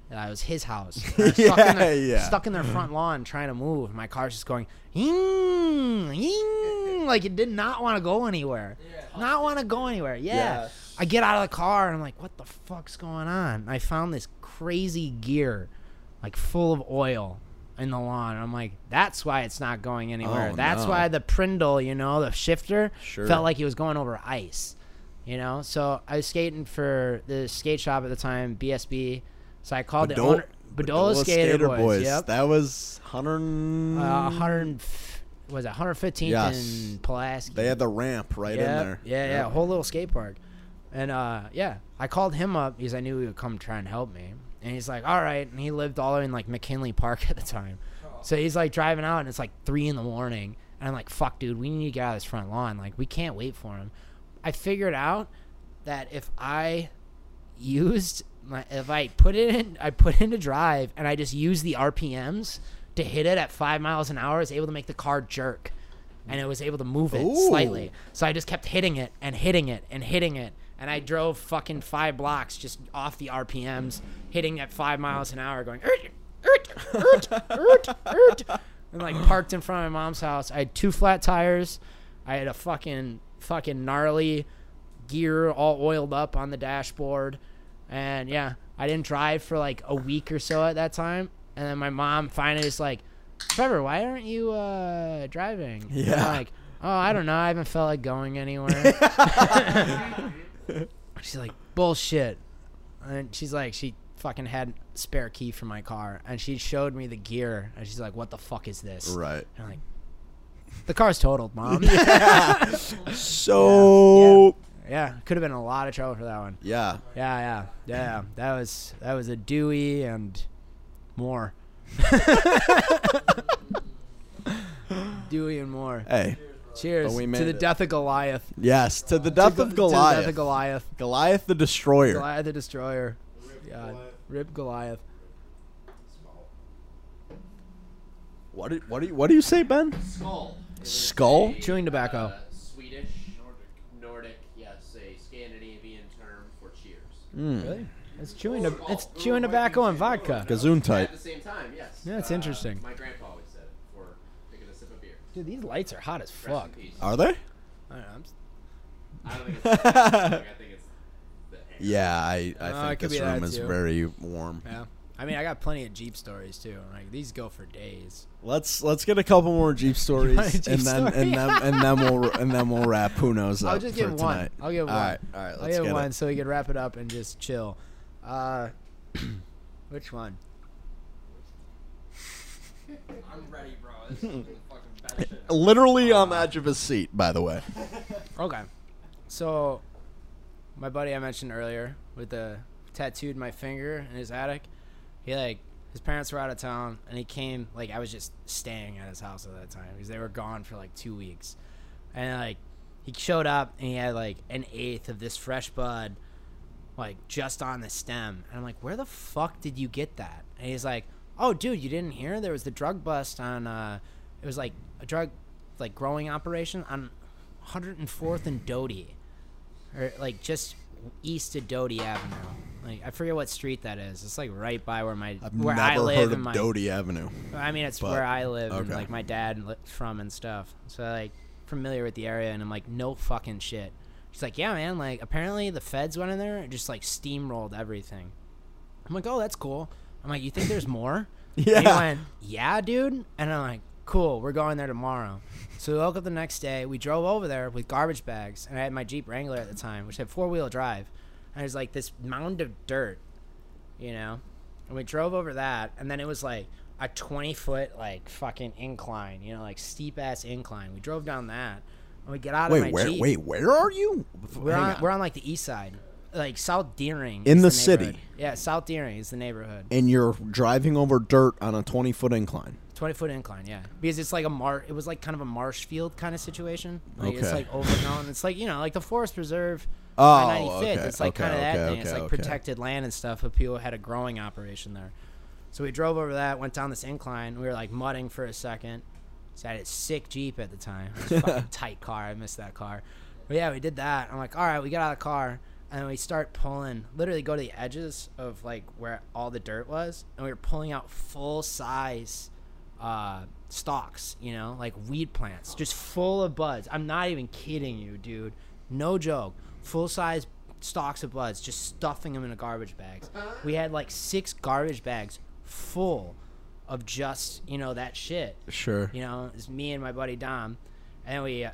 that I was his house. And I was stuck, in their,
Yeah, yeah.
stuck in their front lawn trying to move. and My car's just going, "Ying, ying," like it did not want to go anywhere. Not want to go anywhere. Yeah.
Yeah.
I get out of the car and I'm like, what the fuck's going on? I found this crazy gear, like full of oil in the lawn. And I'm like, that's why it's not going anywhere.
Oh,
that's
no.
why the Prindle, you know, the shifter,
Sure.
felt like he was going over ice. You know, so I was skating for the skate shop at the time, BSB. So I called the
Bedol-
owner, Bedola, Skater, Boys. Yep.
That was Hunter.
Uh, 100 was it 115th
Mm. Yes.
in Pulaski.
They had the ramp right
yeah,
in there.
Yeah, yeah, whole little skate park. And uh, yeah, I called him up because I knew he would come try and help me. And he's like, "All right." And he lived all in like McKinley Park at the time, so he's like driving out, and it's like three in the morning. And I'm like, "Fuck, dude, we need to get out of this front lawn. Like, we can't wait for him." I figured out that if I used my, if I put it in, I put it into drive, and I just used the RPMs to hit it at five miles an hour, I was able to make the car jerk, and it was able to move it
Ooh.
slightly. So I just kept hitting it and hitting it and hitting it, and I drove fucking five blocks just off the RPMs, hitting at five miles an hour, going. "Ert, ert, ert, ert, ert," And like parked in front of my mom's house. I had two flat tires. I had a fucking fucking gnarly gear all oiled up on the dashboard. And yeah, I didn't drive for like a week or so at that time. And then my mom finally was like, Trevor, why aren't you uh, driving? And I'm
Yeah.
like, oh, I don't know. I haven't felt like going anywhere. she's like, bullshit. And she's like, she fucking had spare key for my car. And she showed me the gear. And she's like, what the fuck is this?
Right.
And I'm like, the car's totaled, mom.
So
yeah, could have been a lot of trouble for that one.
yeah.
Yeah, yeah, yeah. That was that was a Dewey and more. Dewey and more.
Hey.
Cheers
But we made
to the
it.
death of Goliath.
Yes, to the death
To
of
Go- to the
Goliath.
death of Goliath.
Goliath the destroyer.
Goliath the Destroyer. God.
Goliath.
Rip Goliath.
What did what do you what do you say, Ben?
Skull. It is
Skull?
a,
Chewing tobacco.
uh, Swedish. Nordic. Nordic. Yes, a Scandinavian term for cheers.
Hmm.
Really? It's chewing. to- it's chewing tobacco and vodka.
Gazoon type.
At the same time, yes. Uh,
Yeah, it's interesting.
My grandpa always said it before taking a sip of beer.
Dude, these lights are hot as
Rest
fuck.
in peace.
Are they?
I don't know, I'm s-
I don't think it's. the smoke, I think it's the air.
Yeah, I, I
Uh, it
think
could
this
be that
room is
too.
very warm.
Yeah. I mean, I got plenty of Jeep stories too. Like these go for days.
Let's let's get a couple more Jeep stories,
want a Jeep
and then
story?
and then and then we'll and then we'll wrap Who knows
I'll
up
just get
for
one.
tonight.
I'll get one.
All right, all right. Let's
I'll get,
it.
one so we can wrap it up and just chill. Uh, which one?
I'm ready, bro. This is the fucking best shit.
Uh,
Literally on the edge of his seat, by the way.
Okay. So, my buddy I mentioned earlier with the tattooed my finger in his attic, he like his parents were out of town and he came like I was just staying at his house at that time because they were gone for like two weeks, and like he showed up and he had like an eighth of this fresh bud, like just on the stem, and I'm like, where the fuck did you get that? And he's like, oh dude, you didn't hear there was the drug bust on, uh, it was like a drug like growing operation on 104th and Doty, or like just east of Doty Avenue. Like I forget what street that is. It's like right by where my
I've
where
never
I live
heard
and
of
my
Doty Avenue.
I mean, it's
But-
where I live and
okay.
like my dad li- from and stuff. So like familiar with the area, and I'm like, no fucking shit. She's like, yeah, man. Like apparently the feds went in there and just like steamrolled everything. I'm like, oh, that's cool. I'm like, you think there's more? And he
Yeah.
went, yeah, dude. And I'm like, cool. We're going there tomorrow. So we woke up the next day. We drove over there with garbage bags, and I had my Jeep Wrangler at the time, which had four wheel drive. And it was like this mound of dirt, you know. And we drove over that, and then it was like a 20 foot like fucking incline, you know, like steep ass incline. We drove down that, and we get out of my
Wait, where?
Jeep.
Wait, where are you?
We're
Hang
on, we're on like the east side, like South Deering.
In
is
the
neighborhood.
city.
Yeah, South Deering is the neighborhood.
and you're driving over dirt on a 20 foot incline.
20 foot incline, yeah. Because it's like a mar. It was like kind of a marsh field kind of situation. Like It's
Okay.
like overgrown. It's like you know, like the forest preserve.
Oh,
on 95th.
okay,
It's like
okay,
kind of that
okay,
thing. it's
okay,
like
okay.
protected land and stuff. But people had a growing operation there. So we drove over that, went down this incline. We were like mudding for a second. So I had a sick Jeep at the time. It was a fucking tight car. I missed that car. But yeah, we did that. I'm like, all right, we got out of the car. and we start pulling literally go to the edges of like where all the dirt was and we were pulling out full size uh stalks you know like weed plants just full of buds i'm not even kidding you dude no joke full size stalks of buds just stuffing them in a garbage bags we had like six garbage bags full of just you know that shit
Sure.
you know, it's me and my buddy Dom, and we, uh,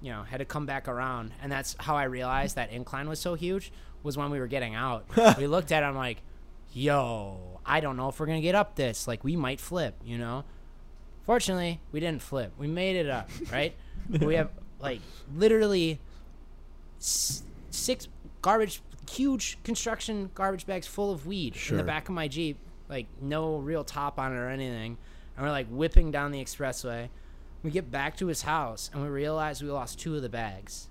you know, had to come back around, and that's how I realized that incline was so huge was when we were getting out. we looked at it, I'm like, yo, I don't know if we're gonna get up this. Like, we might flip, you know. Fortunately, we didn't flip. We made it up, right? We have like literally s- six garbage, huge construction garbage bags full of weed in
Sure.
the back of my Jeep, like no real top on it or anything. And we're like whipping down the expressway. We get back to his house and we realize we lost two of the bags.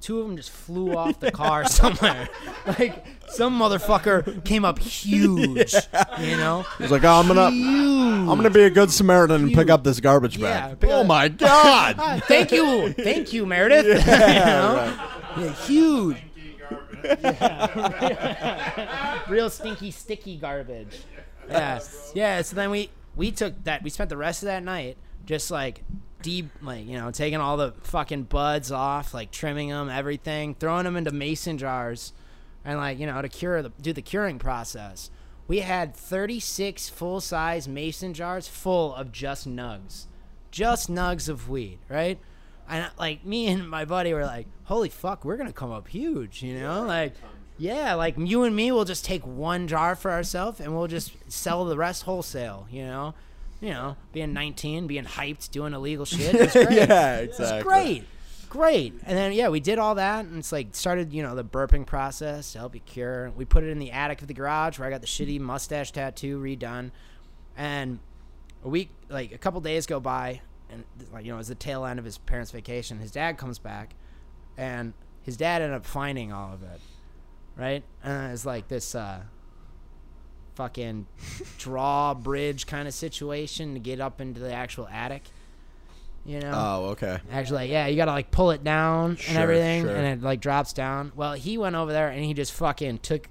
Two of them just flew off the car somewhere. like some motherfucker came up huge, you know.
He's like, oh, I'm gonna,
Huge.
I'm gonna be a good Samaritan and pick
Huge.
up this garbage
Yeah,
bag.
pick
oh
up-
my god!
Ah, thank you, thank you, Meredith. you know? Yeah, huge,
Stinky garbage.
real stinky, sticky garbage. Yeah, yeah. So then we we took that. We spent the rest of that night just like deep, like you know, taking all the fucking buds off, like trimming them, everything, throwing them into mason jars, and like you know to cure the do the curing process. We had 36 full size mason jars full of just nugs, just nugs of weed, right? And like me and my buddy were like, "Holy fuck, we're gonna come up huge," you know? Like, yeah, like you and me will just take one jar for ourselves and we'll just sell the rest wholesale, you know? You know, being 19, being hyped, doing illegal shit, it's great.
yeah, exactly.
It's great. Great. And then yeah, we did all that and it's like started, you know, the burping process to help you cure. We put it in the attic of the garage where I got the shitty mustache tattoo redone. And a week like a couple days go by and like you know, it was the tail end of his parents' vacation. His dad comes back and his dad ended up finding all of it. Right? And it's like this uh fucking drawbridge kind of situation to get up into the actual attic. You know?
Oh, okay.
Actually, yeah, you gotta like pull it down and
Sure,
everything,
sure.
and it like drops down. Well, he went over there and he just fucking took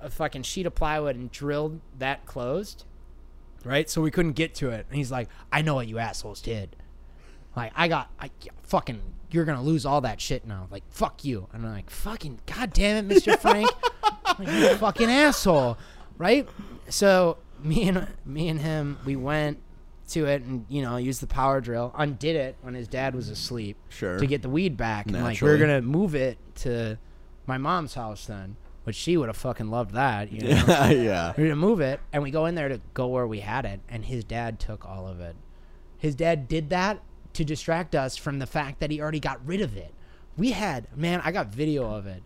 a fucking sheet of plywood and drilled that closed, right? So we couldn't get to it. And he's like, "I know what you assholes did. Like, I got, I fucking, you're gonna lose all that shit now. Like, fuck you." And I'm like, "Fucking, goddamn it, Mister Frank, like, you fucking asshole, right?" So me and me and him, we went to it and you know used the power drill, undid it when his dad was asleep,
Sure.
to get the weed back. And like we
Naturally.
were gonna move it to my mom's house then, which she would have fucking loved that. You know?
yeah.
We remove it, and we go in there to go where we had it, and his dad took all of it. His dad did that to distract us from the fact that he already got rid of it. We had, man, I got video of it.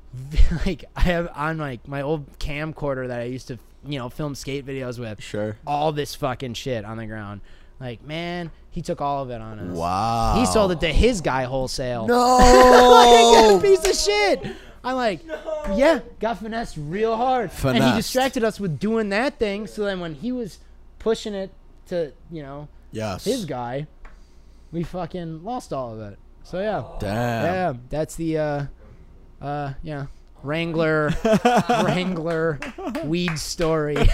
like I have on like my old camcorder that I used to, you know, film skate videos with.
Sure.
All this fucking shit on the ground. Like, man, he took all of it on us.
Wow.
He sold it to his guy wholesale.
No.
like a piece of shit. I'm like, yeah, got finessed real hard. And
Finessed.
he distracted us with doing that thing. So then when he was pushing it to, you know,
yes.
his guy, we fucking lost all of it. So yeah.
Damn.
Yeah, that's the, uh, uh, yeah. Wrangler, Wrangler, weed story.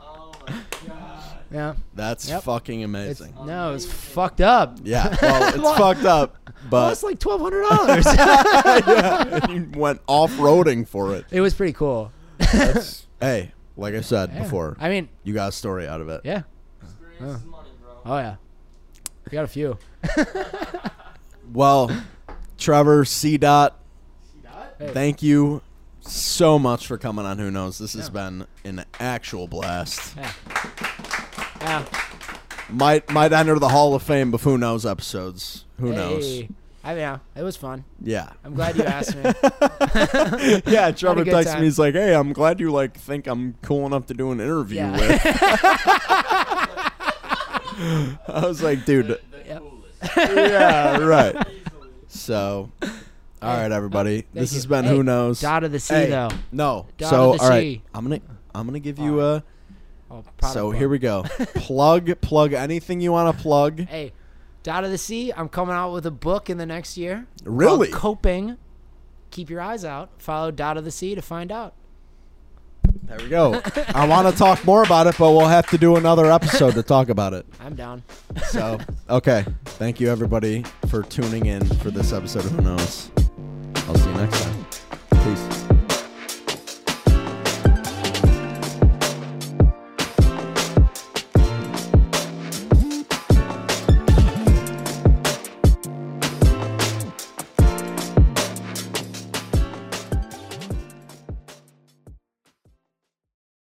Oh my god.
Yeah,
That's
Yep.
fucking
it's,
amazing.
no, it's fucked up.
yeah. Well, it's fucked up, but
Lost like twelve hundred dollars.
yeah, you went off roading for it.
it was pretty cool.
That's, hey, like I said
Yeah.
before,
I mean,
you got a story out of it.
yeah.
Experience is money, bro.
Oh yeah, we got a few.
Well, Trevor C. Dot,
Hey.
thank you so much for coming on. Who knows? This has been an actual blast.
Yeah. Yeah.
Might might enter the Hall of Fame of Who Knows episodes. Who knows?
Hey. I mean, yeah, it was fun.
Yeah.
I'm glad you asked me.
yeah, Trevor
good
texts
time.
me. He's like, "Hey, I'm glad you like think I'm cool enough to do an interview
Yeah.
with." I was like, "Dude,
The
Yep.
coolest.
yeah, right."
Easily.
So, all right, everybody. this
you.
has been
Hey,
who knows.
Dot of the sea,
Hey,
though.
No.
Dot
so,
of the
all right.
sea.
I'm gonna I'm gonna give you a.
Oh,
So here we go. plug plug anything you want to plug.
Hey, Dot of the Sea. I'm coming out with a book in the next year.
Really?
called Coping keep your eyes out. Follow Dot of the Sea to find out.
There we go. I want to talk more about it, but we'll have to do another episode to talk about it.
I'm down.
So, okay. Thank you, everybody, for tuning in for this episode of Who Knows. I'll see you next time.